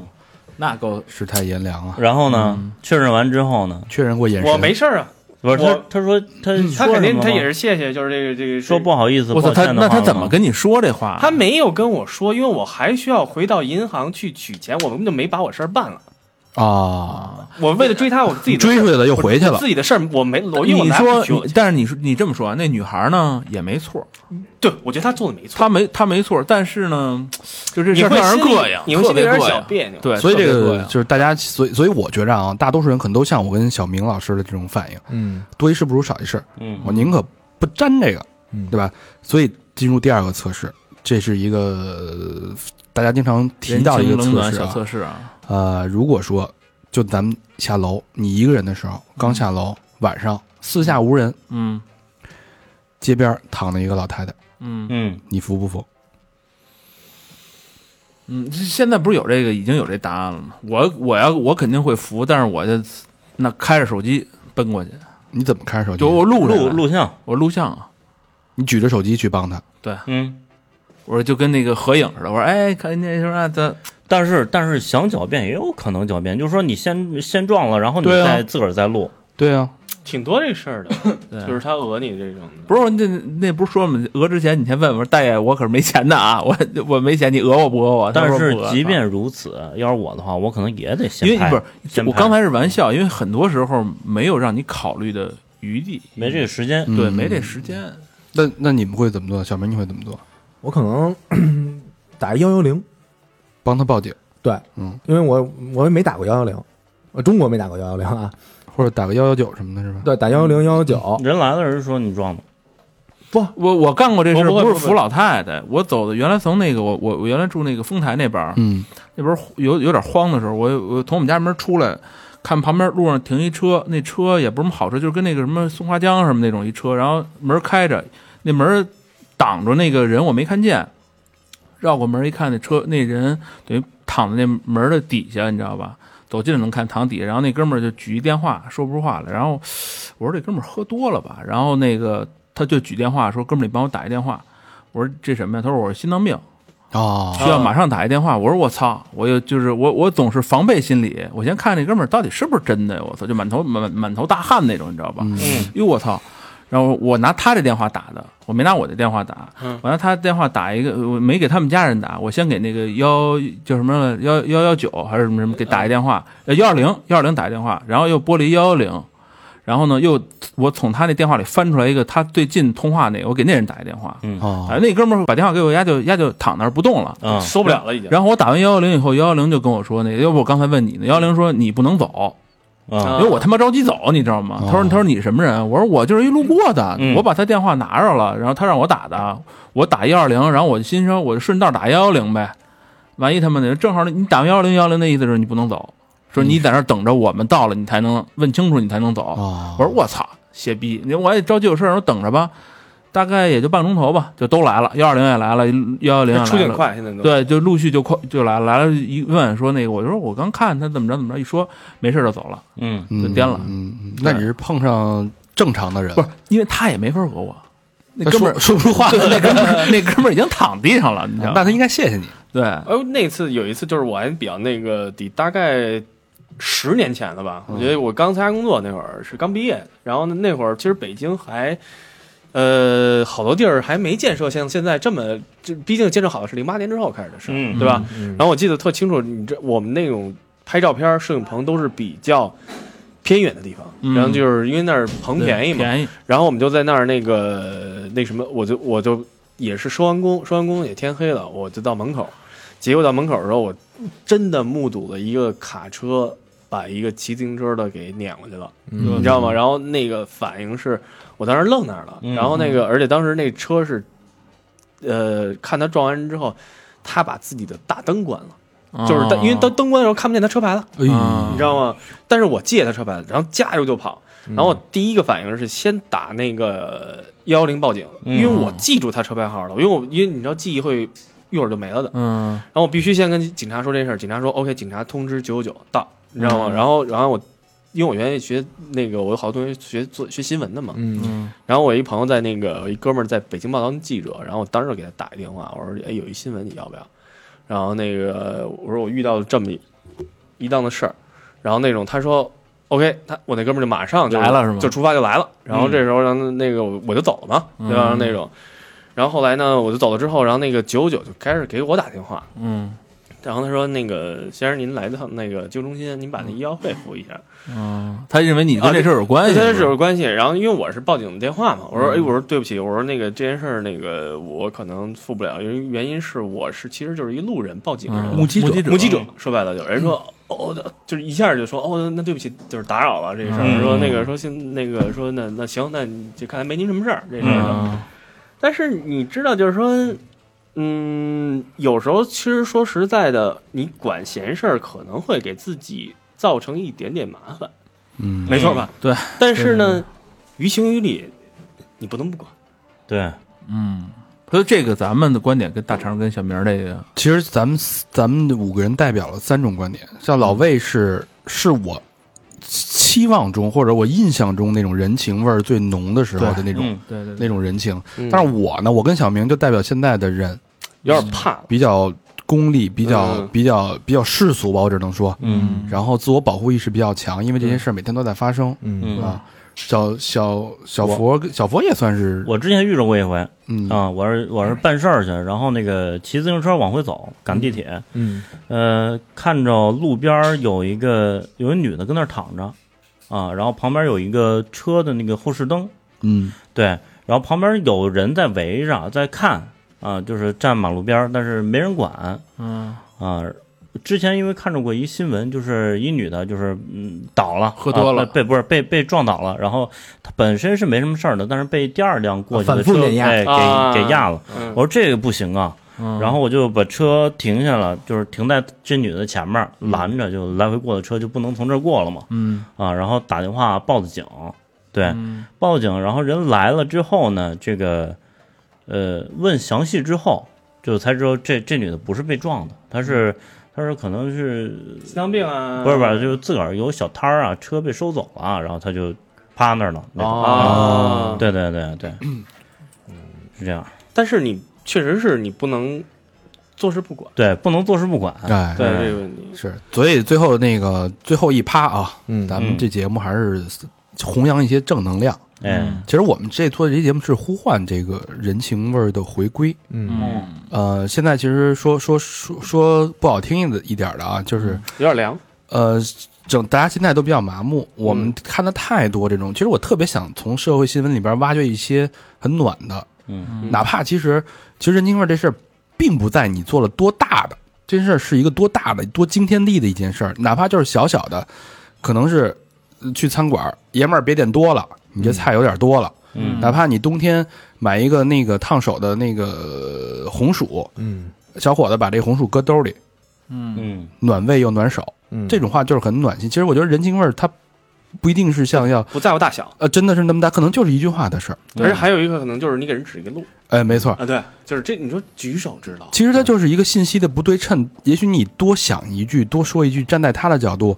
[SPEAKER 3] 那够
[SPEAKER 2] 世态哦炎凉啊！
[SPEAKER 5] 啊然后呢，
[SPEAKER 3] 嗯
[SPEAKER 5] 确认完之后呢，
[SPEAKER 2] 确认过眼神，
[SPEAKER 6] 我没事儿啊，
[SPEAKER 5] 不是
[SPEAKER 6] 我
[SPEAKER 5] 他他
[SPEAKER 3] 嗯
[SPEAKER 5] 说他
[SPEAKER 6] 她
[SPEAKER 5] 说
[SPEAKER 6] 肯
[SPEAKER 5] 什
[SPEAKER 6] 定
[SPEAKER 5] 么
[SPEAKER 6] 她也
[SPEAKER 5] 吗？
[SPEAKER 6] 是谢谢，就是这个这个
[SPEAKER 5] 说不，好意思，
[SPEAKER 3] 我操
[SPEAKER 5] 抱
[SPEAKER 3] 他
[SPEAKER 5] 歉的
[SPEAKER 3] 那他
[SPEAKER 5] 话
[SPEAKER 3] 怎么
[SPEAKER 5] 吗？
[SPEAKER 3] 跟你说这话？
[SPEAKER 6] 她没有跟我说，因为我还需要回到银行去取钱，我根本就没把我事儿办了。
[SPEAKER 2] 啊，
[SPEAKER 6] 我为了追她，我自己
[SPEAKER 2] 你
[SPEAKER 6] 的事儿
[SPEAKER 2] 追出去了又回去
[SPEAKER 6] 我
[SPEAKER 2] 了
[SPEAKER 6] 自，己的事儿我没，我因为我
[SPEAKER 3] 你
[SPEAKER 6] 拿不
[SPEAKER 3] 说
[SPEAKER 6] 起我
[SPEAKER 3] 你，但是你说你这么说，那女孩呢也没错，
[SPEAKER 6] 对我觉得她做的没错，
[SPEAKER 3] 她没她没错，但是呢，就这
[SPEAKER 6] 你
[SPEAKER 3] 事儿
[SPEAKER 6] 会
[SPEAKER 3] 让人
[SPEAKER 6] 心里
[SPEAKER 3] 膈应，
[SPEAKER 6] 你会
[SPEAKER 3] 特
[SPEAKER 6] 心里
[SPEAKER 3] 别
[SPEAKER 6] 有点
[SPEAKER 3] 膈
[SPEAKER 6] 小
[SPEAKER 3] 应
[SPEAKER 6] 别扭。
[SPEAKER 3] 对，
[SPEAKER 2] 所以这
[SPEAKER 3] 特别膈
[SPEAKER 2] 个
[SPEAKER 3] 应
[SPEAKER 2] 就是大家，所以所以我觉着啊，大多数人可能都像我跟小明老师的这种反应，
[SPEAKER 4] 嗯
[SPEAKER 2] 多一事不如少一事，
[SPEAKER 5] 嗯
[SPEAKER 2] 我宁可不沾这个，
[SPEAKER 4] 嗯
[SPEAKER 2] 对吧？所以进入第二个测试，这是一个呃大家经常提到的一个
[SPEAKER 3] 人情
[SPEAKER 2] 测
[SPEAKER 3] 冷暖
[SPEAKER 2] 试
[SPEAKER 3] 小
[SPEAKER 2] 啊。
[SPEAKER 3] 测试啊，
[SPEAKER 2] 呃，如果说就咱们下楼，你一个人的时候，刚下楼，晚上四下无人，
[SPEAKER 3] 嗯
[SPEAKER 2] 街边儿躺着一个老太太，
[SPEAKER 3] 嗯
[SPEAKER 5] 嗯
[SPEAKER 2] 你服不服？
[SPEAKER 3] 嗯，现在不是有这个已经有这答案了吗？我我要我肯定会服，但是我就那开着手机奔过去，
[SPEAKER 2] 你怎么看手机？
[SPEAKER 3] 就我录下来
[SPEAKER 5] 录录像，
[SPEAKER 3] 我录像啊，
[SPEAKER 2] 你举着手机去帮他，
[SPEAKER 5] 嗯，
[SPEAKER 3] 我说就跟那个合影似的，我说哎，看那什么的，
[SPEAKER 5] 但是但是想狡辩也有可能狡辩，就是说你先先撞了，然后你
[SPEAKER 3] 对啊
[SPEAKER 5] 再自个儿再录，
[SPEAKER 2] 对啊，
[SPEAKER 6] 挺多这事儿
[SPEAKER 3] 对
[SPEAKER 6] 的，就是他讹你这种的。
[SPEAKER 3] 不是那那不是说了吗？讹之前你先问我说大爷，我可是没钱的啊，我 我没钱，你讹我不讹啊我？他
[SPEAKER 5] 但
[SPEAKER 3] 说
[SPEAKER 5] 是
[SPEAKER 3] 不讹
[SPEAKER 5] 即便如此，要是我的话，我可能也得先
[SPEAKER 3] 因为
[SPEAKER 5] 拍，
[SPEAKER 3] 不是
[SPEAKER 5] 先
[SPEAKER 3] 我
[SPEAKER 5] 拍
[SPEAKER 3] 刚才是玩笑，因为很多时候没有让你考虑的余地，
[SPEAKER 5] 没这个时间，
[SPEAKER 3] 对，
[SPEAKER 2] 嗯
[SPEAKER 3] 没这时间。
[SPEAKER 2] 那那你们会怎么做？小明你会怎么做？
[SPEAKER 4] 我可能 打幺幺零，
[SPEAKER 2] 帮他报警，
[SPEAKER 4] 对，
[SPEAKER 2] 嗯，
[SPEAKER 4] 因为我我也没打过幺幺零，我中国没打过幺幺零啊，
[SPEAKER 2] 或者打个幺幺九什么的，是吧？
[SPEAKER 4] 对，打幺幺零幺幺九，
[SPEAKER 5] 人来了，人说你撞的，
[SPEAKER 3] 我我干过这事，
[SPEAKER 6] 我不会
[SPEAKER 3] 不是
[SPEAKER 6] 不会
[SPEAKER 3] 扶老太太，我走的原来从那个我我我原来住那个丰台那边儿，
[SPEAKER 2] 嗯
[SPEAKER 3] 那边儿有有点荒的时候，我我从我们家门出来，看旁边路上停一车，那车也不是什么好车，就是跟那个什么松花江什么那种一车，然后门开着，那门挡着那个人我没看见，绕过门一看，那车那人等于躺在那门的底下，你知道吧？走近了能看躺底下，然后那哥们儿就举一电话，说不出话来。然后我说这哥们儿喝多了吧？然后那个他就举电话说：“哥们儿，你帮我打一电话。”我说：“这什么呀？”他说：“我是心脏病，
[SPEAKER 2] 哦，
[SPEAKER 3] 需要马上打一电话。”我说：“我操！我又就是我我总是防备心理，我先看这哥们儿到底是不是真的呀。我操，就满头满满头大汗那种，你知道吧？
[SPEAKER 5] 嗯，
[SPEAKER 3] 哟我操！然后我拿他这电话打的，我没拿我的电话打，
[SPEAKER 6] 嗯
[SPEAKER 3] 我拿他电话打一个，我没给他们家人打，我先给那个幺叫什么幺幺幺九还是什么什么给打一电话，幺二零幺二零打一电话，然后又拨了幺幺零，然后呢又我从他那电话里翻出来一个他最近通话那个，我给那人打一电话，
[SPEAKER 2] 哦，
[SPEAKER 3] 哎那哥们儿把电话给我，丫就丫就躺那儿不动了。
[SPEAKER 5] 嗯，
[SPEAKER 6] 受不了了已经。
[SPEAKER 3] 然后我打完幺幺零以后，幺幺零就跟我说那个，要不我刚才问你呢，幺幺零说你不能
[SPEAKER 5] 嗯
[SPEAKER 3] 走，因为我他妈着急走，你知道吗？他说：“他说你什么人？”我说：“我就是一路过的，
[SPEAKER 5] 嗯
[SPEAKER 3] 我把他电话拿着了，然后他让我打的，我打幺二零，然后我心说我就顺道打幺幺零呗，万一他们那正好你打幺幺零幺幺零的意思是你不能走，说你在那儿等着我们到了你才能问清楚你才能走。
[SPEAKER 2] 哦
[SPEAKER 3] 我说：“我操，邪逼！你我也着急有事儿，我说等着吧，大概也就半钟头吧，就都来了，幺二零也来了，幺幺零也来了，
[SPEAKER 6] 出警快，现在都。
[SPEAKER 3] 对，就陆续就快就来了来了，一问说那个，我就说我刚看他怎么着怎么着，一说没事儿就走了。”
[SPEAKER 5] 嗯，
[SPEAKER 2] 嗯
[SPEAKER 3] 就颠了
[SPEAKER 2] 嗯，嗯那你是碰上正常的人，
[SPEAKER 3] 不是，因为他也没法讹我，那
[SPEAKER 2] 他
[SPEAKER 3] 哥们儿
[SPEAKER 2] 说说不出 话
[SPEAKER 3] 对
[SPEAKER 2] 来，
[SPEAKER 3] 那哥们儿那哥们儿已经躺地上了，你知道
[SPEAKER 2] 那
[SPEAKER 3] 吗？
[SPEAKER 2] 他应该谢谢你。
[SPEAKER 3] 对，
[SPEAKER 6] 哎呦，那次有一次就是我还比较那个，得大概十年前了
[SPEAKER 3] 嗯
[SPEAKER 6] 吧。我觉得我刚参加工作那会儿是刚毕业，然后呢那会儿其实北京还。呃，好多地儿还没建设，像现在这么，就毕竟建设好的是零八年之后开始的事儿，
[SPEAKER 5] 嗯
[SPEAKER 6] 对吧？然后我记得特清楚，你这我们那种拍照片儿摄影棚都是比较偏远的地方，
[SPEAKER 3] 嗯
[SPEAKER 6] 然后就是因为那儿棚
[SPEAKER 3] 对
[SPEAKER 6] 便宜嘛，
[SPEAKER 3] 便宜，
[SPEAKER 6] 然后我们就在那儿那个那什么，我就我就也是收完工，收完工也天黑了，我就到门口。结果到门口的时候，我真的目睹了一个卡车把一个骑自行车的给撵过去了，你
[SPEAKER 3] 嗯
[SPEAKER 6] 知道吗？然后那个反应是我当时愣那儿了，
[SPEAKER 5] 嗯
[SPEAKER 6] 然后那个而且当时那车是，呃，看他撞完人之后，他把自己的大灯关了，就是
[SPEAKER 3] 哦
[SPEAKER 6] 灯因为灯灯关的时候看不见他车牌了。
[SPEAKER 2] 哎呦
[SPEAKER 3] 啊
[SPEAKER 6] 你知道吗？但是我借他车牌，然后加油就跑。然后我第一个反应是先打那个幺幺零报警，
[SPEAKER 5] 嗯
[SPEAKER 6] 因为我记住他车牌号了，因为我因为你知道记忆会一会儿就没了的。
[SPEAKER 3] 嗯
[SPEAKER 6] 然后我必须先跟警察说这事儿，警察说 OK，警察通知九九九到，你知道吗？
[SPEAKER 3] 嗯
[SPEAKER 6] 然后然后我因为我原来学那个，我有好多同学学做学新闻的嘛，
[SPEAKER 4] 嗯，
[SPEAKER 3] 嗯
[SPEAKER 6] 然后我一朋友在那个，我一哥们儿在北京报当记者，然后我当时就给他打一电话，我说：“哎，有一新闻你要不要？”然后那个我说我遇到了这么一一档子事儿，然后那种他说 OK，他我那哥们儿就马上就
[SPEAKER 3] 来了是吗
[SPEAKER 6] 就出发就来了，然后这时候然后那个我就走了嘛，对吧？
[SPEAKER 3] 嗯
[SPEAKER 6] 那种，然后后来呢，我就走了之后，然后那个九九九就开始给我打电话，
[SPEAKER 3] 嗯
[SPEAKER 6] 然后他说：“那个先生，您来趟那个救护中心，您把那医药费付一下。”
[SPEAKER 3] 嗯，他认为你跟
[SPEAKER 6] 啊
[SPEAKER 3] 这事儿有关
[SPEAKER 6] 跟
[SPEAKER 3] 系，
[SPEAKER 6] 他
[SPEAKER 3] 是
[SPEAKER 6] 是
[SPEAKER 3] 吧
[SPEAKER 6] 有关系。然后因为我是报警的电话嘛，我说
[SPEAKER 3] 哎嗯
[SPEAKER 6] 哎，我说对不起，我说那个这件事儿那个我可能付不了，因为原因是我是其实就是一路人报警人，
[SPEAKER 3] 嗯
[SPEAKER 2] 目击者
[SPEAKER 3] 者嗯
[SPEAKER 6] 目击者，说白了就有人说。哦，就是一下就说哦，那对不起，就是打扰了这事儿。
[SPEAKER 3] 嗯
[SPEAKER 6] 说那个说现那个说那那行，那你就看来没您什么事儿这事儿。
[SPEAKER 3] 嗯
[SPEAKER 6] 但是你知道，就是说，嗯，有时候其实说实在的，你管闲事儿可能会给自己造成一点点麻烦，
[SPEAKER 2] 嗯，
[SPEAKER 6] 没错吧？
[SPEAKER 3] 对。
[SPEAKER 6] 但是呢，于情于理，你不能不管。
[SPEAKER 5] 对，
[SPEAKER 3] 嗯，所以这个咱们的观点跟大肠跟小明儿这个，
[SPEAKER 2] 其实咱们四咱们五个人代表了三种观点，像老魏是是我期望中或者我印象中那种人情味儿最浓的时候的那种
[SPEAKER 5] 嗯
[SPEAKER 3] 对对
[SPEAKER 2] 那种人情
[SPEAKER 6] 嗯，
[SPEAKER 2] 但是我呢，我跟小明就代表现在的人，
[SPEAKER 6] 有点怕了，
[SPEAKER 2] 比较功利，比较
[SPEAKER 6] 嗯
[SPEAKER 2] 比较比较世俗吧，我只能说，
[SPEAKER 5] 嗯
[SPEAKER 2] 然后自我保护意识比较强，因为这些事儿每天都在发生
[SPEAKER 5] 嗯，
[SPEAKER 2] 啊。小小小佛跟，小佛也算是
[SPEAKER 5] 我之前遇着过一回，
[SPEAKER 2] 嗯
[SPEAKER 5] 啊，我是我是办事儿去，然后那个骑自行车往回走，赶地铁，
[SPEAKER 4] 嗯，
[SPEAKER 5] 呃，看着路边儿有一个有一女的跟那儿躺着，啊，然后旁边有一个车的那个后视灯，
[SPEAKER 2] 嗯
[SPEAKER 5] 对，然后旁边有人在围着在看，啊，就是站马路边儿，但是没人管，
[SPEAKER 3] 嗯，
[SPEAKER 5] 啊。之前因为看着过一新闻，就是一女的，就是嗯倒了，
[SPEAKER 3] 喝多了
[SPEAKER 5] 啊被被不是被被撞倒了，然后她本身是没什么事儿的，但是被第二辆过去的
[SPEAKER 4] 反复
[SPEAKER 5] 车
[SPEAKER 4] 碾压
[SPEAKER 5] 哎
[SPEAKER 6] 啊
[SPEAKER 5] 给给压了。
[SPEAKER 6] 嗯
[SPEAKER 5] 我说这个不行啊，
[SPEAKER 3] 嗯
[SPEAKER 5] 然后我就把车停下了，就是停在这女的前面，拦着就来回过的车就不能从这儿过了嘛，
[SPEAKER 3] 嗯
[SPEAKER 5] 啊，然后打电话报的警，对，
[SPEAKER 3] 嗯
[SPEAKER 5] 报警，然后人来了之后呢，这个呃问详细之后，就才知道这这女的不是被撞的，她是她他说可能是
[SPEAKER 6] 心脏病啊，
[SPEAKER 5] 不是不是，就是自个儿有小摊儿啊，车被收走了，啊然后他就趴那儿了。那种
[SPEAKER 6] 啊，
[SPEAKER 5] 对对对对，嗯是这样，
[SPEAKER 6] 但是你确实是你不能坐视不管，
[SPEAKER 5] 对，不能坐视不管。
[SPEAKER 2] 哎，
[SPEAKER 6] 对
[SPEAKER 5] 嗯
[SPEAKER 6] 这个问题，
[SPEAKER 2] 是，所以最后那个最后一趴啊，
[SPEAKER 4] 嗯
[SPEAKER 2] 咱们这节目还是弘扬一些正能量。
[SPEAKER 5] 哎，
[SPEAKER 2] 其实我们这做这期节目是呼唤这个人情味儿的回归。
[SPEAKER 4] 嗯
[SPEAKER 3] 嗯，
[SPEAKER 2] 呃，现在其实说说说说不好听的一点儿的啊，就是
[SPEAKER 6] 有点凉，
[SPEAKER 2] 呃，整大家现在都比较麻木，我们看的太多这种。其实我特别想从社会新闻里边挖掘一些很暖的，
[SPEAKER 5] 嗯，
[SPEAKER 2] 哪怕其实其实人情味儿这事儿，并不在你做了多大的，这件事儿是一个多大的、多惊天地的一件事儿，哪怕就是小小的，可能是呃去餐馆儿，爷们儿别点多了，你这菜有点多了。
[SPEAKER 5] 嗯
[SPEAKER 2] 哪怕你冬天买一个那个烫手的那个呃红薯，
[SPEAKER 4] 嗯
[SPEAKER 2] 小伙子把这红薯搁兜里，
[SPEAKER 5] 嗯，
[SPEAKER 2] 暖胃又暖手，
[SPEAKER 4] 嗯，
[SPEAKER 2] 这种话就是很暖心。其实我觉得人情味儿它不一定是像要
[SPEAKER 6] 不在乎大小，
[SPEAKER 2] 呃，真的是那么大，可能就是一句话的事儿。
[SPEAKER 6] 而且还有一个可能就是你给人指一个路
[SPEAKER 2] 哎，没错儿，
[SPEAKER 6] 啊，对，就是这你说举手之劳，
[SPEAKER 2] 其实它就是一个信息的不对称。也许你多想一句，多说一句，站在他的角度，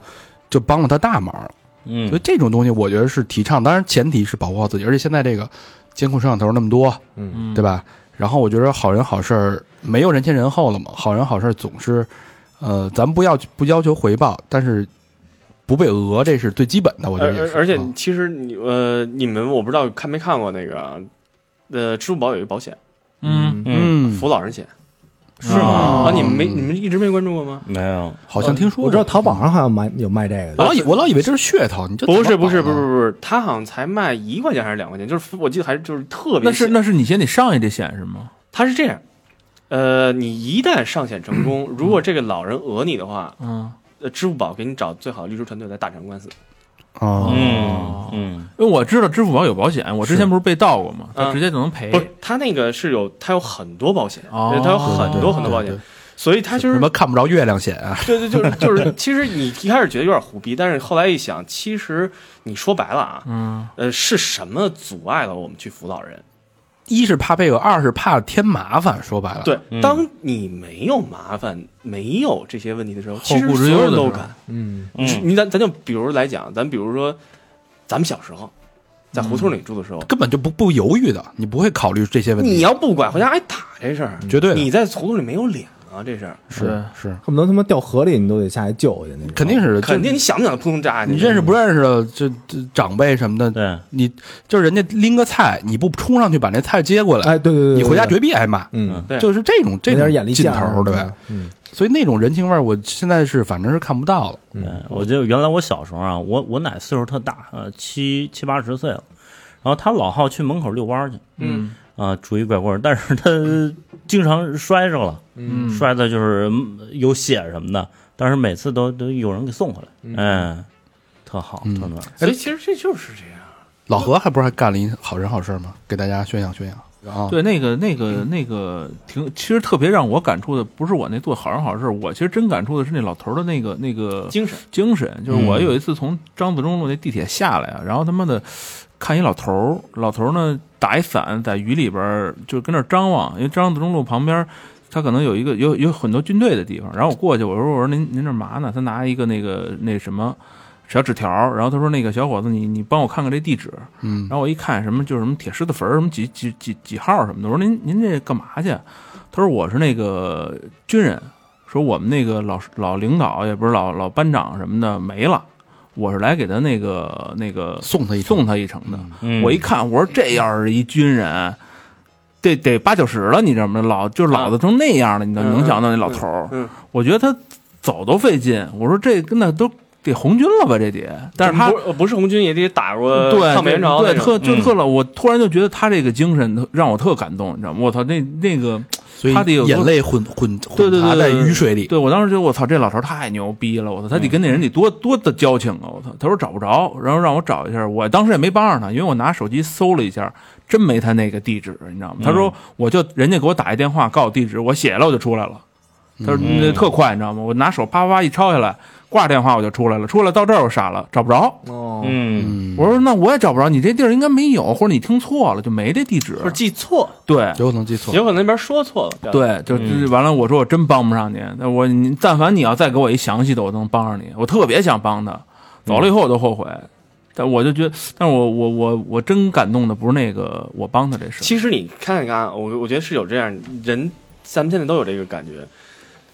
[SPEAKER 2] 就帮了他大忙。
[SPEAKER 5] 嗯，
[SPEAKER 2] 所以这种东西，我觉得是提倡，当然前提是保护好自己。而且现在这个监控摄像头那么多，
[SPEAKER 3] 嗯
[SPEAKER 2] 对？吧？然后我觉得好人好事儿没有人前人后了嘛，好人好事儿总是，呃，咱不要不要求回报，但是不被讹，这是最基本的。我觉
[SPEAKER 6] 而
[SPEAKER 2] 得也是
[SPEAKER 6] 而而且
[SPEAKER 2] 嗯
[SPEAKER 6] 其实你呃，你们我不知道看没看过那个，呃，支付宝有一个保险，
[SPEAKER 3] 嗯，
[SPEAKER 5] 嗯，
[SPEAKER 2] 嗯，
[SPEAKER 6] 扶老人险
[SPEAKER 5] 是吗？
[SPEAKER 6] 啊，你们没你们一直没关注过吗？
[SPEAKER 5] 没有，
[SPEAKER 2] 好像听说过
[SPEAKER 4] 我知道淘宝上好像买有卖这个
[SPEAKER 2] 我
[SPEAKER 4] 的，
[SPEAKER 2] 老以我老以为这是噱头，你这
[SPEAKER 6] 不是
[SPEAKER 2] 怎么
[SPEAKER 6] 不是
[SPEAKER 2] 搞啊
[SPEAKER 6] 不是不是不是，他好像才卖一块钱还是两块钱，就是我记得还是就是特别
[SPEAKER 3] 那是
[SPEAKER 6] 小
[SPEAKER 3] 那是你先得上一这险是吗？
[SPEAKER 6] 他是这样，呃，你一旦上险成功，如果这个老人讹你的话，
[SPEAKER 3] 嗯，
[SPEAKER 6] 呃，支付宝给你找最好的律师团队来打这场官司。
[SPEAKER 2] 哦
[SPEAKER 5] 嗯嗯
[SPEAKER 3] 因为我知道支付宝有保险，我之前不是被盗过吗？
[SPEAKER 6] 嗯
[SPEAKER 3] 他直接就能赔
[SPEAKER 6] 不。是，他那个是有，他有很多保险，
[SPEAKER 3] 哎哦
[SPEAKER 6] 他有很多很多保
[SPEAKER 2] 对对
[SPEAKER 6] 险
[SPEAKER 2] 对，
[SPEAKER 6] 所以他就是
[SPEAKER 2] 什么看不着月亮险啊？
[SPEAKER 6] 对对，就是就是，其实你一开始觉得有点胡逼，但是后来一想，其实你说白了啊，
[SPEAKER 3] 嗯，
[SPEAKER 6] 呃，是什么阻碍了我们去辅导人？
[SPEAKER 2] 一是怕被讹，二是怕添麻烦。说白了，
[SPEAKER 6] 对，
[SPEAKER 5] 嗯
[SPEAKER 6] 当你没有麻烦、没有这些问题的时候，
[SPEAKER 3] 后
[SPEAKER 6] 其实
[SPEAKER 3] 顾之
[SPEAKER 6] 所
[SPEAKER 3] 忧
[SPEAKER 6] 有人
[SPEAKER 3] 的
[SPEAKER 6] 都
[SPEAKER 3] 时候
[SPEAKER 6] 敢。
[SPEAKER 4] 嗯
[SPEAKER 5] 嗯，
[SPEAKER 6] 你咱咱就比如来讲，咱比如说，咱们小时候在胡
[SPEAKER 3] 嗯
[SPEAKER 6] 同里住的时候，
[SPEAKER 2] 根本就不不犹豫的，你不会考虑这些问题。嗯
[SPEAKER 6] 你要不管回家挨打这事儿，
[SPEAKER 2] 绝对的
[SPEAKER 6] 你在胡同里没有脸啊，这事儿
[SPEAKER 2] 是是，
[SPEAKER 4] 恨不得他妈掉河里你都得下去救去那种。
[SPEAKER 2] 肯定是
[SPEAKER 6] 肯定你想不想扑通扎
[SPEAKER 2] 呃就你认识不认识的这这长辈什么的，
[SPEAKER 5] 对，
[SPEAKER 2] 你就是人家拎个菜，你不冲上去把那菜接过来，
[SPEAKER 4] 哎，对对对，
[SPEAKER 2] 你
[SPEAKER 4] 对
[SPEAKER 2] 回家绝逼挨骂。
[SPEAKER 4] 嗯，
[SPEAKER 6] 对
[SPEAKER 2] 就是这种这
[SPEAKER 4] 没
[SPEAKER 2] 种
[SPEAKER 4] 点眼力
[SPEAKER 2] 劲
[SPEAKER 4] 见
[SPEAKER 2] 头，对，
[SPEAKER 4] 嗯
[SPEAKER 2] 所以那种人情味儿，我现在是反正是看不到了。
[SPEAKER 5] 对，呃我记得原来我小时候啊，我我奶岁数特大，呃，七七八十岁了，然后她老好去门口遛弯儿去，
[SPEAKER 3] 嗯
[SPEAKER 5] 啊，拄一拐棍儿，但是她经常摔着了，
[SPEAKER 3] 嗯，
[SPEAKER 5] 摔的就是嗯有血什么的，但是每次都都有人给送回来，嗯，特好，
[SPEAKER 2] 嗯
[SPEAKER 5] 特暖，
[SPEAKER 6] 所以其实这就是这样。
[SPEAKER 2] 老何还不是还干了一好人好事儿吗？给大家宣扬宣扬啊！
[SPEAKER 3] 对，那个那个那个挺，其实特别让我感触的，不是我那做好人好事，我其实真感触的是那老头儿的那个那个
[SPEAKER 6] 精神
[SPEAKER 3] 精神，就是我
[SPEAKER 2] 嗯
[SPEAKER 3] 有一次从张自忠路那地铁下来啊，然后他妈的看一老头儿，老头儿呢打一伞在雨里边儿就跟那儿张望，因为张自忠路旁边儿他可能有一个有有很多军队的地方，然后我过去我说我说您您这嘛呢？他拿一个那个那什么小纸条儿，然后他说那个小伙子你你帮我看看这地址，
[SPEAKER 2] 嗯，
[SPEAKER 3] 然后我一看什么就是什么铁狮子坟儿什么几几几几号什么的，我说您您这干嘛去？他说我是那个军人，说我们那个老老领导也不是老老班长什么的没了，我是来给他那个那个
[SPEAKER 2] 送他一程
[SPEAKER 3] 送他一程的。
[SPEAKER 5] 嗯，
[SPEAKER 3] 我一看，我说这要是一军人，得得八九十了，你知道吗？老就是老的成那样了，你能
[SPEAKER 6] 嗯
[SPEAKER 3] 能想到那老头儿？
[SPEAKER 6] 嗯，
[SPEAKER 3] 我觉得他走都费劲。我说这跟那都得红军了吧？这得，但是他
[SPEAKER 6] 不呃不是红军也得打过
[SPEAKER 3] 对
[SPEAKER 6] 抗美援朝
[SPEAKER 3] 对
[SPEAKER 6] 那种
[SPEAKER 3] 特就
[SPEAKER 5] 嗯
[SPEAKER 3] 特了。我突然就觉得他这个精神让我特感动，你知道吗？我操，那那个。
[SPEAKER 2] 所以
[SPEAKER 3] 他得有
[SPEAKER 2] 眼泪混混
[SPEAKER 3] 对
[SPEAKER 2] 混
[SPEAKER 3] 对
[SPEAKER 2] 杂
[SPEAKER 3] 对，
[SPEAKER 2] 在
[SPEAKER 3] 对
[SPEAKER 2] 雨水里。
[SPEAKER 3] 对我当时觉得我操，这老头太牛逼了，我操，他
[SPEAKER 6] 嗯
[SPEAKER 3] 得跟那人得多多的交情啊，我操。他说找不着，然后让我找一下，我当时也没帮上他，因为我拿手机搜了一下，真没他那个地址，你知道吗？他
[SPEAKER 6] 嗯
[SPEAKER 3] 说我就人家给我打一电话告我地址，我写了我就出来了。他说
[SPEAKER 5] 嗯
[SPEAKER 3] 那特快，你知道吗？我拿手啪啪啪一抄下来，挂电话我就出来了，出来到这儿我傻了，找不着。
[SPEAKER 4] 哦，
[SPEAKER 5] 嗯，
[SPEAKER 2] 嗯，
[SPEAKER 3] 我说那我也找不着，你这地儿应该没有，或者你听错了，就没这地址。
[SPEAKER 6] 不是记错，
[SPEAKER 3] 对
[SPEAKER 2] 有可能记错，
[SPEAKER 6] 有可能那边说错了。表达，
[SPEAKER 3] 对，就就是完了。我说我真帮不上您，那我你但凡你要再给我一详细的，我能帮上你。我特别想帮他，走了以后我都后悔。但我就觉得，但是我我我我真感动的不是那个我帮他这事儿，
[SPEAKER 6] 其实你看看啊，我我觉得是有这样人，咱们现在都有这个感觉。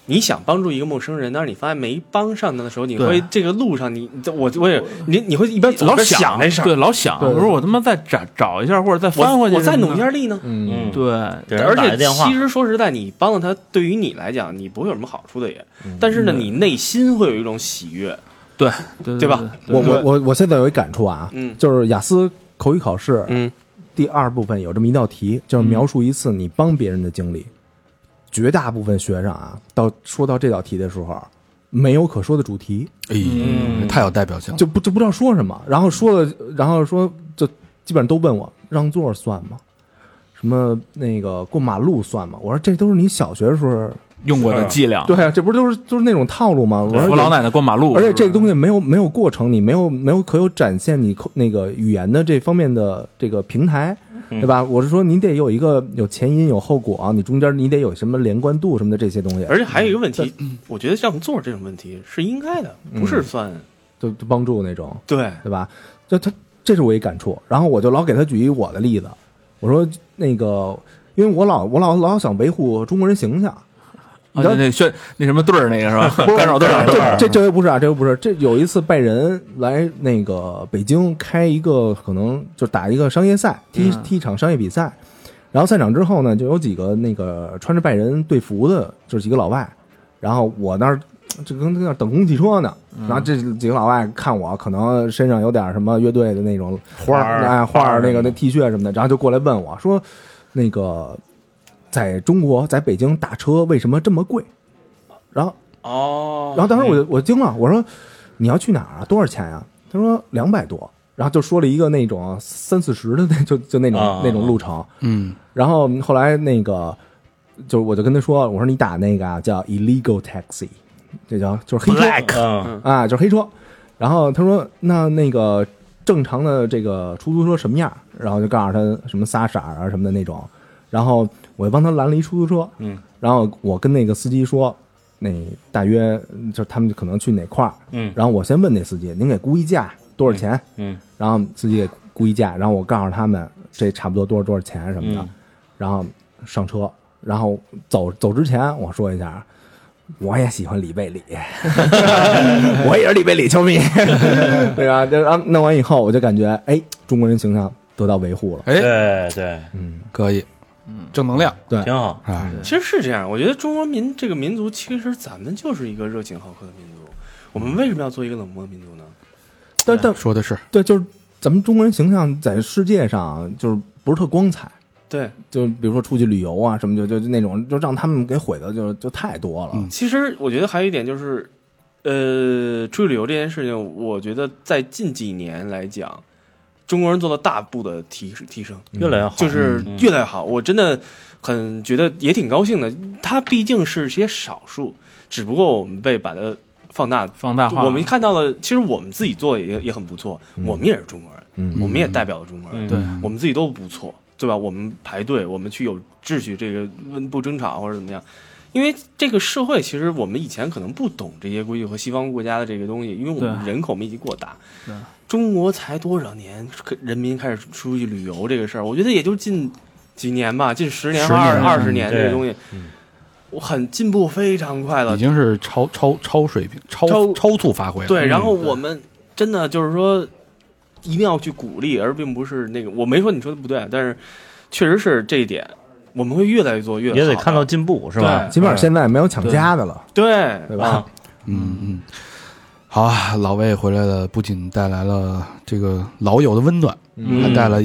[SPEAKER 6] 你想帮助一个陌生人，但是你发现没帮上他的时候，你
[SPEAKER 3] 对
[SPEAKER 6] 会这个路上你我我也你你会一边走一
[SPEAKER 3] 老
[SPEAKER 6] 边想这事儿
[SPEAKER 3] 对，，老想。
[SPEAKER 4] 对对
[SPEAKER 3] 我说我他妈再找找一下，或者再翻
[SPEAKER 6] 我
[SPEAKER 3] 回去，
[SPEAKER 6] 我再努一。下力呢。
[SPEAKER 4] 嗯，
[SPEAKER 5] 嗯，
[SPEAKER 3] 对，
[SPEAKER 5] 给人
[SPEAKER 6] 而
[SPEAKER 5] 打一
[SPEAKER 6] 且
[SPEAKER 5] 电话
[SPEAKER 6] 其，实说实在，你帮了他，对于你来讲，你不会有什么好处的也。但是呢，你内心会有一种喜悦。
[SPEAKER 3] 对对
[SPEAKER 6] 对吧
[SPEAKER 4] 我
[SPEAKER 6] 对
[SPEAKER 4] 我我我现在有一感触啊，
[SPEAKER 6] 嗯
[SPEAKER 4] 就是雅思口语考试
[SPEAKER 6] 嗯，
[SPEAKER 4] 第二部分有这么一道题，就是描述一次你帮别人的经历。绝大部分学生啊，到说到这道题的时候，没有可说的主题，
[SPEAKER 2] 哎呦，太有代表性了，
[SPEAKER 4] 就不就不知道说什么，然后说了，然后说就基本上都问我让座算吗？什么那个过马路算吗？我说这都是你小学的时候，
[SPEAKER 3] 用过的伎俩。
[SPEAKER 4] 对啊，这不是都是都是那种套路吗？我
[SPEAKER 3] 扶
[SPEAKER 4] 说
[SPEAKER 3] 老奶奶过马路，
[SPEAKER 4] 而且这个
[SPEAKER 3] 西
[SPEAKER 4] 东西没有没有过程，你没有没有可有展现你口那个语言的这方面的这个平台，对吧？我是说你得有一个有前因有后果、啊你中间你得有什么连贯度什么的这些东西，
[SPEAKER 6] 而且还有一个问题，我觉得让座这种问题是应该的，不是算
[SPEAKER 4] 就就帮助那种，
[SPEAKER 6] 嗯对。
[SPEAKER 4] 对吧？就他这是我一感触，然后我就老给他举一我的例子，我说那个，因为我老我老老想维护中国人形象，
[SPEAKER 3] 啊，那那宣那什么队儿那个是吧？干扰队儿，
[SPEAKER 4] 这这这又不是啊，这又不是。这有一次拜仁来那个北京开一个可能就打一个商业赛，踢
[SPEAKER 3] 嗯
[SPEAKER 4] 踢一场商业比赛，然后散场之后呢，就有几个那个穿着拜仁队服的，就是几个老外，然后我那儿。就跟跟那儿等公汽车呢，然后这几个老外看我，可能身上有点什么乐队的那种
[SPEAKER 5] 花儿
[SPEAKER 4] 哎，花
[SPEAKER 5] 花儿
[SPEAKER 4] 儿那
[SPEAKER 5] 什
[SPEAKER 4] 个
[SPEAKER 5] 么
[SPEAKER 4] 那
[SPEAKER 5] 的
[SPEAKER 4] T 恤什么的，然后就过来问我说，那个在中国在北京打车为什么这么贵？然后
[SPEAKER 6] 哦
[SPEAKER 4] 然后当时我
[SPEAKER 5] 嗯
[SPEAKER 4] 就我惊了，我说你要去哪儿啊？多少钱呀、他说两百多，然后就说了一个那种三四十的那就就那种、
[SPEAKER 5] 啊
[SPEAKER 4] 那种路程。
[SPEAKER 2] 嗯，
[SPEAKER 4] 然后后来那个就我就跟他说，我说你打那个啊叫 illegal taxi，这叫就是黑车
[SPEAKER 5] 嗯，
[SPEAKER 4] 啊，就是黑车。然后他说那那个正常的这个出租车什么样？然后就告诉他什么仨色儿啊什么的那种。然后我就帮他拦了一出租车，
[SPEAKER 5] 嗯，
[SPEAKER 4] 然后我跟那个司机说，那大约嗯就是他们可能去哪块儿，
[SPEAKER 5] 嗯
[SPEAKER 4] 然后我先问那司机，您给估一价多少钱？
[SPEAKER 5] 嗯
[SPEAKER 4] 然后司机给估一价，然后我告诉他们这差不多多少多少钱什么的，
[SPEAKER 5] 嗯
[SPEAKER 4] 然后上车，然后走走之前我说一下，我也喜欢里贝里， 我也是里贝里球迷，对吧？就然后弄完以后，我就感觉哎，中国人形象得到维护了，
[SPEAKER 2] 哎，
[SPEAKER 5] 对对，
[SPEAKER 4] 嗯，
[SPEAKER 2] 可以，正能量，
[SPEAKER 4] 对，
[SPEAKER 5] 挺好，
[SPEAKER 2] 哎，
[SPEAKER 6] 其实嗯是这样，我觉得中国民这个民族，其实咱们就是一个热情好客的民族。我们为什么要做一个冷漠民族呢？
[SPEAKER 4] 但但
[SPEAKER 2] 说的是，
[SPEAKER 4] 对，就是咱们中国人形象在世界上就是不是特光彩。
[SPEAKER 6] 对，
[SPEAKER 4] 就比如说出去旅游啊什么，就就就那种，就让他们给毁的就就太多了。
[SPEAKER 2] 嗯
[SPEAKER 6] 其实我觉得还有一点就是，呃，出去旅游这件事情，我觉得在近几年来讲，中国人做了大步的提提升，
[SPEAKER 5] 越来越好，
[SPEAKER 6] 就是
[SPEAKER 5] 嗯
[SPEAKER 6] 越来越好。我真的很觉得也挺高兴的。它毕竟是些少数，只不过我们被把它放大
[SPEAKER 3] 放大化。
[SPEAKER 6] 我们看到了，其实我们自己做的也也很不错，我们也是中国人，
[SPEAKER 4] 嗯
[SPEAKER 6] 我们也代表了中国
[SPEAKER 5] 嗯
[SPEAKER 6] 人，
[SPEAKER 3] 对
[SPEAKER 6] 我们自己都不错，对吧？我们排队，我们去有秩序，这个温不争吵或者怎么样。因为这个社会，其实我们以前可能不懂这些规矩和西方国家的这个东西，因为我们
[SPEAKER 3] 对
[SPEAKER 6] 人口密集过大
[SPEAKER 3] 对。
[SPEAKER 6] 中国才多少年，可人民开始出去旅游这个事儿，我觉得也就近几年吧，近十年、
[SPEAKER 2] 十年
[SPEAKER 6] 二
[SPEAKER 2] 嗯
[SPEAKER 6] 二十年这个
[SPEAKER 5] 对
[SPEAKER 6] 东西，我很进步非常快了
[SPEAKER 2] 已。经是超超超水平，超
[SPEAKER 6] 呃超
[SPEAKER 2] 超速发挥了，
[SPEAKER 6] 对，然后我们真的就是说，一定要去鼓励，而并不是那个。我没说你说的不对，但是确实是这一点，我们会越来越做越好的。
[SPEAKER 5] 也得看到进步是吧？
[SPEAKER 4] 起码现在没有抢家的了，
[SPEAKER 6] 对，
[SPEAKER 4] 对吧
[SPEAKER 5] 啊？，
[SPEAKER 2] 嗯嗯，好啊，老魏回来了，不仅带来了这个老友的温暖，
[SPEAKER 5] 嗯
[SPEAKER 2] 还带了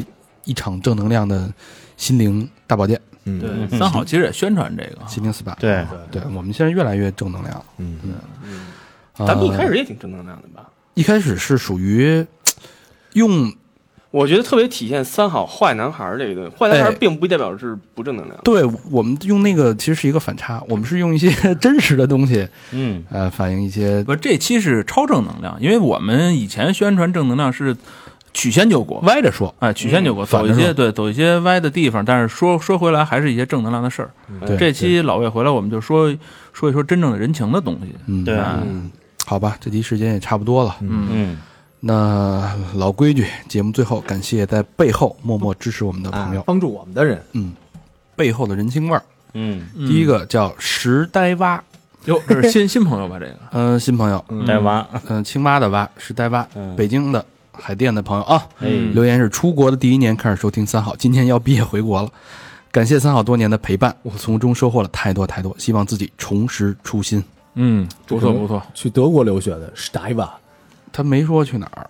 [SPEAKER 2] 一场正能量的心灵大保健，
[SPEAKER 4] 嗯，
[SPEAKER 3] 对三好其实也宣传这
[SPEAKER 6] 啊
[SPEAKER 3] 个，
[SPEAKER 2] 心灵 SPA。
[SPEAKER 5] 对，
[SPEAKER 2] 对，我们现在越来越正能量了。
[SPEAKER 4] 嗯
[SPEAKER 2] 呃
[SPEAKER 3] 嗯
[SPEAKER 6] 咱们一开始也挺正能量的吧？
[SPEAKER 2] 一开始是属于用
[SPEAKER 6] 我觉得特别体现三好坏男孩儿这一顿，坏男孩儿
[SPEAKER 2] 哎
[SPEAKER 6] 并不代表是不正能量。
[SPEAKER 2] 对我们用那个其实是一个反差，我们是用一些 真实的东西，
[SPEAKER 5] 嗯，
[SPEAKER 2] 呃，反映一些
[SPEAKER 3] 不是，这期是超正能量，因为我们以前宣传正能量是曲线救国，
[SPEAKER 2] 歪着说。
[SPEAKER 3] 哎，曲线救国，
[SPEAKER 2] 嗯反
[SPEAKER 3] 走
[SPEAKER 2] 着
[SPEAKER 3] 一些
[SPEAKER 2] 说
[SPEAKER 3] 对，走一些歪的地方，但是说说回来，还是一些正能量的事儿。
[SPEAKER 2] 嗯
[SPEAKER 3] 哎
[SPEAKER 2] 对，
[SPEAKER 3] 这期老魏回来，我们就说说一说真正的人情的东西。
[SPEAKER 2] 嗯，
[SPEAKER 5] 对，
[SPEAKER 6] 嗯，
[SPEAKER 2] 好吧，这集时间也差不多了。
[SPEAKER 3] 嗯，
[SPEAKER 5] 嗯，
[SPEAKER 2] 那老规矩，节目最后感谢在背后默默支持我们的
[SPEAKER 4] 啊
[SPEAKER 2] 朋友，
[SPEAKER 4] 帮助我们的人，
[SPEAKER 2] 背后的人情味儿。
[SPEAKER 5] 嗯，
[SPEAKER 3] 嗯
[SPEAKER 2] 第一个叫石呆蛙，
[SPEAKER 3] 哟，这是新新朋友 吧？这个
[SPEAKER 2] 嗯、新朋友，
[SPEAKER 5] 带娃，
[SPEAKER 2] 嗯、青蛙的蛙，石呆蛙，
[SPEAKER 5] 嗯
[SPEAKER 2] 北京的、海淀的朋友啊。
[SPEAKER 5] 哎，
[SPEAKER 3] 嗯
[SPEAKER 2] 留言是出国的第一年开始收听三好，今年要毕业回国了，感谢三好多年的陪伴，我从中收获了太多太多，希望自己重拾初心。
[SPEAKER 3] 嗯，不错不错，
[SPEAKER 4] 去德国留学的 s t e v a
[SPEAKER 2] 他没说去哪儿，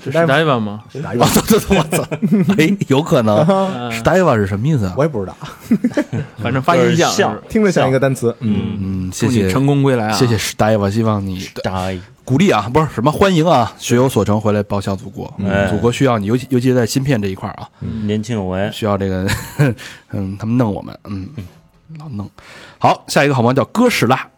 [SPEAKER 3] 这是 d 吧吗？
[SPEAKER 4] s t
[SPEAKER 2] 我操， 我操，我操，哎，有可能 s t e v a 是什么意思啊
[SPEAKER 4] 我？也不知道，
[SPEAKER 3] 反正发音
[SPEAKER 5] 就
[SPEAKER 3] 像
[SPEAKER 5] 是像
[SPEAKER 3] 是，
[SPEAKER 4] 听着像一个单词，嗯，
[SPEAKER 5] 嗯，
[SPEAKER 2] 嗯，谢
[SPEAKER 3] 祝
[SPEAKER 2] 谢
[SPEAKER 3] 你，成功归来啊！
[SPEAKER 2] 谢谢 s t e v a 希望你
[SPEAKER 5] 大
[SPEAKER 2] 鼓励啊，不是什么欢迎啊，学有所成回来报效祖国，嗯
[SPEAKER 5] 哎嗯
[SPEAKER 2] 祖国需要你，尤其尤其是在芯片这一块儿啊，
[SPEAKER 5] 年轻有为，
[SPEAKER 2] 需要这个， 嗯，他们弄我们，嗯，老弄。好，下一个好吗？叫哥史拉，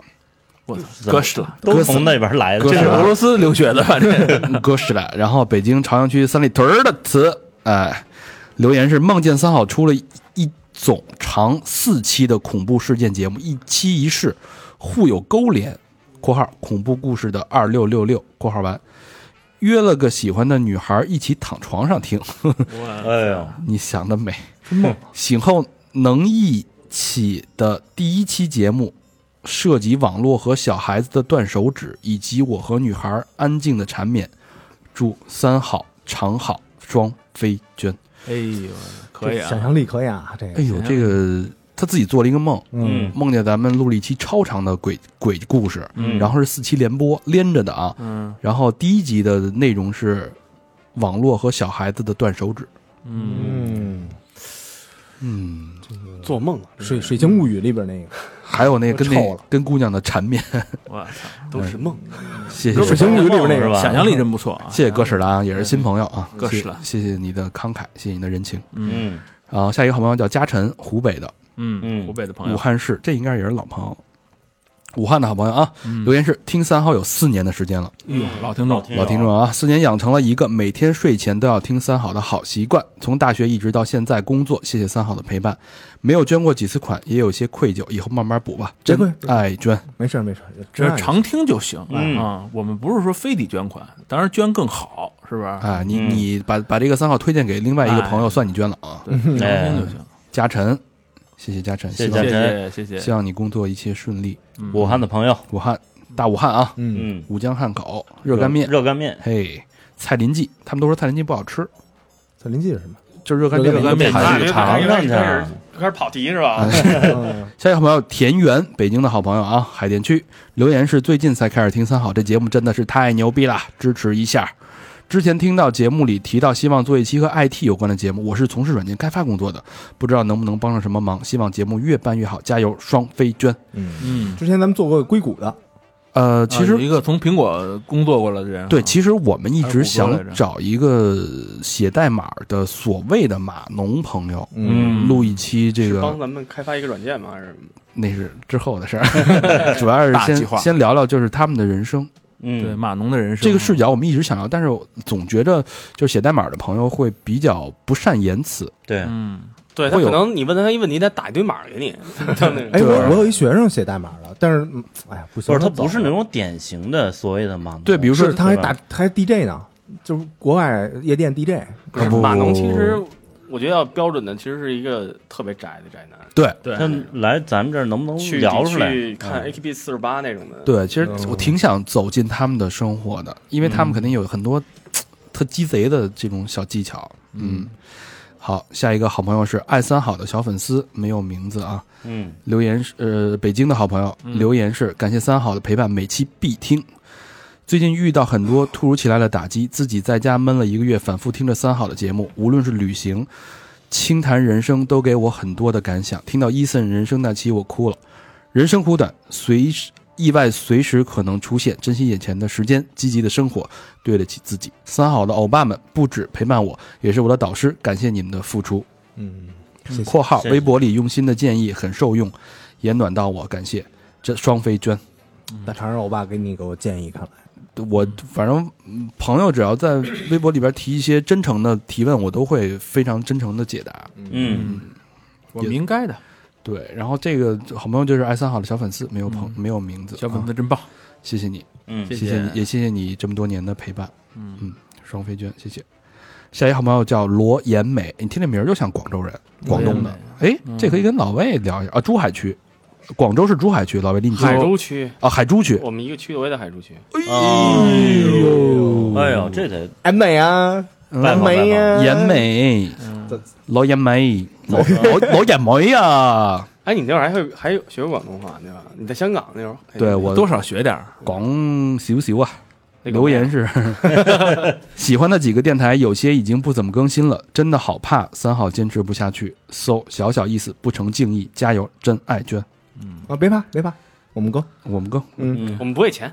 [SPEAKER 3] 我操，哥是了，
[SPEAKER 5] 都从那边来的，
[SPEAKER 2] 哥
[SPEAKER 5] 这
[SPEAKER 2] 斯
[SPEAKER 5] 是
[SPEAKER 2] 拉
[SPEAKER 3] 俄罗斯留学的，反正
[SPEAKER 2] 哥是的。然后北京朝阳区三里屯儿的词，哎，留言是梦见三好出了一总长四期的恐怖事件节目，一期一事，互有勾连（括号恐怖故事的二六六六）（括号完）。约了个喜欢的女孩一起躺床上听，
[SPEAKER 5] 哎呦，
[SPEAKER 2] 你想得美！醒后能一起的第一期节目，涉及网络和小孩子的断手指，以及我和女孩安静的缠绵。祝三好长好双飞娟。
[SPEAKER 3] 哎呦，可以啊
[SPEAKER 4] 想，象力可以啊，这
[SPEAKER 2] 哎
[SPEAKER 4] 个
[SPEAKER 2] 呦，这个他自己做了一个梦，
[SPEAKER 5] 嗯
[SPEAKER 2] 梦见咱们录了一期超长的鬼鬼故事，
[SPEAKER 5] 嗯
[SPEAKER 2] 然后是四期连播连着的啊。
[SPEAKER 3] 嗯
[SPEAKER 2] 然后第一集的内容是网络和小孩子的断手指。
[SPEAKER 3] 嗯，
[SPEAKER 4] 嗯，
[SPEAKER 2] 嗯，
[SPEAKER 6] 做梦了，
[SPEAKER 4] 水水晶物语里边那个
[SPEAKER 2] 还有那跟
[SPEAKER 4] 臭
[SPEAKER 2] 那
[SPEAKER 4] 了
[SPEAKER 2] 跟姑娘的缠绵，
[SPEAKER 3] 我操，
[SPEAKER 6] 都是梦。
[SPEAKER 4] 哎
[SPEAKER 2] 谢谢
[SPEAKER 4] 《水晶物语》里边那
[SPEAKER 5] 是
[SPEAKER 4] 个
[SPEAKER 5] 吧？
[SPEAKER 3] 想象力真不错啊！
[SPEAKER 2] 谢谢哥史达，也是新朋友啊，
[SPEAKER 3] 嗯哥
[SPEAKER 2] 谢
[SPEAKER 3] 史达
[SPEAKER 2] 谢谢你的慷慨，谢谢你的人情。
[SPEAKER 3] 嗯
[SPEAKER 5] 嗯，
[SPEAKER 2] 然后下一个好朋友叫嘉晨，湖北的，
[SPEAKER 3] 嗯，
[SPEAKER 5] 嗯
[SPEAKER 3] 湖北的朋
[SPEAKER 2] 武
[SPEAKER 3] 友，
[SPEAKER 2] 汉市，这应该也是老朋友，武汉的好朋友啊。
[SPEAKER 3] 嗯
[SPEAKER 2] 留言是听三好有四年的时间了，
[SPEAKER 3] 哟，老听众，
[SPEAKER 2] 老听众啊，四年养成了一个每天睡前都要听三好的好习惯，从大学一直到现在工作，谢谢三好的陪伴，没有捐过几次款，也有些愧疚，以后慢慢补吧，
[SPEAKER 4] 别愧
[SPEAKER 2] 真爱捐。
[SPEAKER 3] 嗯
[SPEAKER 4] 没事儿没事儿，
[SPEAKER 3] 只要
[SPEAKER 4] 真爱
[SPEAKER 3] 常听就行
[SPEAKER 5] 嗯
[SPEAKER 3] 啊。我们不是说非得捐款，当然捐更好，是不是？
[SPEAKER 4] 哎
[SPEAKER 2] 啊，你
[SPEAKER 5] 嗯
[SPEAKER 2] 你把把这个三好推荐给另外一个朋友，
[SPEAKER 3] 哎
[SPEAKER 2] 算你捐了啊。
[SPEAKER 3] 对，常
[SPEAKER 5] 哎
[SPEAKER 3] 听就行。
[SPEAKER 2] 嘉晨，谢谢嘉晨，
[SPEAKER 5] 谢
[SPEAKER 2] 希望
[SPEAKER 4] 哎
[SPEAKER 5] 嘉
[SPEAKER 3] 谢
[SPEAKER 5] 晨
[SPEAKER 3] 谢谢谢
[SPEAKER 2] 希望你工作一切顺利。
[SPEAKER 5] 武汉的朋友，
[SPEAKER 2] 武汉，大武汉啊，
[SPEAKER 4] 嗯，
[SPEAKER 5] 嗯，
[SPEAKER 2] 五江汉口热干面，
[SPEAKER 5] 热干面，
[SPEAKER 2] 嘿，蔡林记，他们都说蔡林记不好吃，
[SPEAKER 4] 蔡林记是什么？
[SPEAKER 2] 就是热干面
[SPEAKER 4] 热
[SPEAKER 3] 干面
[SPEAKER 2] 还是
[SPEAKER 3] 热
[SPEAKER 2] 个
[SPEAKER 3] 干
[SPEAKER 2] 肠
[SPEAKER 5] 尝尝
[SPEAKER 3] 面。
[SPEAKER 5] 去，
[SPEAKER 3] 嗯
[SPEAKER 6] 开始跑题是吧？
[SPEAKER 4] 嗯
[SPEAKER 2] 下一个好朋友田园，北京的好朋友啊，海淀区留言是最近才开始听三好，这节目真的是太牛逼了，支持一下。之前听到节目里提到希望做一期和 IT 有关的节目，我是从事软件开发工作的，不知道能不能帮上什么忙，希望节目越办越好，加油，双飞娟。
[SPEAKER 4] 嗯，
[SPEAKER 3] 嗯，
[SPEAKER 4] 之前咱们做过硅谷的，
[SPEAKER 2] 呃，其实
[SPEAKER 3] 啊有一个从苹果工作过来的人啊，
[SPEAKER 2] 对，其实我们一
[SPEAKER 3] 还
[SPEAKER 2] 直
[SPEAKER 3] 是谷歌来
[SPEAKER 2] 想
[SPEAKER 3] 着
[SPEAKER 2] 找一个写代码的所谓的码农朋友，
[SPEAKER 4] 嗯
[SPEAKER 2] 录一期这
[SPEAKER 6] 是帮
[SPEAKER 2] 个，
[SPEAKER 6] 咱们开发一个软件吗？还是
[SPEAKER 2] 那是之后的事 儿，主要是
[SPEAKER 3] 大计
[SPEAKER 2] 先
[SPEAKER 3] 划
[SPEAKER 2] 先聊聊就是他们的人生
[SPEAKER 3] 对
[SPEAKER 5] 嗯，
[SPEAKER 3] 码农的人生
[SPEAKER 2] 这个视角，我们一直想聊，但是我总觉着就是写代码的朋友会比较不善言辞，
[SPEAKER 5] 对，
[SPEAKER 3] 嗯，
[SPEAKER 6] 对他
[SPEAKER 2] 会有
[SPEAKER 6] 可能你问他一问题，他打一堆码给你。 就那
[SPEAKER 4] 哎，
[SPEAKER 6] 种
[SPEAKER 4] 我
[SPEAKER 2] 对
[SPEAKER 4] 我有一学生写代码了，但是嗯哎呀，
[SPEAKER 5] 不
[SPEAKER 4] 不行，
[SPEAKER 5] 是他
[SPEAKER 4] 走
[SPEAKER 5] 不是那
[SPEAKER 4] 了
[SPEAKER 5] 种典型的所谓的盲，
[SPEAKER 2] 对，比如说
[SPEAKER 4] 是他还
[SPEAKER 5] 对吧
[SPEAKER 4] 打他还 DJ 呢，就是国外夜店 DJ，
[SPEAKER 6] 不是
[SPEAKER 2] 不
[SPEAKER 6] 码农，
[SPEAKER 2] 不
[SPEAKER 6] 其实我觉得要标准的，其实是一个特别宅的宅男，
[SPEAKER 2] 对
[SPEAKER 3] 对
[SPEAKER 5] 他来咱们这儿能不能
[SPEAKER 6] 去
[SPEAKER 5] 聊出来？
[SPEAKER 6] 去看 AKB 四十八那种的。
[SPEAKER 3] 嗯
[SPEAKER 2] 对，其实我挺想走进他们的生活的，因为他们肯定有很多嘖特鸡贼的这种小技巧。嗯，好，下一个好朋友是爱三好的小粉丝，没有名字啊。
[SPEAKER 5] 嗯，
[SPEAKER 2] 留言是呃，北京的好朋友留言是感谢三好的陪伴，每期必听。最近遇到很多突如其来的打击，自己在家闷了一个月，反复听着三好的节目，无论是旅行、清谈人生，都给我很多的感想。听到伊森人生那期，我哭了。人生苦短，随意外随时可能出现，珍惜眼前的时间，积极的生活，对得起自己。三好的欧巴们不止陪伴我，也是我的导师，感谢你们的付出。
[SPEAKER 4] 嗯，谢
[SPEAKER 2] （
[SPEAKER 4] 谢
[SPEAKER 2] 括号
[SPEAKER 5] 谢谢
[SPEAKER 2] 微博里用心的建议很受用，也暖到我，感谢这双飞娟。
[SPEAKER 4] 大肠让我爸给你给我建议，看来
[SPEAKER 2] 我反正嗯朋友只要在微博里边提一些真诚的提问，我都会非常真诚的解答。
[SPEAKER 5] 嗯，
[SPEAKER 3] 我们应该的，
[SPEAKER 2] 对，然后这个好朋友就是爱三好的小粉丝，没有朋、没有名字，
[SPEAKER 3] 嗯小粉
[SPEAKER 2] 啊
[SPEAKER 3] 丝真棒，
[SPEAKER 2] 谢谢你，
[SPEAKER 5] 嗯
[SPEAKER 3] 谢
[SPEAKER 2] 谢谢你，也谢谢你这么多年的陪伴。
[SPEAKER 3] 嗯
[SPEAKER 2] 双飞娟，谢谢。下一个好朋友叫罗延美，你听这名儿就像广州人，广东的。哎，这
[SPEAKER 3] 嗯
[SPEAKER 2] 可以跟老魏聊一下啊，珠海区，广州是珠海区，老魏离你近
[SPEAKER 6] 海珠区，
[SPEAKER 2] 啊，海珠区。
[SPEAKER 6] 我们一个区的，我也在海珠区。
[SPEAKER 2] 嗯
[SPEAKER 5] 哎呦，这得
[SPEAKER 4] 哎美啊，
[SPEAKER 5] 拜
[SPEAKER 4] 蓝
[SPEAKER 5] 访
[SPEAKER 4] 莓呀，
[SPEAKER 2] 延美，
[SPEAKER 4] 这
[SPEAKER 2] 老延美，老老老延美呀！
[SPEAKER 6] 哎，你那会儿还会还有学过广东话对吧？你在香港那会儿，哎
[SPEAKER 2] 对
[SPEAKER 4] 嗯
[SPEAKER 2] 我
[SPEAKER 3] 多少学点儿，
[SPEAKER 2] 讲少少啊。
[SPEAKER 6] 那个
[SPEAKER 2] 留言是喜欢的几个电台，有些已经不怎么更新了，真的好怕三号坚持不下去。so 小小意思不成敬意，加油，真爱娟，
[SPEAKER 4] 啊，别怕别怕，我们哥，
[SPEAKER 2] 我们更
[SPEAKER 5] 嗯
[SPEAKER 6] 我们不为钱，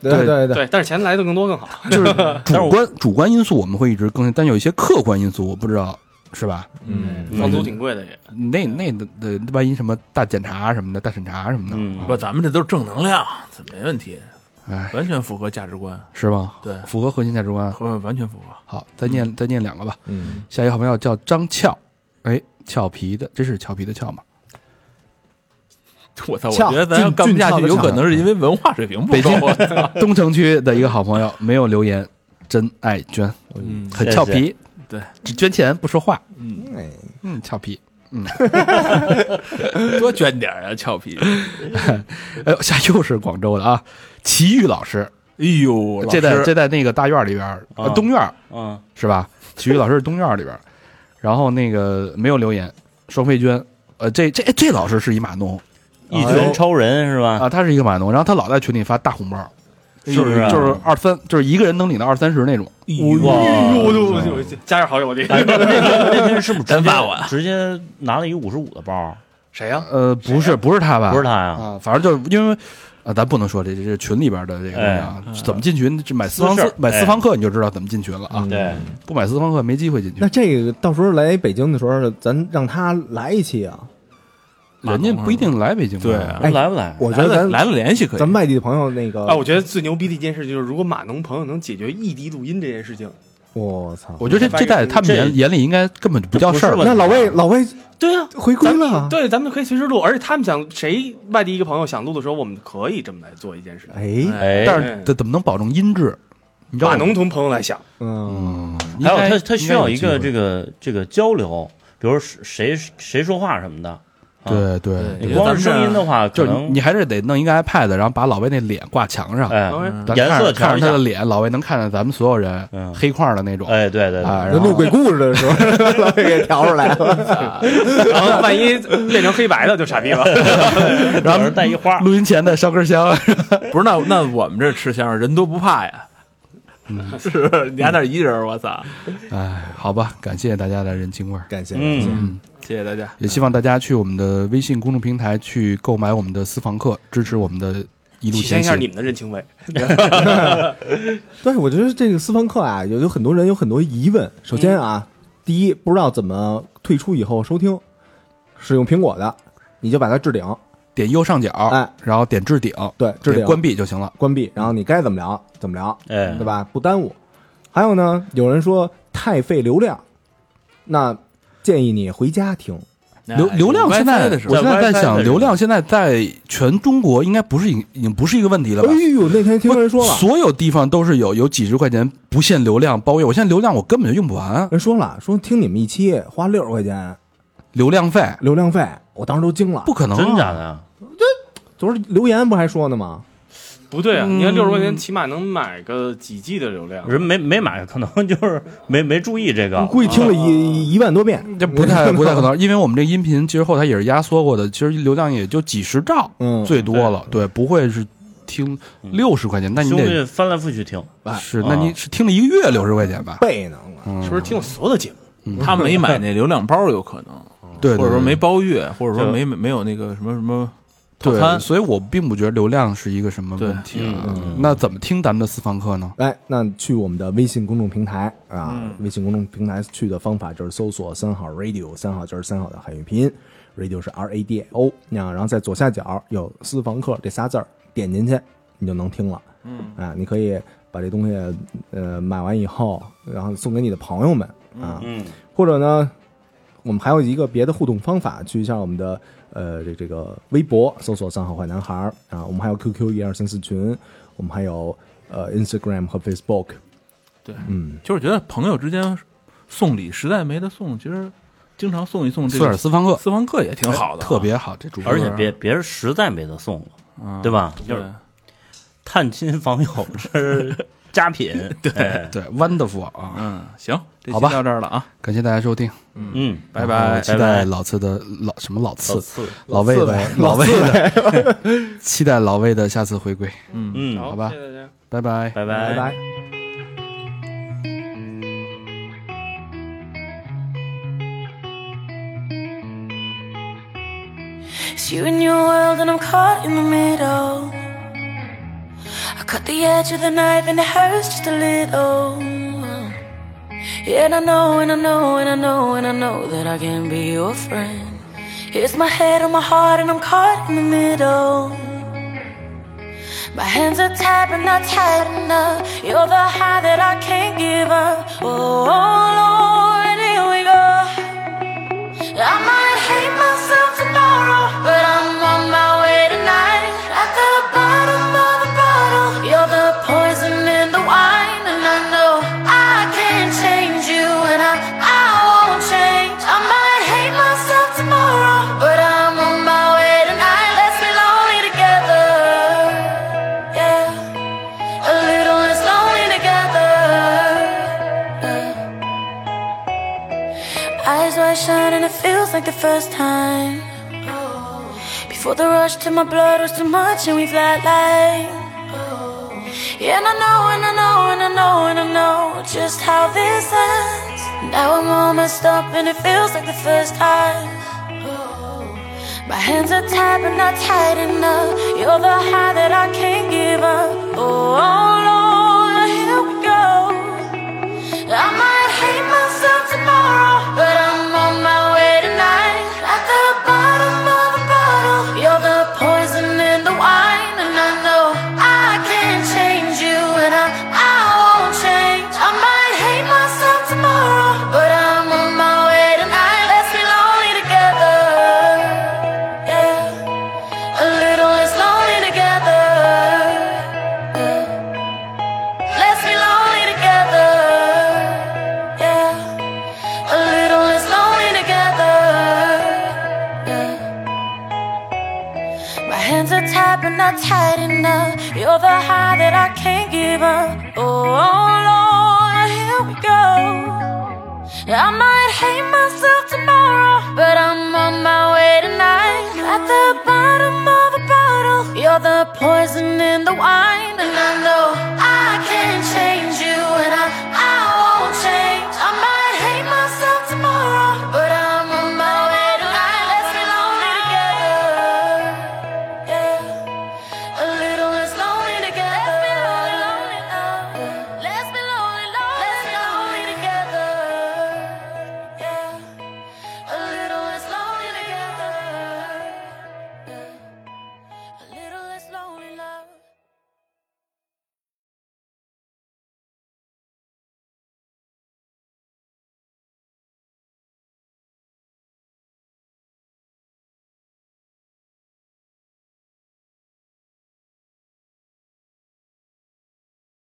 [SPEAKER 4] 对对对，
[SPEAKER 6] 对，但是钱来的更多更好。
[SPEAKER 2] 就是主观主观因素我们会一直更新，但有一些客观因素我不知道，是吧？
[SPEAKER 3] 嗯，
[SPEAKER 6] 房租挺贵的也，
[SPEAKER 2] 那那的的万一什么大检查什么的，大审查什么的，
[SPEAKER 5] 嗯
[SPEAKER 3] 不，咱们这都是正能量，这没问题，
[SPEAKER 2] 哎，
[SPEAKER 3] 完全符合价值观，
[SPEAKER 2] 是吧？
[SPEAKER 3] 对
[SPEAKER 2] 符合核心价值观。
[SPEAKER 3] 和完全符合，
[SPEAKER 2] 好，再念再念两个吧。
[SPEAKER 4] 嗯，
[SPEAKER 2] 下一个好朋友叫张俏，哎，俏皮的，这是俏皮的俏 吗？
[SPEAKER 3] 我操，我
[SPEAKER 4] 翘
[SPEAKER 3] 觉得咱要
[SPEAKER 4] 俊
[SPEAKER 3] 干不下
[SPEAKER 4] 俊俏
[SPEAKER 3] 去，
[SPEAKER 4] 的
[SPEAKER 3] 有
[SPEAKER 4] 翘
[SPEAKER 3] 可能是因为文化水平不
[SPEAKER 2] 北
[SPEAKER 3] 够
[SPEAKER 2] 京，
[SPEAKER 3] 我操
[SPEAKER 2] 东城区的一个好朋友没有留言，真爱娟，
[SPEAKER 3] 嗯，
[SPEAKER 2] 很俏皮，
[SPEAKER 3] 对，
[SPEAKER 2] 只捐钱不说话，
[SPEAKER 4] 哎，
[SPEAKER 2] 嗯，俏皮。
[SPEAKER 3] 多捐点儿啊，俏皮，
[SPEAKER 2] 哎呦，下又是广州的啊，齐豫老师，
[SPEAKER 3] 哎呦，老
[SPEAKER 2] 这在
[SPEAKER 3] 师
[SPEAKER 2] 这在那个大院里边儿，呃
[SPEAKER 5] 啊
[SPEAKER 2] 东院儿
[SPEAKER 5] 嗯，
[SPEAKER 2] 是吧？体育老师是东院儿里边儿，然后那个没有留言，双飞娟，呃，这这这老师是一码农
[SPEAKER 5] 一拳超人是吧？
[SPEAKER 2] 哎啊，他是一个码农，然后他老在群里发大红包，
[SPEAKER 5] 是不是啊？
[SPEAKER 2] 就是二三，就是一个人能领到二三十那种。哎
[SPEAKER 5] 哇，
[SPEAKER 6] 我就我就加点好友我弟。
[SPEAKER 5] 哎那那那天是不是直
[SPEAKER 3] 真
[SPEAKER 5] 接
[SPEAKER 3] 骂我
[SPEAKER 5] 直接拿了一个五十五的包？
[SPEAKER 6] 谁呀？
[SPEAKER 2] 呃，不是不是他吧？
[SPEAKER 5] 不是他呀？
[SPEAKER 2] 啊，反正就是因为。啊，咱不能说这这这群里边的这个东西啊，怎么进群？这买私房
[SPEAKER 5] 哎私
[SPEAKER 2] 课
[SPEAKER 5] 事，哎嗯
[SPEAKER 2] 买私房课你就知道怎么进群了啊！
[SPEAKER 5] 对，
[SPEAKER 2] 不买私房课没机会进去
[SPEAKER 4] 那。这个到时候来北京的时候，咱让他来一期啊，
[SPEAKER 2] 人家不一定来北京吧。
[SPEAKER 3] 对啊
[SPEAKER 5] 说来不
[SPEAKER 2] 哎
[SPEAKER 5] 来？
[SPEAKER 4] 我觉
[SPEAKER 3] 来
[SPEAKER 4] 得
[SPEAKER 3] 了
[SPEAKER 4] 咱
[SPEAKER 3] 来了联系可以，
[SPEAKER 4] 咱外地的朋友那个
[SPEAKER 6] 啊，，我觉得最牛逼的一件事就是，如果码农朋友能解决异地录音这件事情，
[SPEAKER 4] 我操，
[SPEAKER 2] 我觉得这这在他们眼眼里应该根本就不叫事儿
[SPEAKER 5] 不
[SPEAKER 2] 了
[SPEAKER 5] 是。
[SPEAKER 4] 那老魏老魏
[SPEAKER 6] 对啊，
[SPEAKER 4] 回归
[SPEAKER 6] 咱们
[SPEAKER 4] 了，
[SPEAKER 6] 对，咱们可以随时录，而且他们想谁外地一个朋友想录的时候，我们可以这么来做一件事。
[SPEAKER 4] 哎，
[SPEAKER 5] 哎，
[SPEAKER 2] 但是这怎么能保证音质？你知道
[SPEAKER 6] 码
[SPEAKER 2] 我
[SPEAKER 6] 农同朋友来想，
[SPEAKER 4] 嗯，
[SPEAKER 2] 嗯，
[SPEAKER 5] 还有他他需要一个
[SPEAKER 2] 应该有机
[SPEAKER 5] 这
[SPEAKER 2] 会
[SPEAKER 5] 个这个交流，比如谁谁说话什么的。
[SPEAKER 2] 对对，
[SPEAKER 5] 你光是声音的话，
[SPEAKER 2] 就
[SPEAKER 5] 啊可
[SPEAKER 2] 是你
[SPEAKER 5] 能
[SPEAKER 2] 你还是得弄一个 iPad，然后把老魏那脸挂墙上，
[SPEAKER 5] 哎
[SPEAKER 6] 嗯
[SPEAKER 2] 咱
[SPEAKER 5] 颜
[SPEAKER 2] 看着
[SPEAKER 5] 色调
[SPEAKER 2] 看
[SPEAKER 5] 一
[SPEAKER 2] 着
[SPEAKER 5] 下
[SPEAKER 2] 他的脸，老魏能看见咱们所有人
[SPEAKER 5] 嗯
[SPEAKER 2] 黑框的那种
[SPEAKER 5] 哎，对对
[SPEAKER 2] 啊，
[SPEAKER 5] 对，
[SPEAKER 2] 然
[SPEAKER 4] 录
[SPEAKER 2] 后
[SPEAKER 4] 鬼故事的时候，老魏给调出来了，
[SPEAKER 6] 然后万一变成黑白的就傻逼了。
[SPEAKER 5] 然后带一花，
[SPEAKER 2] 录音前的烧根香，
[SPEAKER 3] 不是那那我们这吃香人多不怕呀，
[SPEAKER 2] 嗯
[SPEAKER 3] 是不是？你还那儿一人儿，我操！
[SPEAKER 2] 哎，好吧，感谢大家的人情味儿。
[SPEAKER 4] 感谢，
[SPEAKER 5] 嗯，
[SPEAKER 3] 谢谢大家，
[SPEAKER 2] 也希望大家去我们的微信公众平台去购买我们的私房课，支持我们的一路
[SPEAKER 6] 体现
[SPEAKER 2] 前
[SPEAKER 6] 一下
[SPEAKER 2] 行。
[SPEAKER 6] 你们的人情味。
[SPEAKER 4] 对，我觉得这个私房课啊，有有很多人有很多疑问。首先啊，第一，不知道怎么退出以后收听，使用苹果的，你就把它置顶，
[SPEAKER 2] 点右上角，
[SPEAKER 4] 哎
[SPEAKER 2] 然后点置顶，
[SPEAKER 4] 对，置
[SPEAKER 2] 点
[SPEAKER 4] 顶
[SPEAKER 2] 关闭就行了。
[SPEAKER 4] 关闭，然后你该怎么聊怎么聊，
[SPEAKER 5] 哎
[SPEAKER 4] 对，吧？不耽误。还有呢，有人说太费流量，那建议你回家听。
[SPEAKER 2] 流流量现在，
[SPEAKER 3] 的时
[SPEAKER 2] 我
[SPEAKER 3] 候
[SPEAKER 2] 现在在想，
[SPEAKER 5] 在
[SPEAKER 2] 流量现在在全中国应该不是已已经不是一个问题了吧
[SPEAKER 4] 哎？呦，那天听人说了，
[SPEAKER 2] 所有地方都是有有几十块钱不限流量包月，我现在流量我根本就用不完，
[SPEAKER 4] 人说了，说听你们一期花六十块钱
[SPEAKER 2] 流量费
[SPEAKER 4] 流量费，我当时都惊了
[SPEAKER 2] 不。可能、
[SPEAKER 5] 真假
[SPEAKER 2] 啊，
[SPEAKER 5] 的呀？
[SPEAKER 4] 昨儿留言不还说呢吗？
[SPEAKER 6] 不对啊，你看六十块钱起码能买个几 G 的流量。
[SPEAKER 5] 人没没买，可能就是没没注意这个。
[SPEAKER 4] 估计听了一一万多遍，
[SPEAKER 2] 啊这不 太不太可能，因为我们这音频其实后台也是压缩过的，其实流量也就几十兆，
[SPEAKER 4] 嗯
[SPEAKER 2] 最多了，对，不会是听六十块钱，那你
[SPEAKER 5] 啊兄
[SPEAKER 2] 得哎
[SPEAKER 5] 弟翻来覆去听，
[SPEAKER 2] 是，那你是听了一个月六十块钱吧？
[SPEAKER 4] 背呢。我
[SPEAKER 5] 嗯
[SPEAKER 6] 是不是听我所有的节目？
[SPEAKER 3] 他没买那流量包有可能，
[SPEAKER 2] 嗯对，
[SPEAKER 3] 或者
[SPEAKER 2] 对
[SPEAKER 3] 说没
[SPEAKER 2] 对
[SPEAKER 3] 包月，或者说
[SPEAKER 5] 就
[SPEAKER 3] 没没有那个什么什么套餐
[SPEAKER 2] 对，所以我并不觉得流量是一个什么问题。
[SPEAKER 6] 嗯
[SPEAKER 2] 那怎么听咱们的私房课呢？
[SPEAKER 4] 来，哎那去我们的微信公众平台啊，微信公众平台去的方法就是搜索“三好 radio”，三好就是三好的汉语拼音，radio 是 R A D I O，那样，然后在左下角有“私房课”这仨字儿，点进去你就能听了。嗯，啊，你可以把这东西呃买完以后，然后送给你的朋友们啊，
[SPEAKER 5] 嗯，
[SPEAKER 4] 或者呢，我们还有一个别的互动方法，去一下我们的呃这这个微博，搜索“三好坏男孩儿”啊，我们还有 QQ 一二三四群，我们还有呃 Instagram 和 Facebook，
[SPEAKER 3] 对，
[SPEAKER 4] 嗯，
[SPEAKER 3] 就是觉得朋友之间送礼实在没得送，其实经常送一送这
[SPEAKER 2] 斯尔
[SPEAKER 3] 个
[SPEAKER 2] 私房课
[SPEAKER 3] 私房课也挺好的啊，
[SPEAKER 2] 特别好，这主播
[SPEAKER 5] 而且别别人实在没得送了，
[SPEAKER 3] 嗯
[SPEAKER 2] 啊
[SPEAKER 5] 对吧？就
[SPEAKER 3] 对
[SPEAKER 5] 是探亲访友是佳品，哎对，
[SPEAKER 2] 对 wonderful 啊！
[SPEAKER 3] 嗯，行，这期
[SPEAKER 2] 好吧
[SPEAKER 3] 到这儿了啊，
[SPEAKER 2] 感谢大家收听，
[SPEAKER 5] 嗯，
[SPEAKER 3] 拜
[SPEAKER 2] 然后
[SPEAKER 3] 拜。
[SPEAKER 2] 期待
[SPEAKER 5] 拜拜
[SPEAKER 2] 老次的老什么老
[SPEAKER 5] 老
[SPEAKER 2] 次
[SPEAKER 5] 次，
[SPEAKER 2] 老魏的老魏的， 期待老魏的下次回归，
[SPEAKER 5] 嗯，
[SPEAKER 6] 好
[SPEAKER 2] 吧
[SPEAKER 6] 谢谢大家。
[SPEAKER 2] 拜拜。
[SPEAKER 5] 拜
[SPEAKER 4] 拜拜。
[SPEAKER 7] It's you and your world, and I'm caught in the middle. I cut the edge of the knife, and it hurts just a little. Yeah, and I know, and I know, and I know, and I know that I can be your friend. Here's my head on my heart, and I'm caught in the middle. My hands are tied, but not tight enough. You're the high that I can't give up. Oh, Lord, here we go. I might hate myself tomorrow, but I'm on my way tonight. At the bottom of the bottle, you're the poison in the wine, and I know I can't change you, and I I won't change. I might hate myself tomorrow, but I'm on my way tonight. Let's be lonely together, yeah. A little less lonely together. yeah. Eyes wide shut and it feels like the first time. Before the rush to my blood was too much and we flatlined. Yeah, and I know, and I know, and I know, and I know just how this ends. Now I'm all messed up and it feels like the first time. My hands are tied but not tight enough. You're the high that I can't give up. Oh, Lord, here we go. I might hate myself tomorrow, but I'm on my way tonight. At the bottom of the bottle, you're the poison in the wine, and I know I can't change you, and I I won't change. I might hate myself tomorrow, but I'm on my way tonight. Let's be lonely together, yeah. A little less lonely together. Yeah. Let's be lonely together. Yeah. A little less lonely together. Yeah. My hands are tied, but not tight enough. You're the high that I can't give up. Oh, Lord, here we go. I might hate myself tomorrow, but I'm on my way tonight. At the bottom of a bottle, you're the poison in the wine.